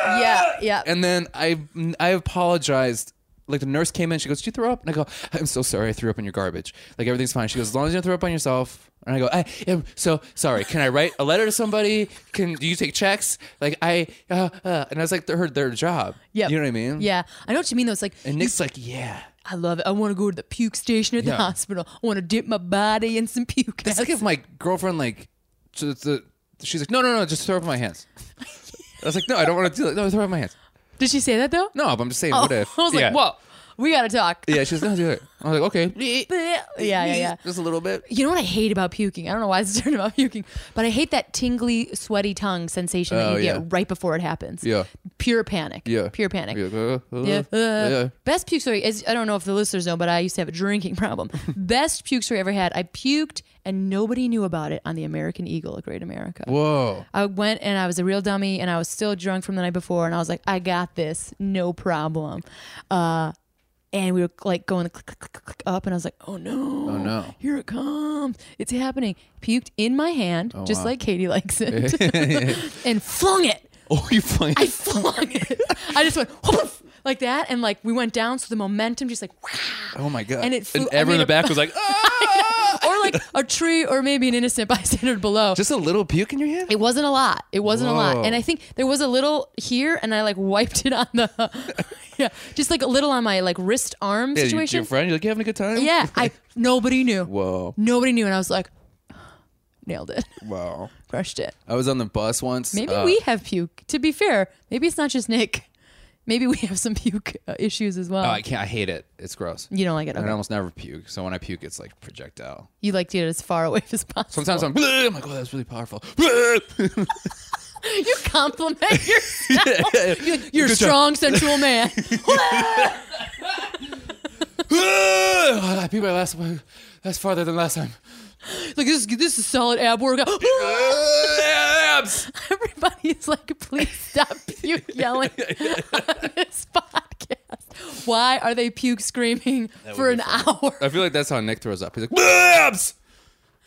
[SPEAKER 1] Yeah. Yeah.
[SPEAKER 2] And then I I apologized. Like the nurse came in, she goes, "Did you throw up?" And I go, "I'm so sorry, I threw up in your garbage. Like everything's fine." She goes, "As long as you don't throw up on yourself." And I go, "I am so sorry. Can I write a letter to somebody? Can do you take checks? Like I uh, uh. and I was like, "Her their job."
[SPEAKER 1] Yep.
[SPEAKER 2] you know what I mean?
[SPEAKER 1] Yeah. I know what you mean. though. It's like
[SPEAKER 2] And Nick's like, "Yeah."
[SPEAKER 1] I love it. I want to go to the puke station at the
[SPEAKER 2] Yeah.
[SPEAKER 1] hospital. I want to dip my body in some puke.
[SPEAKER 2] It's like if my girlfriend like, to, to, she's like, "No, no, no, just throw up in my hands." I was like, "No, I don't want to do that. No, throw up in my hands."
[SPEAKER 1] Did she say that though?
[SPEAKER 2] No, but I'm just saying, what if?
[SPEAKER 1] Oh, I was like,
[SPEAKER 2] yeah.
[SPEAKER 1] whoa. We gotta talk.
[SPEAKER 2] Yeah, she's not do it. I was like, okay.
[SPEAKER 1] Yeah. Yeah. Yeah.
[SPEAKER 2] Just a little bit.
[SPEAKER 1] You know what I hate about puking? I don't know why it's turned about puking, but I hate that tingly, sweaty tongue sensation that
[SPEAKER 2] Oh,
[SPEAKER 1] you
[SPEAKER 2] yeah.
[SPEAKER 1] get right before it happens.
[SPEAKER 2] Yeah.
[SPEAKER 1] Pure panic.
[SPEAKER 2] Yeah.
[SPEAKER 1] Pure panic.
[SPEAKER 2] You're like, uh, uh,
[SPEAKER 1] Yeah. Uh,
[SPEAKER 2] yeah.
[SPEAKER 1] Best puke story is I don't know if the listeners know, but I used to have a drinking problem. Best puke story I ever had. I puked and nobody knew about it on the American Eagle at Great America.
[SPEAKER 2] Whoa.
[SPEAKER 1] I went and I was a real dummy and I was still drunk from the night before and I was like, I got this, no problem. Uh, and we were like going click, click, click, click, click up and I was like, oh no.
[SPEAKER 2] Oh, no.
[SPEAKER 1] Here it comes. It's happening. Puked in my hand,
[SPEAKER 2] Oh,
[SPEAKER 1] just like Katie likes it, and flung it.
[SPEAKER 2] Oh, you funny.
[SPEAKER 1] I flung it. I just went whoof, like that and like we went down so the momentum just like wow.
[SPEAKER 2] oh my god.
[SPEAKER 1] And it flew- I
[SPEAKER 2] everyone in
[SPEAKER 1] made
[SPEAKER 2] the
[SPEAKER 1] a-
[SPEAKER 2] back was like, ah!
[SPEAKER 1] Or like a tree or maybe an innocent bystander below.
[SPEAKER 2] just a little puke in your hand.
[SPEAKER 1] It wasn't a lot. It wasn't a
[SPEAKER 2] Whoa.
[SPEAKER 1] lot. And I think there was a little here, and I like wiped it on the, yeah, just like a little on my like wrist arm
[SPEAKER 2] Yeah, you- to
[SPEAKER 1] situation.
[SPEAKER 2] your friend, you're like, you having a good time?
[SPEAKER 1] yeah, I nobody knew.
[SPEAKER 2] Whoa.
[SPEAKER 1] Nobody knew, and I was like, nailed it,
[SPEAKER 2] Wow.
[SPEAKER 1] crushed it.
[SPEAKER 2] I was on the bus once.
[SPEAKER 1] Maybe
[SPEAKER 2] uh,
[SPEAKER 1] we have puke. To be fair, maybe it's not just Nick. Maybe we have some puke uh, issues as well.
[SPEAKER 2] Oh, I can't. I hate it. It's gross.
[SPEAKER 1] you don't like it.
[SPEAKER 2] And I
[SPEAKER 1] Okay.
[SPEAKER 2] almost never puke. So when I puke, it's like projectile.
[SPEAKER 1] You like to get it as far away as possible.
[SPEAKER 2] Sometimes I'm, I'm like, oh, that's really powerful. You're
[SPEAKER 1] you compliment yourself. You're, you're a strong, sensual man.
[SPEAKER 2] Ah! I puked my last one. That's farther than last time. Ah,
[SPEAKER 1] like this. is- This is solid ab workout.
[SPEAKER 2] Abs.
[SPEAKER 1] Everybody is like, please stop puke yelling on this podcast. Why are they puke screaming for an
[SPEAKER 2] would be
[SPEAKER 1] hour?
[SPEAKER 2] I feel like that's how Nick throws up. He's like, abs.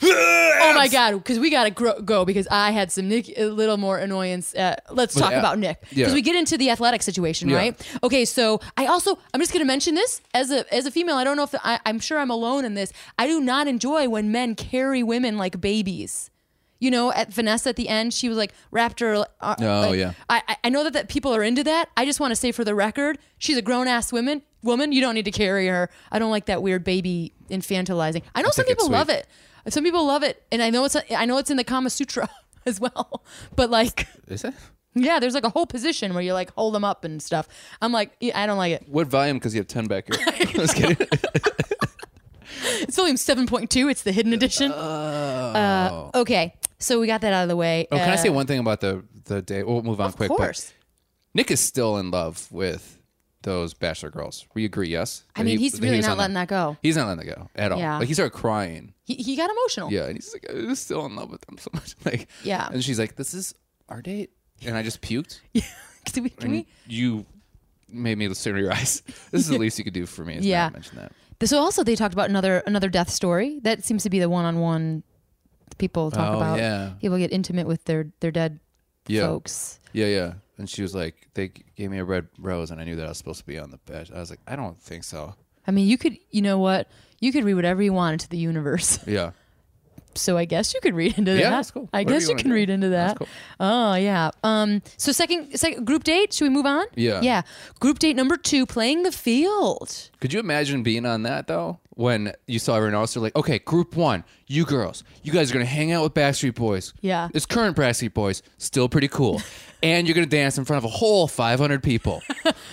[SPEAKER 1] Oh my god! Because we gotta gro- go because I had some Nick a little more annoyance. Uh, let's talk
[SPEAKER 2] uh,
[SPEAKER 1] about Nick because
[SPEAKER 2] yeah.
[SPEAKER 1] we get into the athletic situation,
[SPEAKER 2] Yeah.
[SPEAKER 1] right? Okay, so I also I'm just gonna mention this as a as a female. I don't know if I, I'm sure I'm alone in this. I do not enjoy when men carry women like babies. You know, at Vanessa at the end, she was like wrapped her. Uh,
[SPEAKER 2] Oh,
[SPEAKER 1] like-
[SPEAKER 2] yeah.
[SPEAKER 1] I I- I know that, that people are into that. I just want to say for the record, she's a grown ass woman. Woman, you don't need to carry her. I don't like that weird baby infantilizing. I know some
[SPEAKER 2] think it's
[SPEAKER 1] people love
[SPEAKER 2] sweet.
[SPEAKER 1] it. Some people love it, and I know it's I know it's in the Kama Sutra as well. But like,
[SPEAKER 2] Is it?
[SPEAKER 1] yeah, there's like a whole position where you like hold them up and stuff. I'm like, yeah, I don't like it.
[SPEAKER 2] What volume? Because you have ten back here. I'm just kidding. Oh.
[SPEAKER 1] It's volume seven point two. It's the hidden edition. Uh, okay, So we got that out of the way.
[SPEAKER 2] Oh, can I say one thing about the the day? We'll move on
[SPEAKER 1] Of
[SPEAKER 2] quick. but
[SPEAKER 1] course.
[SPEAKER 2] Nick is still in love with those bachelor girls. We agree, yes.
[SPEAKER 1] I mean, he's really
[SPEAKER 2] was
[SPEAKER 1] not
[SPEAKER 2] on
[SPEAKER 1] letting that go.
[SPEAKER 2] He's not letting that go at all.
[SPEAKER 1] Yeah.
[SPEAKER 2] Like he started crying.
[SPEAKER 1] He, he got emotional.
[SPEAKER 2] Yeah, and he's like, I'm just still in love with them so much. Like,
[SPEAKER 1] Yeah.
[SPEAKER 2] And she's like, This is our date, and I just puked.
[SPEAKER 1] Can we- can
[SPEAKER 2] and
[SPEAKER 1] we-
[SPEAKER 2] you made me look into your eyes. This is the least you could do for me. Is
[SPEAKER 1] Yeah.
[SPEAKER 2] not mention that.
[SPEAKER 1] So also they talked about another another death story. That seems to be the one on one people talk
[SPEAKER 2] Oh,
[SPEAKER 1] about.
[SPEAKER 2] yeah.
[SPEAKER 1] People get intimate with their their dead
[SPEAKER 2] Yeah.
[SPEAKER 1] folks.
[SPEAKER 2] Yeah, yeah. And she was like, They g- gave me a red rose, and I knew that I was supposed to be on the bench. I was like, I don't think so.
[SPEAKER 1] I mean, you could you know what? You could read whatever you want into the universe.
[SPEAKER 2] Yeah.
[SPEAKER 1] So I guess you could read into that.
[SPEAKER 2] Yeah, that's cool.
[SPEAKER 1] I
[SPEAKER 2] Whatever
[SPEAKER 1] guess
[SPEAKER 2] you
[SPEAKER 1] you,
[SPEAKER 2] wanna
[SPEAKER 1] can
[SPEAKER 2] do.
[SPEAKER 1] read into that.
[SPEAKER 2] That's cool.
[SPEAKER 1] Oh yeah. Um. So second second group date. Should we move on?
[SPEAKER 2] Yeah.
[SPEAKER 1] Yeah. Group date number two, playing the field.
[SPEAKER 2] Could you imagine being on that though? When you saw everyone else, they're like, "Okay, group one, you girls, you guys are gonna hang out with Backstreet Boys.
[SPEAKER 1] Yeah.
[SPEAKER 2] it's current Backstreet Boys, still pretty cool, and you're gonna dance in front of a whole 500 people.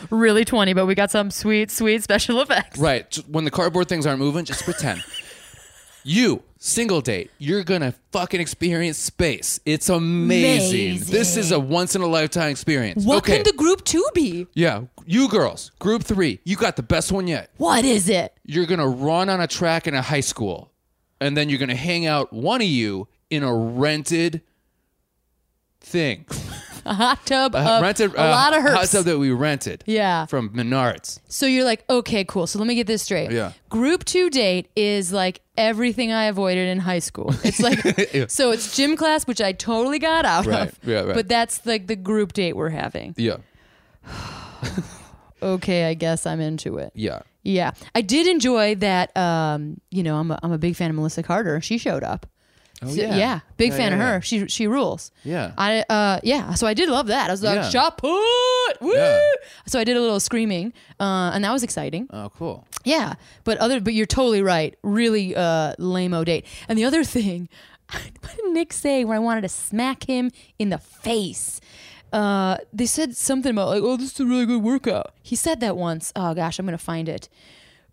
[SPEAKER 1] Really twenty, but we got some sweet sweet special effects.
[SPEAKER 2] right? Just when the cardboard things aren't moving, just pretend. you single date, you're gonna fucking experience space. It's amazing. This is a once in a lifetime experience.
[SPEAKER 1] What
[SPEAKER 2] okay,
[SPEAKER 1] can the group two be?
[SPEAKER 2] yeah, you girls, group three, you got the best one yet.
[SPEAKER 1] What is it?
[SPEAKER 2] you're going to run on a track in a high school and then you're going to hang out one of you in a rented thing
[SPEAKER 1] A hot tub.
[SPEAKER 2] a
[SPEAKER 1] of
[SPEAKER 2] rented
[SPEAKER 1] a
[SPEAKER 2] uh,
[SPEAKER 1] lot of
[SPEAKER 2] hot
[SPEAKER 1] herps.
[SPEAKER 2] tub that we rented
[SPEAKER 1] Yeah.
[SPEAKER 2] from menards
[SPEAKER 1] So you're like, okay, cool. So let me get this straight.
[SPEAKER 2] Yeah.
[SPEAKER 1] Group two date is like everything I avoided in high school. It's like,
[SPEAKER 2] Yeah.
[SPEAKER 1] so it's gym class, which I totally got out
[SPEAKER 2] Right.
[SPEAKER 1] of.
[SPEAKER 2] Yeah, right.
[SPEAKER 1] But that's like the group date we're having.
[SPEAKER 2] yeah
[SPEAKER 1] Okay, I guess I'm into it.
[SPEAKER 2] yeah
[SPEAKER 1] Yeah. I did enjoy that. Um, you know, I'm a, I'm a big fan of Melissa Carter. She showed up. Oh,
[SPEAKER 2] yeah.
[SPEAKER 1] big
[SPEAKER 2] Yeah,
[SPEAKER 1] fan
[SPEAKER 2] yeah,
[SPEAKER 1] of her.
[SPEAKER 2] yeah.
[SPEAKER 1] She she rules.
[SPEAKER 2] Yeah.
[SPEAKER 1] I uh yeah. So I did love that. I was like
[SPEAKER 2] Yeah.
[SPEAKER 1] shot put. Woo!
[SPEAKER 2] Yeah.
[SPEAKER 1] So I did a little screaming, uh, and that was exciting.
[SPEAKER 2] oh cool
[SPEAKER 1] Yeah, but other but you're totally right. Really uh lame-o date. And the other thing, what did Nick say when I wanted to smack him in the face? Uh, they said something about like, oh, this is a really good workout. He said that once. Oh gosh, I'm gonna find it.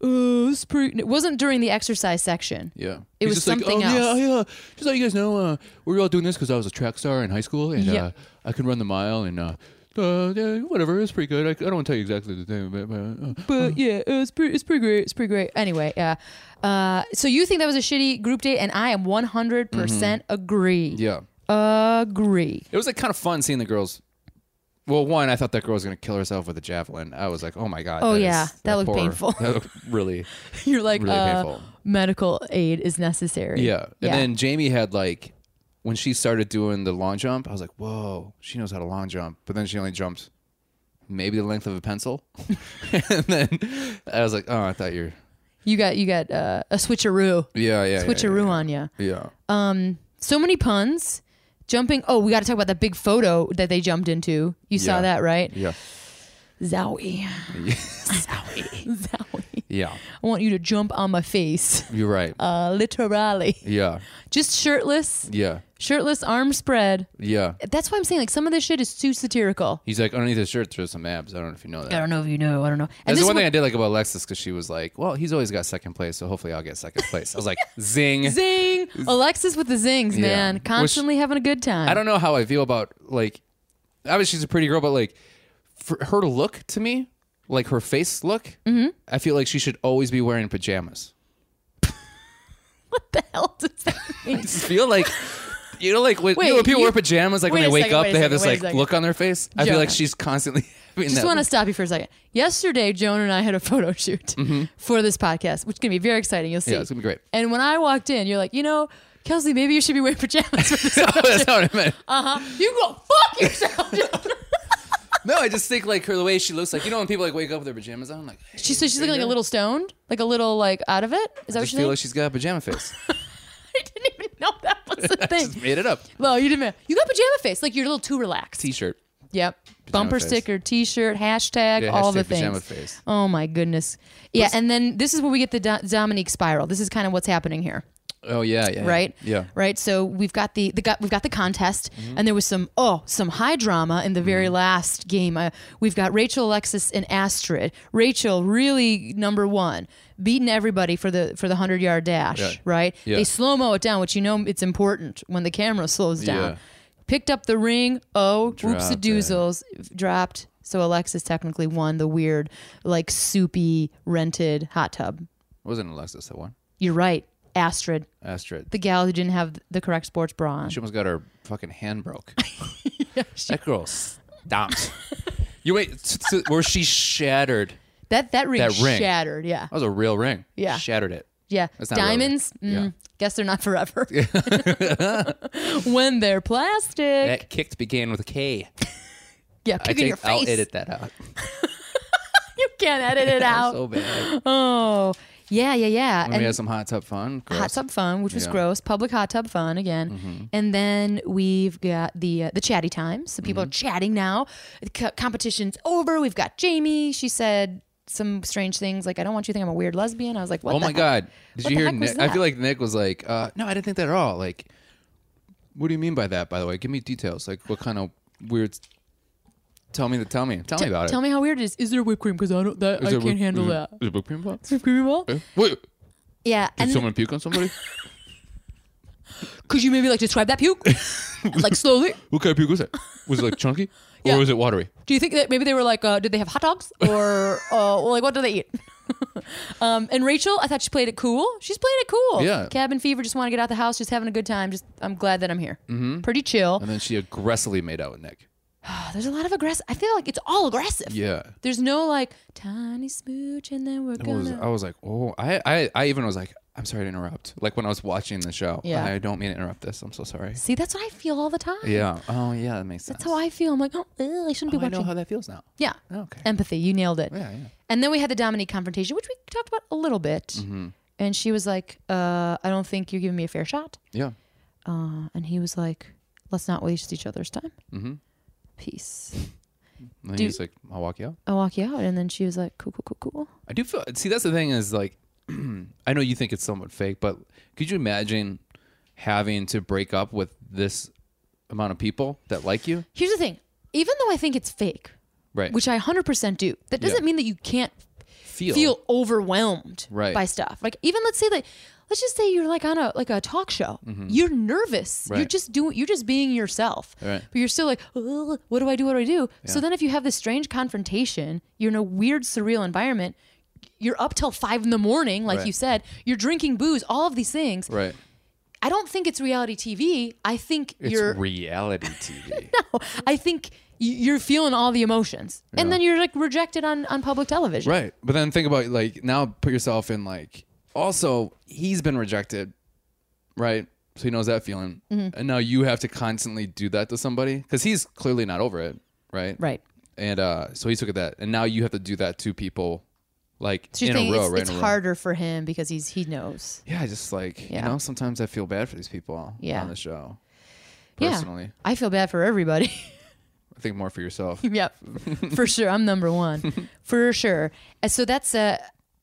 [SPEAKER 1] Oh, this is pretty. It wasn't during the exercise section.
[SPEAKER 2] yeah
[SPEAKER 1] It
[SPEAKER 2] He's
[SPEAKER 1] was
[SPEAKER 2] just
[SPEAKER 1] something
[SPEAKER 2] like, oh,
[SPEAKER 1] else.
[SPEAKER 2] yeah, yeah. just let you guys know uh, we're all doing this because i was a track star in high school and
[SPEAKER 1] Yeah.
[SPEAKER 2] uh, i can run the mile and uh, uh, yeah, whatever it's pretty good i, I don't want to tell you exactly the thing but, but uh,
[SPEAKER 1] But yeah, it was pretty. It's pretty great. It's pretty great. Anyway, yeah. Uh, so you think that was a shitty group date, and I am 100 percent agree.
[SPEAKER 2] Mm-hmm. yeah
[SPEAKER 1] Agree.
[SPEAKER 2] It was like kind of fun seeing the girls. Well, one, I thought that girl was gonna kill herself with a javelin. I was like, oh my god.
[SPEAKER 1] Oh,
[SPEAKER 2] is-
[SPEAKER 1] yeah. That looked
[SPEAKER 2] poor-
[SPEAKER 1] painful.
[SPEAKER 2] That looked really.
[SPEAKER 1] You're like
[SPEAKER 2] Really
[SPEAKER 1] uh,
[SPEAKER 2] painful.
[SPEAKER 1] medical aid is necessary.
[SPEAKER 2] Yeah. And then Jamie had like, when she started doing the long jump, I was like, whoa, she knows how to long jump. But then she only jumped maybe the length of a pencil. and then I was like, oh, I thought you're.
[SPEAKER 1] you got you got uh, a switcheroo,
[SPEAKER 2] Yeah, yeah.
[SPEAKER 1] switcheroo
[SPEAKER 2] Yeah.
[SPEAKER 1] on you.
[SPEAKER 2] yeah, yeah.
[SPEAKER 1] So many puns, jumping. Oh, we got to talk about that big photo that they jumped into. You saw
[SPEAKER 2] Yeah.
[SPEAKER 1] that, right?
[SPEAKER 2] Yeah.
[SPEAKER 1] Zowie,
[SPEAKER 2] Yeah.
[SPEAKER 1] zowie.
[SPEAKER 2] yeah.
[SPEAKER 1] I want you to jump on my face,
[SPEAKER 2] You're right.
[SPEAKER 1] uh, literally.
[SPEAKER 2] yeah.
[SPEAKER 1] Just shirtless,
[SPEAKER 2] Yeah.
[SPEAKER 1] shirtless, arms spread.
[SPEAKER 2] Yeah.
[SPEAKER 1] That's why I'm saying like some of this shit is too satirical.
[SPEAKER 2] He's like, underneath his shirt, there's some abs. I don't know if you know that.
[SPEAKER 1] I don't know if you know. I don't know. And
[SPEAKER 2] That's the
[SPEAKER 1] this
[SPEAKER 2] one
[SPEAKER 1] one-
[SPEAKER 2] thing I did like about Alexis because she was like, "Well, he's always got second place, so hopefully I'll get second place." I was like, "Zing!"
[SPEAKER 1] Zing, Alexis with the zings,
[SPEAKER 2] Yeah.
[SPEAKER 1] man,
[SPEAKER 2] Which-
[SPEAKER 1] constantly having a good time.
[SPEAKER 2] I don't know how I feel about like. Obviously, she's a pretty girl, but like, for her to look to me, like her face look,
[SPEAKER 1] Mm-hmm.
[SPEAKER 2] I feel like she should always be wearing pajamas.
[SPEAKER 1] the hell does that mean?
[SPEAKER 2] I just feel like. You know, like when, you
[SPEAKER 1] Wait,
[SPEAKER 2] know, when people
[SPEAKER 1] you-
[SPEAKER 2] wear pajamas, like when
[SPEAKER 1] wait
[SPEAKER 2] they
[SPEAKER 1] a
[SPEAKER 2] wake
[SPEAKER 1] second,
[SPEAKER 2] up,
[SPEAKER 1] wait a
[SPEAKER 2] they have
[SPEAKER 1] second,
[SPEAKER 2] this
[SPEAKER 1] wait a
[SPEAKER 2] like
[SPEAKER 1] second.
[SPEAKER 2] look on their face. I feel
[SPEAKER 1] Jonah.
[SPEAKER 2] like she's constantly having
[SPEAKER 1] just
[SPEAKER 2] that.
[SPEAKER 1] want to stop you for a second. Yesterday, Joan and I had a photo shoot for this podcast, which is going to be very exciting. You'll see.
[SPEAKER 2] Mm-hmm. yeah, it's gonna be great.
[SPEAKER 1] and when I walked in, you're like, you know, Kelsey, maybe you should be wearing pajamas for this.
[SPEAKER 2] That's not what I meant.
[SPEAKER 1] uh huh. You go fuck yourself.
[SPEAKER 2] No, I just think like her the way she looks. Like you know when people like wake up with their pajamas on, like
[SPEAKER 1] she so she's looking like a little stoned, like a little like out of it. Is that what
[SPEAKER 2] just
[SPEAKER 1] she
[SPEAKER 2] feel
[SPEAKER 1] think?
[SPEAKER 2] like she's got a pajama face.
[SPEAKER 1] I didn't even know that was a
[SPEAKER 2] just
[SPEAKER 1] thing.
[SPEAKER 2] made it up.
[SPEAKER 1] No, you didn't. Know. You got pajama face. Like you're a little too relaxed.
[SPEAKER 2] T-shirt.
[SPEAKER 1] yep. Bumper
[SPEAKER 2] face.
[SPEAKER 1] sticker, T-shirt, hashtag,
[SPEAKER 2] Yeah,
[SPEAKER 1] all
[SPEAKER 2] hashtag
[SPEAKER 1] the
[SPEAKER 2] pajama
[SPEAKER 1] things.
[SPEAKER 2] face.
[SPEAKER 1] Oh my goodness. Yeah, and then this is where we get the Do- Dominique spiral. This is kind of what's happening here.
[SPEAKER 2] Oh yeah, yeah. yeah.
[SPEAKER 1] right?
[SPEAKER 2] Yeah. Mm-hmm.
[SPEAKER 1] Right. So we've got the, the got, we've got the contest, and there was some oh some high drama in the very last game. Uh, we've got Rachel, Alexis, and Astrid. Rachel really number one, beating everybody for the for the hundred yard dash.
[SPEAKER 2] Yeah.
[SPEAKER 1] Right.
[SPEAKER 2] Yeah.
[SPEAKER 1] They slow mo it down, which you know it's important when the camera slows down.
[SPEAKER 2] Yeah.
[SPEAKER 1] Picked up the ring. Oh, oops,
[SPEAKER 2] Dropped
[SPEAKER 1] a
[SPEAKER 2] it.
[SPEAKER 1] doozles dropped. So Alexis technically won the weird, like soupy rented hot tub.
[SPEAKER 2] Wasn't Alexis that one?
[SPEAKER 1] You're right, Astrid
[SPEAKER 2] Astrid.
[SPEAKER 1] the gal who didn't have the correct sports bra on.
[SPEAKER 2] She almost got her fucking hand broke. that girl stomped. you wait, s- s- where she shattered.
[SPEAKER 1] That that ring,
[SPEAKER 2] That ring.
[SPEAKER 1] shattered. Yeah,
[SPEAKER 2] That was a real ring.
[SPEAKER 1] Yeah.
[SPEAKER 2] Shattered it.
[SPEAKER 1] yeah.
[SPEAKER 2] That's not
[SPEAKER 1] Diamonds.
[SPEAKER 2] relevant.
[SPEAKER 1] Mm, Guess they're not forever. when they're plastic.
[SPEAKER 2] That kicked began with a K.
[SPEAKER 1] yeah, kick
[SPEAKER 2] I
[SPEAKER 1] in your face.
[SPEAKER 2] I'll edit that out.
[SPEAKER 1] You can't edit it
[SPEAKER 2] That
[SPEAKER 1] out.
[SPEAKER 2] was so bad.
[SPEAKER 1] oh, yeah, yeah, yeah.
[SPEAKER 2] And we had some hot tub fun. Gross.
[SPEAKER 1] hot tub fun, which was
[SPEAKER 2] Yeah. Mm-hmm.
[SPEAKER 1] gross. Public hot tub fun again. And then we've got the uh, the chatty times. So
[SPEAKER 2] Mm-hmm.
[SPEAKER 1] people are chatting now. The co- competition's over. We've got Jamie. She said some strange things like, "I don't want you to think I'm a weird lesbian." I was like, "What?"
[SPEAKER 2] Oh
[SPEAKER 1] the
[SPEAKER 2] my
[SPEAKER 1] heck?
[SPEAKER 2] god! Did
[SPEAKER 1] What
[SPEAKER 2] you
[SPEAKER 1] the
[SPEAKER 2] hear
[SPEAKER 1] heck was
[SPEAKER 2] Nick? I
[SPEAKER 1] that?
[SPEAKER 2] feel like Nick was like, uh, "No, I didn't think that at all." Like, what do you mean by that? By the way, give me details. Like, what kind of weird? Tell me the. Tell me. Tell me about
[SPEAKER 1] Tell
[SPEAKER 2] it.
[SPEAKER 1] me how weird it is. Is there whipped cream? Because I don't. That, I
[SPEAKER 2] there
[SPEAKER 1] can't
[SPEAKER 2] whip-
[SPEAKER 1] handle
[SPEAKER 2] is
[SPEAKER 1] that.
[SPEAKER 2] There, is there whipped cream pop?
[SPEAKER 1] Whipped cream ball?
[SPEAKER 2] Eh? Wait, did
[SPEAKER 1] Yeah, and
[SPEAKER 2] someone puke on somebody?
[SPEAKER 1] could you maybe like describe that puke, like slowly?
[SPEAKER 2] what kind of puke was it? Was it like chunky
[SPEAKER 1] Yeah.
[SPEAKER 2] or was it watery?
[SPEAKER 1] Do you think that maybe they were like, uh, did they have hot dogs or uh, well, like what do they eat? um, and Rachel, I thought she played it cool. She's playing it cool.
[SPEAKER 2] Yeah.
[SPEAKER 1] Cabin fever, just want to get out the house, just having a good time. Just I'm glad that I'm here. Mm-hmm. Pretty chill.
[SPEAKER 2] And then she aggressively made out with Nick.
[SPEAKER 1] Oh, there's a lot of aggressive. I feel like it's all aggressive.
[SPEAKER 2] Yeah.
[SPEAKER 1] There's no like tiny smooch and then we're
[SPEAKER 2] I was,
[SPEAKER 1] gonna.
[SPEAKER 2] I was like, oh, I, I, I even was like, I'm sorry to interrupt. Like when I was watching the show,
[SPEAKER 1] Yeah.
[SPEAKER 2] I don't mean to interrupt this. I'm so sorry.
[SPEAKER 1] See, that's what I feel all the time.
[SPEAKER 2] Yeah. Oh, yeah. That makes sense.
[SPEAKER 1] That's how I feel. I'm like, oh, ew, I shouldn't
[SPEAKER 2] Oh,
[SPEAKER 1] be
[SPEAKER 2] I know
[SPEAKER 1] watching.
[SPEAKER 2] how that feels now.
[SPEAKER 1] yeah.
[SPEAKER 2] Okay.
[SPEAKER 1] Empathy. You nailed it.
[SPEAKER 2] yeah, yeah.
[SPEAKER 1] And then we had the Dominique confrontation, which we talked about a little bit.
[SPEAKER 2] Mm-hmm.
[SPEAKER 1] And she was like, uh, I don't think you're giving me a fair shot.
[SPEAKER 2] Yeah.
[SPEAKER 1] Uh, and he was like, let's not waste each other's time.
[SPEAKER 2] Mm-hmm.
[SPEAKER 1] Peace.
[SPEAKER 2] And then
[SPEAKER 1] Do-
[SPEAKER 2] he's like, I'll walk you out.
[SPEAKER 1] I'll walk you out. And then she was like, cool, cool, cool, cool.
[SPEAKER 2] I do feel, see, that's the thing is like, I know you think it's somewhat fake, but could you imagine having to break up with this amount of people that like you?
[SPEAKER 1] Here's the thing. Even though I think it's fake,
[SPEAKER 2] Right.
[SPEAKER 1] which I 100% do, that
[SPEAKER 2] Yeah.
[SPEAKER 1] doesn't mean that you can't
[SPEAKER 2] feel.
[SPEAKER 1] feel overwhelmed
[SPEAKER 2] Right.
[SPEAKER 1] by stuff. Like even let's say that let's just say you're like on a like a talk show. You're nervous. You're
[SPEAKER 2] Mm-hmm. Right.
[SPEAKER 1] just doing you're just being yourself.
[SPEAKER 2] Right.
[SPEAKER 1] But you're still like, "Ugh, what do I do? What do I do? So then if you have this strange confrontation, you're in a weird surreal environment. You're up till five in the morning, like
[SPEAKER 2] Right.
[SPEAKER 1] you said. You're drinking booze, all of these things.
[SPEAKER 2] Right.
[SPEAKER 1] I don't think it's reality TV. I think
[SPEAKER 2] It's
[SPEAKER 1] you're
[SPEAKER 2] reality TV.
[SPEAKER 1] I think y- you're feeling all the emotions. And then you're like rejected on, on public television.
[SPEAKER 2] Right. But then think about like now put yourself in like also he's been rejected, right? So he knows that feeling.
[SPEAKER 1] Mm-hmm.
[SPEAKER 2] And now you have to constantly do that to somebody cuz he's clearly not over it, right?
[SPEAKER 1] Right.
[SPEAKER 2] And uh so he's took at that. And now you have to do that to people like
[SPEAKER 1] So you're
[SPEAKER 2] in a
[SPEAKER 1] saying
[SPEAKER 2] row,
[SPEAKER 1] it's,
[SPEAKER 2] right?
[SPEAKER 1] it's
[SPEAKER 2] in a row.
[SPEAKER 1] harder for him because he's he knows.
[SPEAKER 2] Yeah, just like,
[SPEAKER 1] Yeah.
[SPEAKER 2] you know, sometimes I feel bad for these people
[SPEAKER 1] Yeah.
[SPEAKER 2] on the show.
[SPEAKER 1] Yeah.
[SPEAKER 2] Personally,
[SPEAKER 1] I feel bad for everybody.
[SPEAKER 2] I think more for yourself. Oh,
[SPEAKER 1] yep, for sure. I'm number one, for sure. And so that's uh,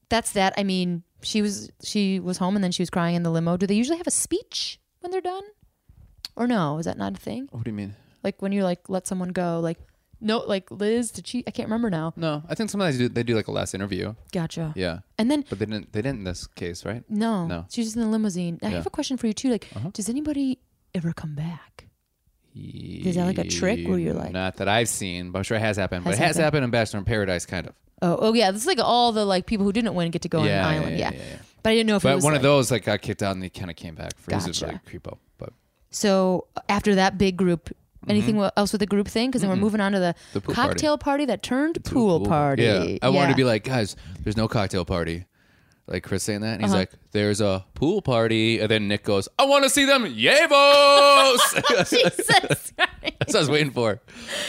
[SPEAKER 1] that's that. I mean, she was she was home and then she was crying in the limo. Do they usually have a speech when they're done, or no? Is that not a thing?
[SPEAKER 2] what do you mean?
[SPEAKER 1] Like when you like let someone go, like no, like Liz did she? I can't remember now.
[SPEAKER 2] No, I think sometimes they do, they do like a last interview.
[SPEAKER 1] Gotcha.
[SPEAKER 2] Yeah.
[SPEAKER 1] And then
[SPEAKER 2] But they didn't they didn't in this case, right?
[SPEAKER 1] no,
[SPEAKER 2] No. Uh-huh.
[SPEAKER 1] she's just in the limousine. I have a question for you too. Like, does anybody ever come back?
[SPEAKER 2] Is
[SPEAKER 1] that like a trick where you're like-
[SPEAKER 2] Not that I've seen, but I'm sure it has happened.
[SPEAKER 1] Has
[SPEAKER 2] but it has
[SPEAKER 1] happened?
[SPEAKER 2] happened in Bachelor in Paradise, kind of.
[SPEAKER 1] Oh, oh yeah, this is like all the like people who didn't win get to go
[SPEAKER 2] Yeah,
[SPEAKER 1] on
[SPEAKER 2] yeah,
[SPEAKER 1] an island. Yeah,
[SPEAKER 2] yeah, yeah, yeah.
[SPEAKER 1] but I didn't know if it
[SPEAKER 2] But
[SPEAKER 1] was
[SPEAKER 2] one
[SPEAKER 1] like,
[SPEAKER 2] of those like got kicked out and they kind of came back for reasons
[SPEAKER 1] Gotcha.
[SPEAKER 2] like creep up. But
[SPEAKER 1] So after that big group, anything wa- else with the group thing? Because then we're moving on to the,
[SPEAKER 2] The Mm-hmm. pool party.
[SPEAKER 1] cocktail party. that turned pool, party.
[SPEAKER 2] Yeah, I wanted to be like, guys, there's no cocktail party. Like Chris saying that, and he's like, "There's a pool party," and then Nick goes, "I want to see them, yavos."
[SPEAKER 1] Jesus.
[SPEAKER 2] That's what I was waiting for.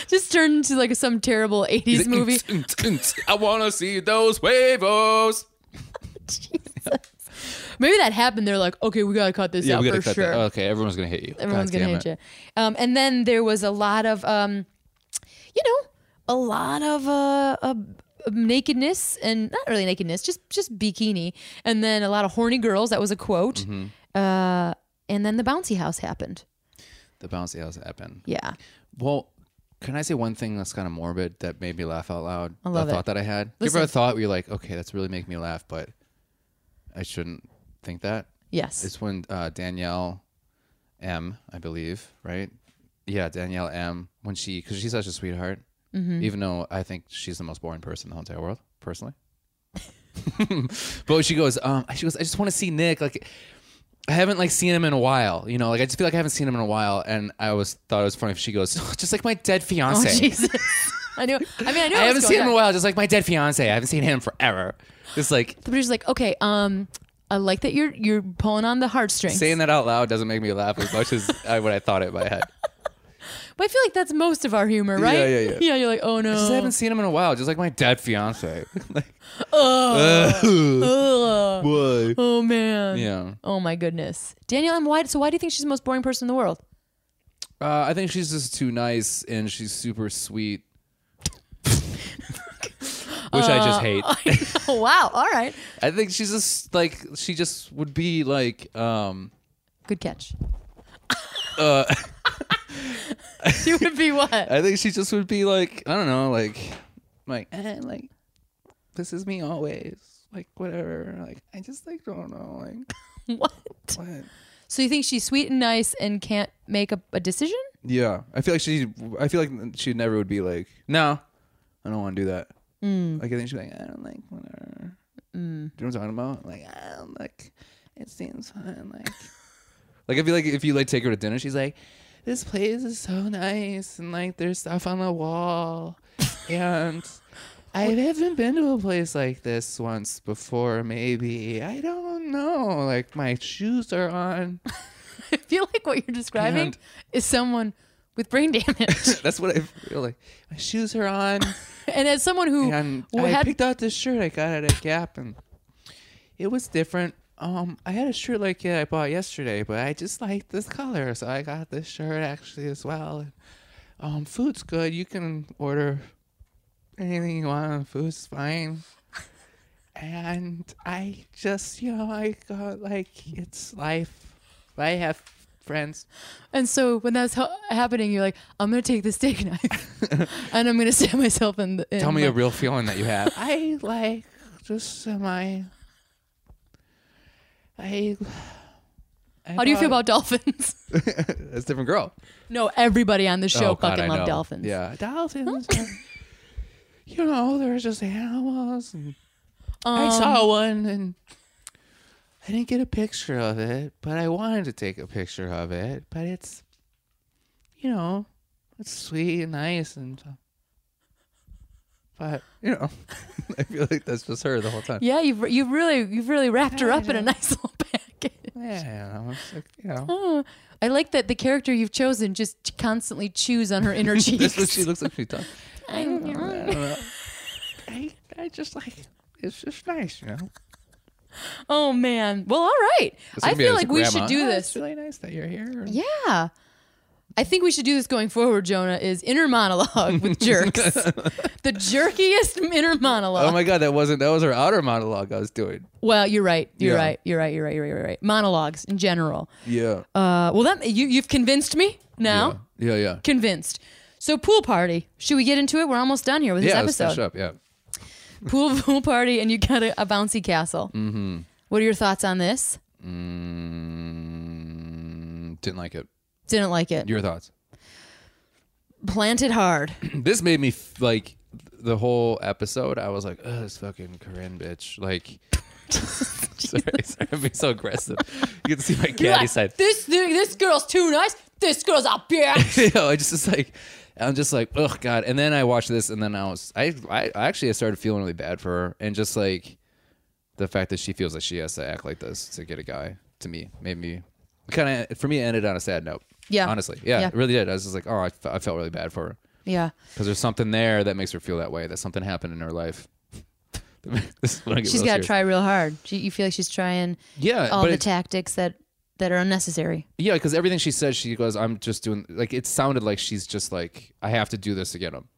[SPEAKER 1] Just turned into like some terrible 80s
[SPEAKER 2] He's like,
[SPEAKER 1] movie.
[SPEAKER 2] "Mm, mm, mm, I want to see those wavos.
[SPEAKER 1] Maybe that happened. They're like, okay, we got to cut this out for sure.
[SPEAKER 2] that. Okay, everyone's gonna hate you.
[SPEAKER 1] Everyone's
[SPEAKER 2] God
[SPEAKER 1] going to
[SPEAKER 2] damn
[SPEAKER 1] hate
[SPEAKER 2] it.
[SPEAKER 1] you. Um, and then there was a lot of, um, you know, a lot of uh, uh,
[SPEAKER 2] Mm-hmm.
[SPEAKER 1] nakedness and not really nakedness, just just bikini, and then a lot of horny girls. That was a quote. Uh, and then the bouncy house happened.
[SPEAKER 2] The bouncy house happened.
[SPEAKER 1] Yeah.
[SPEAKER 2] Well, can I say one thing that's kind of morbid that made me laugh out loud? I
[SPEAKER 1] love
[SPEAKER 2] the
[SPEAKER 1] it.
[SPEAKER 2] thought that I had. You
[SPEAKER 1] Listen.
[SPEAKER 2] ever a thought where you're like, okay, that's really making me laugh, but I shouldn't think that?
[SPEAKER 1] Yes.
[SPEAKER 2] It's when uh, Danielle M, I believe, right? Yeah, Danielle M, when she, because she's such a sweetheart,
[SPEAKER 1] Mm-hmm.
[SPEAKER 2] even though I think she's the most boring person in the whole entire world, personally. but she goes, um, she goes, I just want to see Nick. Like, I haven't like seen him in a while, you know. Like I just feel like I haven't seen him in a while, and I always thought it was funny. if She goes, just like my dead
[SPEAKER 1] oh,
[SPEAKER 2] fiance.
[SPEAKER 1] Jesus. I knew. I mean, I knew.
[SPEAKER 2] I
[SPEAKER 1] was going
[SPEAKER 2] haven't seen him in
[SPEAKER 1] there.
[SPEAKER 2] a while, just like my dead fiance. I haven't seen him forever. It's like
[SPEAKER 1] The producer's like, okay, um, I like that you're you're pulling on the heartstrings.
[SPEAKER 2] saying that out loud doesn't make me laugh as much as I, what I thought it in my head.
[SPEAKER 1] But I feel like that's most of our humor, right?
[SPEAKER 2] yeah, yeah.
[SPEAKER 1] yeah, you're like, oh no.
[SPEAKER 2] I just haven't seen him in a while, just like my dead fiance. like,
[SPEAKER 1] Ugh.
[SPEAKER 2] boy.
[SPEAKER 1] Oh man.
[SPEAKER 2] Yeah.
[SPEAKER 1] Oh my goodness. Danielle M. White, so why do you think she's the most boring person in the world?
[SPEAKER 2] Uh, I think she's just too nice and she's super sweet. Which I
[SPEAKER 1] Uh,
[SPEAKER 2] just hate.
[SPEAKER 1] wow. All right.
[SPEAKER 2] I think she's just like she just would be like um uh,
[SPEAKER 1] Good catch. she would be what?
[SPEAKER 2] I think she just would be like I don't know like like eh, like this is me always like whatever like I just like don't know like
[SPEAKER 1] What?
[SPEAKER 2] what
[SPEAKER 1] So you think she's sweet and nice and can't make a, a decision?
[SPEAKER 2] yeah I feel like she I feel like she never would be like no I don't want to do that like I think she's like I don't like whatever do you know what I'm talking about like I don't like it seems fun like Like I feel like if you like take her to dinner, she's like, "This place is so nice, and like there's stuff on the wall, and I haven't been to a place like this once before. Maybe I don't know. Like my shoes are on.
[SPEAKER 1] I feel like what you're describing
[SPEAKER 2] And-
[SPEAKER 1] is someone with brain damage.
[SPEAKER 2] That's what I feel like. My shoes are on,
[SPEAKER 1] and as someone who
[SPEAKER 2] and
[SPEAKER 1] who
[SPEAKER 2] I
[SPEAKER 1] had
[SPEAKER 2] picked out this shirt I got at a Gap, and it was different." Um, I had a shirt like that I bought yesterday, but I just like this color, so I got this shirt actually as well. And Um, food's good. You can order anything you want. Food's fine. And I just, you know, I got like it's life. I have friends.
[SPEAKER 1] And so when that's ha- happening, you're like, I'm gonna take the steak knife and I'm gonna stab myself in the. In
[SPEAKER 2] Tell me
[SPEAKER 1] my-
[SPEAKER 2] a real feeling that you have. I like just my. I. I
[SPEAKER 1] How do you feel about dolphins?
[SPEAKER 2] that's a different girl?
[SPEAKER 1] no, everybody on the show
[SPEAKER 2] Oh, God,
[SPEAKER 1] fucking
[SPEAKER 2] I
[SPEAKER 1] love
[SPEAKER 2] know.
[SPEAKER 1] dolphins.
[SPEAKER 2] Yeah, dolphins. are- you know, they're just animals. And
[SPEAKER 1] Um,
[SPEAKER 2] I saw one and I didn't get a picture of it, but I wanted to take a picture of it. But it's, you know, it's sweet and nice and. But you know, I feel like that's just her the whole time.
[SPEAKER 1] Yeah, you've you've really you've really wrapped her
[SPEAKER 2] I
[SPEAKER 1] up in a
[SPEAKER 2] know.
[SPEAKER 1] nice little package.
[SPEAKER 2] Yeah, you know, it's like you know,
[SPEAKER 1] Oh, I like that the character you've chosen just constantly chews on her inner cheeks.
[SPEAKER 2] that's what she looks like. She does.
[SPEAKER 1] I'm-
[SPEAKER 2] I, I just like it's just nice, you know.
[SPEAKER 1] oh man. Well, all right.
[SPEAKER 2] It's
[SPEAKER 1] I
[SPEAKER 2] gonna be
[SPEAKER 1] feel
[SPEAKER 2] as
[SPEAKER 1] like we
[SPEAKER 2] grandma.
[SPEAKER 1] should do
[SPEAKER 2] "Oh,
[SPEAKER 1] this.
[SPEAKER 2] It's really nice that you're here.
[SPEAKER 1] Yeah. I think we should do this going forward, Jonah, is inner monologue with jerks. the jerkiest inner monologue.
[SPEAKER 2] Oh my god, that wasn't that was her outer monologue I was doing.
[SPEAKER 1] Well, you're right. You're
[SPEAKER 2] Yeah.
[SPEAKER 1] right. You're right. You're right. You're right. You're right. Monologues in general.
[SPEAKER 2] Yeah.
[SPEAKER 1] Uh, well, that you you've convinced me now.
[SPEAKER 2] Yeah, yeah.
[SPEAKER 1] Convinced. So pool party. Should we get into it? We're almost done here with
[SPEAKER 2] Yeah, let's
[SPEAKER 1] this
[SPEAKER 2] finish
[SPEAKER 1] episode.
[SPEAKER 2] up. Yeah.
[SPEAKER 1] Pool pool party, and you got a, a bouncy castle. Mm-hmm. What are your thoughts on this?
[SPEAKER 2] Mm, didn't like it.
[SPEAKER 1] Didn't like it.
[SPEAKER 2] Your thoughts?
[SPEAKER 1] Planted hard.
[SPEAKER 2] this made me f- like the whole episode. I was like, "Oh, this fucking Corinne bitch!" Like, sorry, sorry, I'm being so aggressive. You get to see my
[SPEAKER 1] You're
[SPEAKER 2] catty
[SPEAKER 1] like,
[SPEAKER 2] side.
[SPEAKER 1] This this girl's too nice. This girl's a bitch.
[SPEAKER 2] you know, I just it's like I'm just like, oh god. And then I watched this, and then I was I I I actually I started feeling really bad for her, and just like the fact that she feels like she has to act like this to get a guy to me made me kind of for me it ended on a sad note.
[SPEAKER 1] Yeah.
[SPEAKER 2] honestly, yeah,
[SPEAKER 1] Yeah.
[SPEAKER 2] it really did. I was just like, oh, I, fe- I felt really bad for her
[SPEAKER 1] yeah.
[SPEAKER 2] because there's something there that makes her feel that way. That something happened in her life. this is when I get
[SPEAKER 1] She's
[SPEAKER 2] real
[SPEAKER 1] got to
[SPEAKER 2] serious.
[SPEAKER 1] try real hard. She, you feel like she's trying
[SPEAKER 2] Yeah,
[SPEAKER 1] all
[SPEAKER 2] Uh, but
[SPEAKER 1] the
[SPEAKER 2] it's-
[SPEAKER 1] tactics that that are unnecessary.
[SPEAKER 2] Yeah, because everything she says, she goes, "I'm just doing." Like it sounded like she's just like, "I have to do this to get him."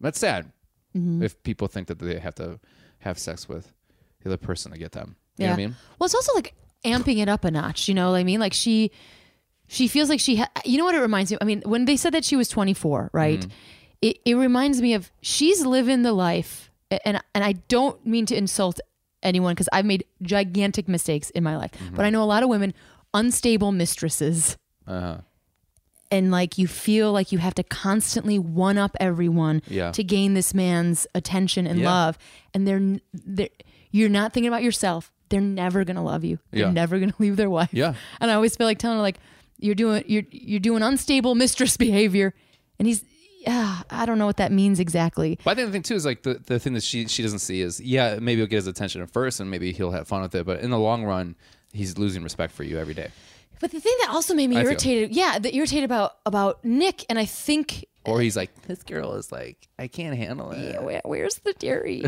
[SPEAKER 2] That's sad.
[SPEAKER 1] Mm-hmm.
[SPEAKER 2] If people think that they have to have sex with the other person to get them, you know what I mean?
[SPEAKER 1] Well, it's also like amping it up a notch. You know what I mean? Like she, she feels like she. Ha- you know what it reminds me? Of? I mean, when they said that she was 24, right?
[SPEAKER 2] Mm-hmm.
[SPEAKER 1] It it reminds me of she's living the life, a- and and I don't mean to insult anyone because I've made gigantic mistakes in my life,
[SPEAKER 2] Mm-hmm.
[SPEAKER 1] but I know a lot of women unstable mistresses
[SPEAKER 2] Uh-huh.
[SPEAKER 1] and like you feel like you have to constantly one up everyone
[SPEAKER 2] Yeah.
[SPEAKER 1] to gain this man's attention and
[SPEAKER 2] Yeah.
[SPEAKER 1] love and they're, n- they're you're not thinking about yourself they're never gonna love you they're
[SPEAKER 2] Yeah.
[SPEAKER 1] never gonna leave their wife
[SPEAKER 2] Yeah.
[SPEAKER 1] and i always feel like telling her like you're doing you're you're doing unstable mistress behavior and he's yeah i don't know what that means exactly
[SPEAKER 2] But I think the thing too is like the, the thing that she she doesn't see is yeah maybe he'll get his attention at first and maybe he'll have fun with it, but in the long run he's losing respect for you every day.
[SPEAKER 1] but the thing that also made me
[SPEAKER 2] feel-
[SPEAKER 1] irritated yeah the irritated about about nick and i think
[SPEAKER 2] Or he's like this girl is like I can't handle it.
[SPEAKER 1] Yeah, where, where's the dairy?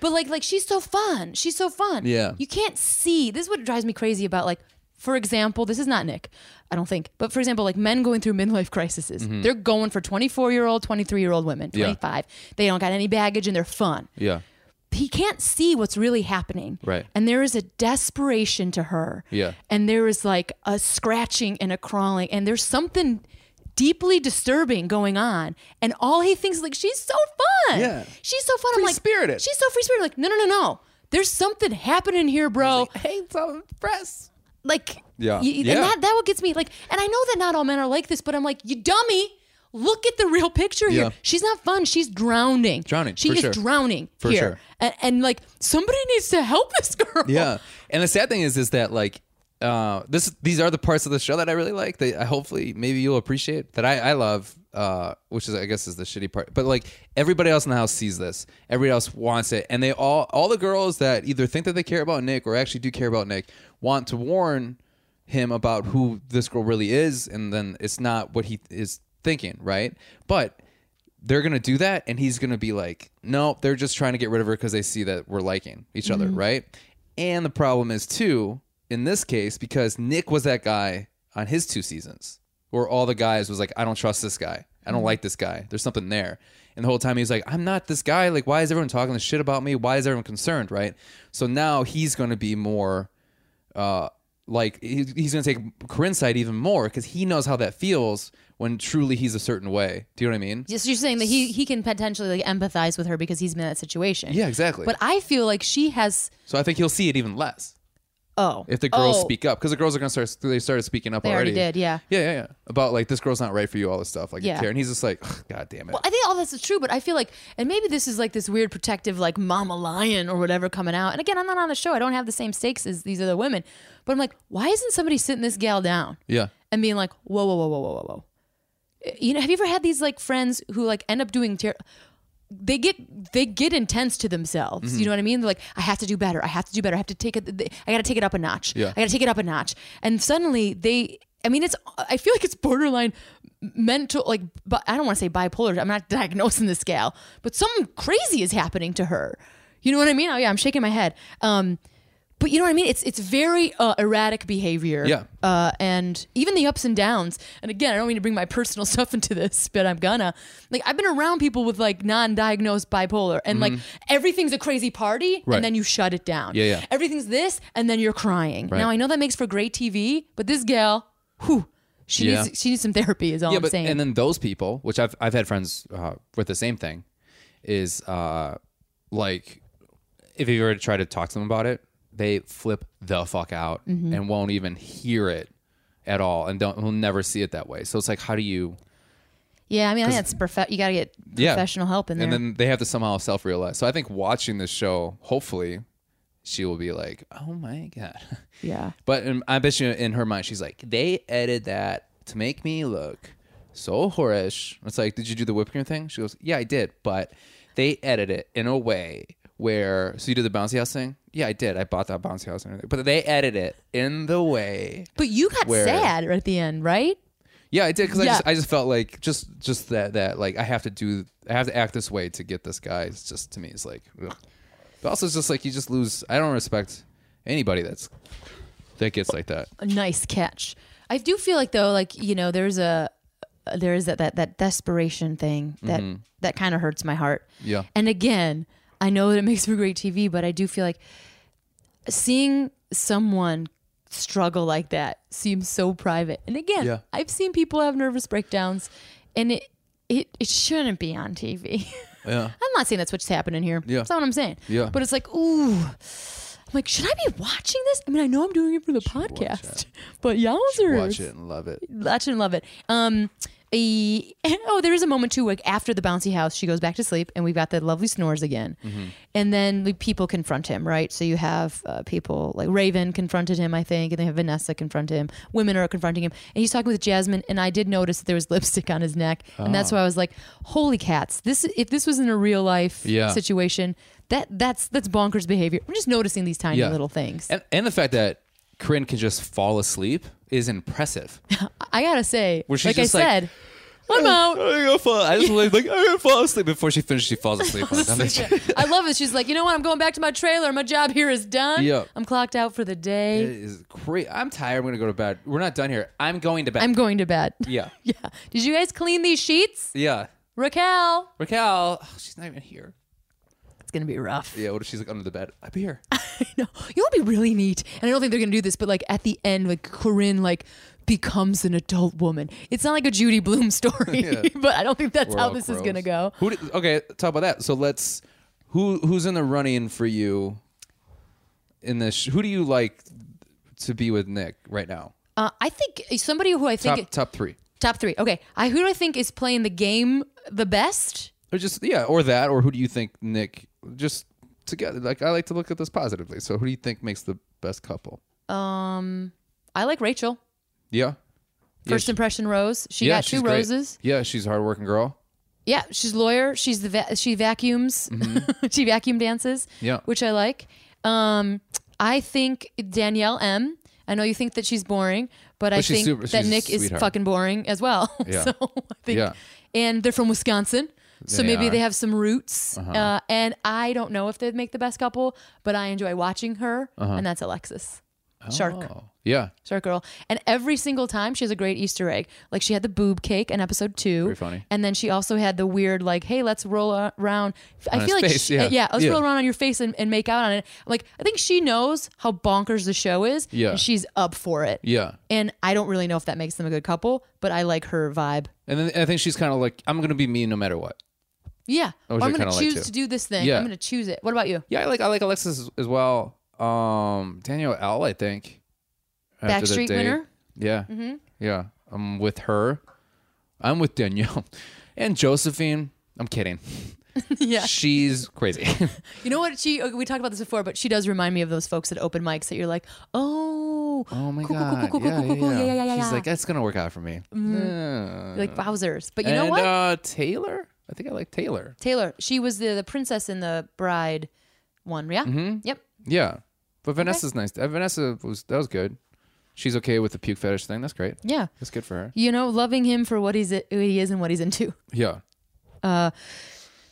[SPEAKER 1] but like, like she's so fun. She's so fun.
[SPEAKER 2] Yeah.
[SPEAKER 1] You can't see. This is what drives me crazy about like, for example, this is not Nick, I don't think. But for example, like men going through midlife crises, they're going for 24 year old, 23 year old women,
[SPEAKER 2] Mm-hmm. Yeah.
[SPEAKER 1] 25. They don't got any baggage and they're fun.
[SPEAKER 2] Yeah.
[SPEAKER 1] He can't see what's really happening.
[SPEAKER 2] Right.
[SPEAKER 1] And there is a desperation to her.
[SPEAKER 2] Yeah.
[SPEAKER 1] And there is like a scratching and a crawling, and there's something deeply disturbing going on. And all he thinks is like, she's so fun.
[SPEAKER 2] Yeah.
[SPEAKER 1] She's so fun. I'm like,
[SPEAKER 2] Free-spirited.
[SPEAKER 1] She's so free spirited. Like, no, no, no, no. There's something happening here, bro.
[SPEAKER 2] Hey, some press.
[SPEAKER 1] Like,
[SPEAKER 2] Yeah.
[SPEAKER 1] y- and
[SPEAKER 2] Yeah.
[SPEAKER 1] that that what gets me. Like, and I know that not all men are like this, but I'm like, you dummy. Look at the real picture here.
[SPEAKER 2] Yeah.
[SPEAKER 1] She's not fun. She's drowning.
[SPEAKER 2] Drowning,
[SPEAKER 1] She
[SPEAKER 2] for
[SPEAKER 1] is
[SPEAKER 2] sure.
[SPEAKER 1] drowning
[SPEAKER 2] For
[SPEAKER 1] here.
[SPEAKER 2] sure.
[SPEAKER 1] And, and like somebody needs to help this girl.
[SPEAKER 2] Yeah. And the sad thing is, is that like, uh, this these are the parts of the show that I really like. That I hopefully maybe you'll appreciate that I I love, uh, which is I guess is the shitty part. But like everybody else in the house sees this, everybody else wants it, and they all all the girls that either think that they care about Nick or actually do care about Nick want to warn him about who this girl really is, and then it's not what he is thinking, right? But they're gonna do that and he's gonna be like no they're just trying to get rid of her because they see that we're liking each other right and the problem is too in this case because nick was that guy on his two seasons where all the guys was like i don't trust this guy i don't like this guy there's something there and the whole time he's like i'm not this guy like why is everyone talking this shit about me why is everyone concerned right so now he's gonna be more uh, like he- he's going to take Corinne's side even more because he knows how that feels when truly he's a certain way. Do you know what I mean?
[SPEAKER 1] Just you're saying that he he can potentially like empathize with her because he's been in that situation.
[SPEAKER 2] Yeah, exactly.
[SPEAKER 1] But I feel like she has
[SPEAKER 2] so I think he'll see it even less
[SPEAKER 1] oh
[SPEAKER 2] if the girls
[SPEAKER 1] oh,
[SPEAKER 2] speak up because the girls are going to start. They started speaking up
[SPEAKER 1] They already
[SPEAKER 2] already.
[SPEAKER 1] did, yeah.
[SPEAKER 2] Yeah, yeah, yeah. About like this girl's not right for you, all this stuff. Like,
[SPEAKER 1] Yeah.
[SPEAKER 2] yeah. care. And he's just like, "Ugh, God damn it.
[SPEAKER 1] Well, I think all this is true, but I feel like, and maybe this is like this weird protective, like mama lion or whatever coming out. And again, I'm not on the show. I don't have the same stakes as these other women. But I'm like, why isn't somebody sitting this gal down
[SPEAKER 2] yeah.
[SPEAKER 1] and being like, whoa, whoa, whoa, whoa, whoa, whoa, whoa? You know, have you ever had these like friends who like end up doing ter- they get they get intense to themselves.
[SPEAKER 2] Mm-hmm.
[SPEAKER 1] You know what I mean? They're like, I have to do better. I have to do better. I have to take it. I got to take it up a notch.
[SPEAKER 2] Yeah.
[SPEAKER 1] I got to take it up a notch. And suddenly they, I mean, it's I feel like it's borderline mental, like, but I don't want to say bipolar. I'm not diagnosing this gal, but something crazy is happening to her. You know what I mean? Oh yeah, I'm shaking my head. Um, but you know what I mean? It's it's very uh, erratic behavior.
[SPEAKER 2] Yeah.
[SPEAKER 1] Uh, and even the ups and downs. And again, I don't mean to bring my personal stuff into this, but I'm gonna. Like I've been around people with like non-diagnosed bipolar, and like everything's a crazy party,
[SPEAKER 2] Mm-hmm. Right.
[SPEAKER 1] and then you shut it down.
[SPEAKER 2] Yeah, yeah.
[SPEAKER 1] Everything's this, and then you're crying. Now I know that makes for great TV, but this gal, whew, she
[SPEAKER 2] Yeah.
[SPEAKER 1] needs she needs some therapy. Is all
[SPEAKER 2] yeah,
[SPEAKER 1] I'm
[SPEAKER 2] but
[SPEAKER 1] saying.
[SPEAKER 2] and then those people, which I've I've had friends uh, with the same thing, is uh, like if you ever try to talk to them about it, they flip the fuck out
[SPEAKER 1] Mm-hmm.
[SPEAKER 2] and won't even hear it at all, and don't will never see it that way. So it's like, how do you?
[SPEAKER 1] yeah, I mean, I think that's profe- you got to get
[SPEAKER 2] Yeah.
[SPEAKER 1] professional help in there.
[SPEAKER 2] And then they have to somehow self realize. So I think watching this show, hopefully, she will be like, oh my god.
[SPEAKER 1] yeah.
[SPEAKER 2] But in, I bet you in her mind, she's like, they edited that to make me look so whorish. It's like, did you do the whipped cream thing? She goes, yeah, I did, but they edit it in a way where. So you did the bouncy house thing? Yeah, I did. I bought that bouncy house and everything. But they edit it in the way.
[SPEAKER 1] But you got
[SPEAKER 2] Where-
[SPEAKER 1] sad at the end, right?
[SPEAKER 2] Yeah, I did because
[SPEAKER 1] Yeah.
[SPEAKER 2] I just I just felt like just just that that like I have to do I have to act this way to get this guy. It's just to me, it's like. ugh. But also, it's just like you just lose. I don't respect anybody that's that gets like that.
[SPEAKER 1] a nice catch. I do feel like though, like you know, there's a uh, there is that that that desperation thing that that kind of hurts my heart.
[SPEAKER 2] Mm-hmm. Yeah.
[SPEAKER 1] And again, I know that it makes for great TV, but I do feel like seeing someone struggle like that seems so private. And again,
[SPEAKER 2] Yeah.
[SPEAKER 1] I've seen people have nervous breakdowns, and it it, it shouldn't be on TV.
[SPEAKER 2] Yeah.
[SPEAKER 1] I'm not saying that's what's happening here.
[SPEAKER 2] Yeah.
[SPEAKER 1] That's not what I'm saying.
[SPEAKER 2] Yeah.
[SPEAKER 1] But it's like, ooh. I'm like, should I be watching this? I mean, I know I'm doing it for the podcast, but yowzers.
[SPEAKER 2] Watch it and love it.
[SPEAKER 1] I shouldn't love it. Um, a, oh, there is a moment too, like after the bouncy house, she goes back to sleep, and we've got the lovely snores again,
[SPEAKER 2] Mm-hmm.
[SPEAKER 1] and then like, people confront him, right? So you have uh, people like Raven confronted him, I think, and they have Vanessa confront him. Women are confronting him, and he's talking with Jasmine, and I did notice that there was lipstick on his neck, and
[SPEAKER 2] Ah.
[SPEAKER 1] that's why I was like, "Holy cats! This if this was in a real life
[SPEAKER 2] Yeah.
[SPEAKER 1] situation, that that's that's bonkers behavior." I'm just noticing these tiny
[SPEAKER 2] Yeah.
[SPEAKER 1] little things.
[SPEAKER 2] And, and the fact that Corinne can just fall asleep is impressive.
[SPEAKER 1] I gotta say,
[SPEAKER 2] Where she's
[SPEAKER 1] like I
[SPEAKER 2] just like, "Oh,
[SPEAKER 1] said, I'm out.
[SPEAKER 2] I'm gonna fall. I just like, like I'm gonna fall asleep before she finishes. She falls asleep. on time.
[SPEAKER 1] I love it. She's like, you know what? I'm going back to my trailer. My job here is done.
[SPEAKER 2] Yeah.
[SPEAKER 1] I'm clocked out for the day.
[SPEAKER 2] It is crazy. I'm tired. I'm gonna go to bed. We're not done here. I'm going to bed.
[SPEAKER 1] I'm going to bed.
[SPEAKER 2] yeah,
[SPEAKER 1] yeah. Did you guys clean these sheets?
[SPEAKER 2] yeah.
[SPEAKER 1] Raquel.
[SPEAKER 2] Raquel, oh, she's not even here.
[SPEAKER 1] It's going to be rough.
[SPEAKER 2] Yeah, what if she's like under the bed? I'm here.
[SPEAKER 1] No, you know what'd be really neat. And I don't think they're going to do this, but like at the end, like Corinne, like, becomes an adult woman. It's not like a Judy Bloom story,
[SPEAKER 2] Yeah.
[SPEAKER 1] but I don't think that's
[SPEAKER 2] We're
[SPEAKER 1] how
[SPEAKER 2] all
[SPEAKER 1] this is
[SPEAKER 2] gross.
[SPEAKER 1] going to go.
[SPEAKER 2] Who? Did, okay, talk about that. So let's. Who who's in the running for you? In this, who do you like to be with Nick right now?
[SPEAKER 1] Uh, I think somebody who I
[SPEAKER 2] Top
[SPEAKER 1] think
[SPEAKER 2] top three,
[SPEAKER 1] top three. Okay. I, who do I think is playing the game the best?
[SPEAKER 2] or just yeah, or that, or who do you think Nick just together? Like I like to look at this positively. So who do you think makes the best couple?
[SPEAKER 1] I like Rachel.
[SPEAKER 2] Yeah,
[SPEAKER 1] First impression rose. She
[SPEAKER 2] yeah,
[SPEAKER 1] got two
[SPEAKER 2] she's great.
[SPEAKER 1] roses.
[SPEAKER 2] Yeah, she's a hardworking girl.
[SPEAKER 1] Yeah, she's a lawyer. She's the va- she vacuums. she vacuum dances.
[SPEAKER 2] Mm-hmm. Yeah.
[SPEAKER 1] which I like. Um, I think Danielle M. I know you think that she's boring, but, I
[SPEAKER 2] But she's
[SPEAKER 1] think
[SPEAKER 2] super-
[SPEAKER 1] that
[SPEAKER 2] she's a
[SPEAKER 1] Nick is
[SPEAKER 2] sweetheart.
[SPEAKER 1] fucking boring as well.
[SPEAKER 2] Yeah.
[SPEAKER 1] so I think,
[SPEAKER 2] Yeah.
[SPEAKER 1] and they're from Wisconsin, so
[SPEAKER 2] They
[SPEAKER 1] maybe
[SPEAKER 2] are. Uh-huh.
[SPEAKER 1] they have some roots. uh and I don't know if they'd make the best couple, but I enjoy watching her, and that's Alexis. Shark.
[SPEAKER 2] Uh-huh. Oh, yeah,
[SPEAKER 1] Shark Girl. And every single time she has a great Easter egg. Like she had the boob cake in episode two.
[SPEAKER 2] Very funny.
[SPEAKER 1] And then she also had the weird, like, hey, let's roll a- around. I
[SPEAKER 2] his
[SPEAKER 1] feel like,
[SPEAKER 2] face,
[SPEAKER 1] she-
[SPEAKER 2] yeah.
[SPEAKER 1] let's
[SPEAKER 2] Yeah.
[SPEAKER 1] roll around on your face and, and make out on it. I'm like, I think she knows how bonkers the show is.
[SPEAKER 2] Yeah.
[SPEAKER 1] And she's up for it.
[SPEAKER 2] yeah.
[SPEAKER 1] And I don't really know if that makes them a good couple, but I like her vibe.
[SPEAKER 2] And then I think she's kind of like, I'm gonna be me no matter what.
[SPEAKER 1] Yeah.
[SPEAKER 2] Which I
[SPEAKER 1] I'm going
[SPEAKER 2] kinda
[SPEAKER 1] to
[SPEAKER 2] like,
[SPEAKER 1] choose
[SPEAKER 2] too.
[SPEAKER 1] to do this thing.
[SPEAKER 2] Yeah.
[SPEAKER 1] I'm going to choose it. What about you?
[SPEAKER 2] Yeah, I like I like Alexis as- as well. Um, Daniel L, I think. After the
[SPEAKER 1] Backstreet
[SPEAKER 2] date.
[SPEAKER 1] winner? Mm-hmm.
[SPEAKER 2] Yeah, yeah. I'm with her. I'm with Danielle and Josephine. I'm kidding.
[SPEAKER 1] yeah.
[SPEAKER 2] She's crazy.
[SPEAKER 1] You know what? She we talked about this before, but she does remind me of those folks at open mics that you're like, oh,
[SPEAKER 2] oh my
[SPEAKER 1] cool, cool,
[SPEAKER 2] god.
[SPEAKER 1] cool, cool,
[SPEAKER 2] yeah,
[SPEAKER 1] cool, cool, cool,
[SPEAKER 2] yeah,
[SPEAKER 1] yeah, yeah, yeah,
[SPEAKER 2] She's
[SPEAKER 1] yeah.
[SPEAKER 2] like, that's gonna work out for me. Yeah.
[SPEAKER 1] You're like wowzers. But you know
[SPEAKER 2] and
[SPEAKER 1] what?
[SPEAKER 2] uh Taylor. I think I like Taylor.
[SPEAKER 1] Taylor, she was the, the princess in the bride one, yeah?
[SPEAKER 2] Mm-hmm.
[SPEAKER 1] Yep.
[SPEAKER 2] Yeah. But Vanessa's nice. Uh, Vanessa was that was good. She's okay with the puke fetish thing. That's great.
[SPEAKER 1] Yeah.
[SPEAKER 2] That's good for her.
[SPEAKER 1] You know, loving him for what he's who he is and what he's into.
[SPEAKER 2] Yeah.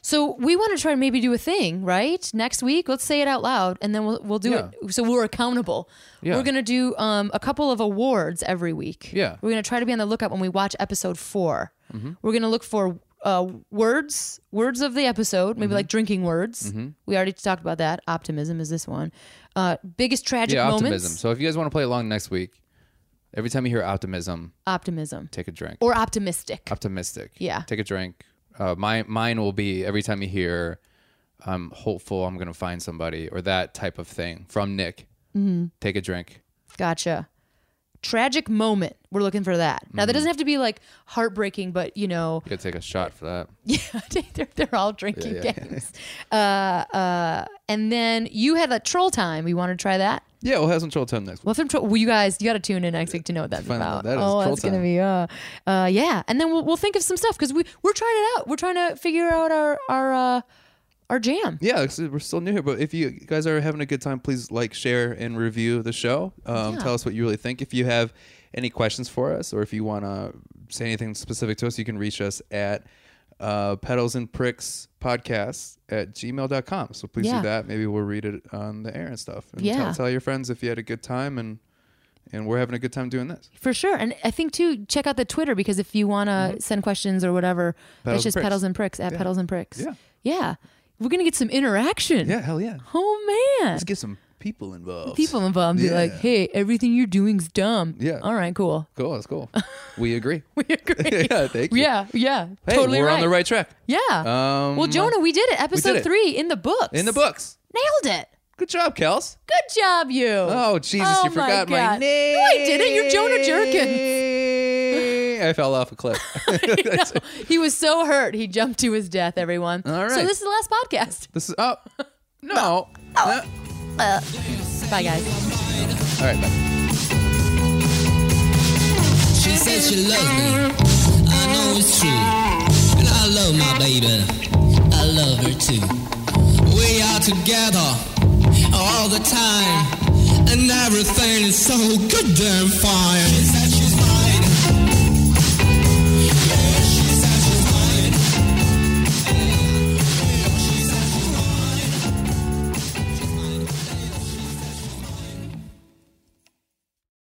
[SPEAKER 1] So we want to try and maybe do a thing, right? Next week, let's say it out loud, and then we'll we'll do it. So we're accountable.
[SPEAKER 2] Yeah.
[SPEAKER 1] We're gonna do um, a couple of awards every week.
[SPEAKER 2] Yeah. Mm-hmm.
[SPEAKER 1] We're gonna try to be on the lookout when we watch episode 4 we We're gonna look for uh, words words of the episode,
[SPEAKER 2] Mm-hmm.
[SPEAKER 1] maybe like drinking words. We already talked about that. Optimism is this one. Uh, biggest tragic
[SPEAKER 2] Yeah,
[SPEAKER 1] moments.
[SPEAKER 2] optimism. So if you guys want to play along next week, every time you hear optimism,
[SPEAKER 1] Optimism.
[SPEAKER 2] take a drink.
[SPEAKER 1] or optimistic.
[SPEAKER 2] Optimistic.
[SPEAKER 1] Yeah.
[SPEAKER 2] Take a drink. Uh, my mine will be every time you hear, I'm hopeful I'm gonna find somebody or that type of thing from Nick.
[SPEAKER 1] Mm-hmm.
[SPEAKER 2] Take a drink.
[SPEAKER 1] Gotcha. Tragic moment. We're looking for that. Now
[SPEAKER 2] Mm-hmm.
[SPEAKER 1] that doesn't have to be like heartbreaking, but you know,
[SPEAKER 2] You gotta take a shot for that.
[SPEAKER 1] yeah, they're, they're all drinking
[SPEAKER 2] Yeah, yeah.
[SPEAKER 1] games. Uh, uh, and then you had that troll time. We want to try that.
[SPEAKER 2] Yeah, we'll have some troll time next week.
[SPEAKER 1] Well, if I'm troll, well, you guys, you got to tune in next week to know what that's
[SPEAKER 2] Find out
[SPEAKER 1] about.
[SPEAKER 2] what that is,
[SPEAKER 1] oh,
[SPEAKER 2] troll
[SPEAKER 1] that's gonna
[SPEAKER 2] time.
[SPEAKER 1] be uh, uh, yeah. And then we'll, we'll think of some stuff because we we're trying it out. We're trying to figure out our our uh, our jam.
[SPEAKER 2] Yeah, so we're still new here, but if you guys are having a good time, please like, share, and review the show. Um,
[SPEAKER 1] Yeah.
[SPEAKER 2] Tell us what you really think. If you have any questions for us, or if you want to say anything specific to us, you can reach us at uh, pedals and pricks podcast at gmail.com. So please
[SPEAKER 1] Yeah.
[SPEAKER 2] do that. Maybe we'll read it on the air and stuff. And
[SPEAKER 1] Yeah.
[SPEAKER 2] tell, tell your friends if you had a good time and and we're having a good time doing this.
[SPEAKER 1] For sure. And I think too, check out the Twitter because if you want to send questions or whatever, that's
[SPEAKER 2] Pedals Mm-hmm. and
[SPEAKER 1] just
[SPEAKER 2] Pricks.
[SPEAKER 1] pedals and pricks at pedals and pricks.
[SPEAKER 2] Yeah.
[SPEAKER 1] Yeah. We're going to get some interaction.
[SPEAKER 2] Yeah, hell yeah.
[SPEAKER 1] Oh, man.
[SPEAKER 2] Let's get some people involved.
[SPEAKER 1] people involved be like,
[SPEAKER 2] Yeah.
[SPEAKER 1] hey, everything you're doing's dumb.
[SPEAKER 2] Yeah.
[SPEAKER 1] All right, cool.
[SPEAKER 2] Cool. That's cool. We agree.
[SPEAKER 1] We agree.
[SPEAKER 2] yeah. Thank you.
[SPEAKER 1] yeah, yeah.
[SPEAKER 2] Hey,
[SPEAKER 1] totally
[SPEAKER 2] we're
[SPEAKER 1] right.
[SPEAKER 2] on the right track.
[SPEAKER 1] Yeah.
[SPEAKER 2] Um,
[SPEAKER 1] well, Jonah, we did it. Episode
[SPEAKER 2] it.
[SPEAKER 1] three in the books.
[SPEAKER 2] In the books.
[SPEAKER 1] Nailed it.
[SPEAKER 2] Good job, Kels.
[SPEAKER 1] Good job, you.
[SPEAKER 2] Oh Jesus,
[SPEAKER 1] Oh
[SPEAKER 2] you
[SPEAKER 1] my
[SPEAKER 2] forgot my,
[SPEAKER 1] God.
[SPEAKER 2] name.
[SPEAKER 1] No, I didn't. You're Jonah
[SPEAKER 2] Jerkin. I fell off a cliff.
[SPEAKER 1] He was so hurt, he jumped to his death, everyone.
[SPEAKER 2] All
[SPEAKER 1] So
[SPEAKER 2] right.
[SPEAKER 1] this is the last podcast.
[SPEAKER 2] this is oh no. No.
[SPEAKER 1] Bye, guys.
[SPEAKER 2] All right, bye.
[SPEAKER 3] She says she loves me. I know it's true. And I love my baby. I love her too. We are together all the time. And everything is so good damn fine.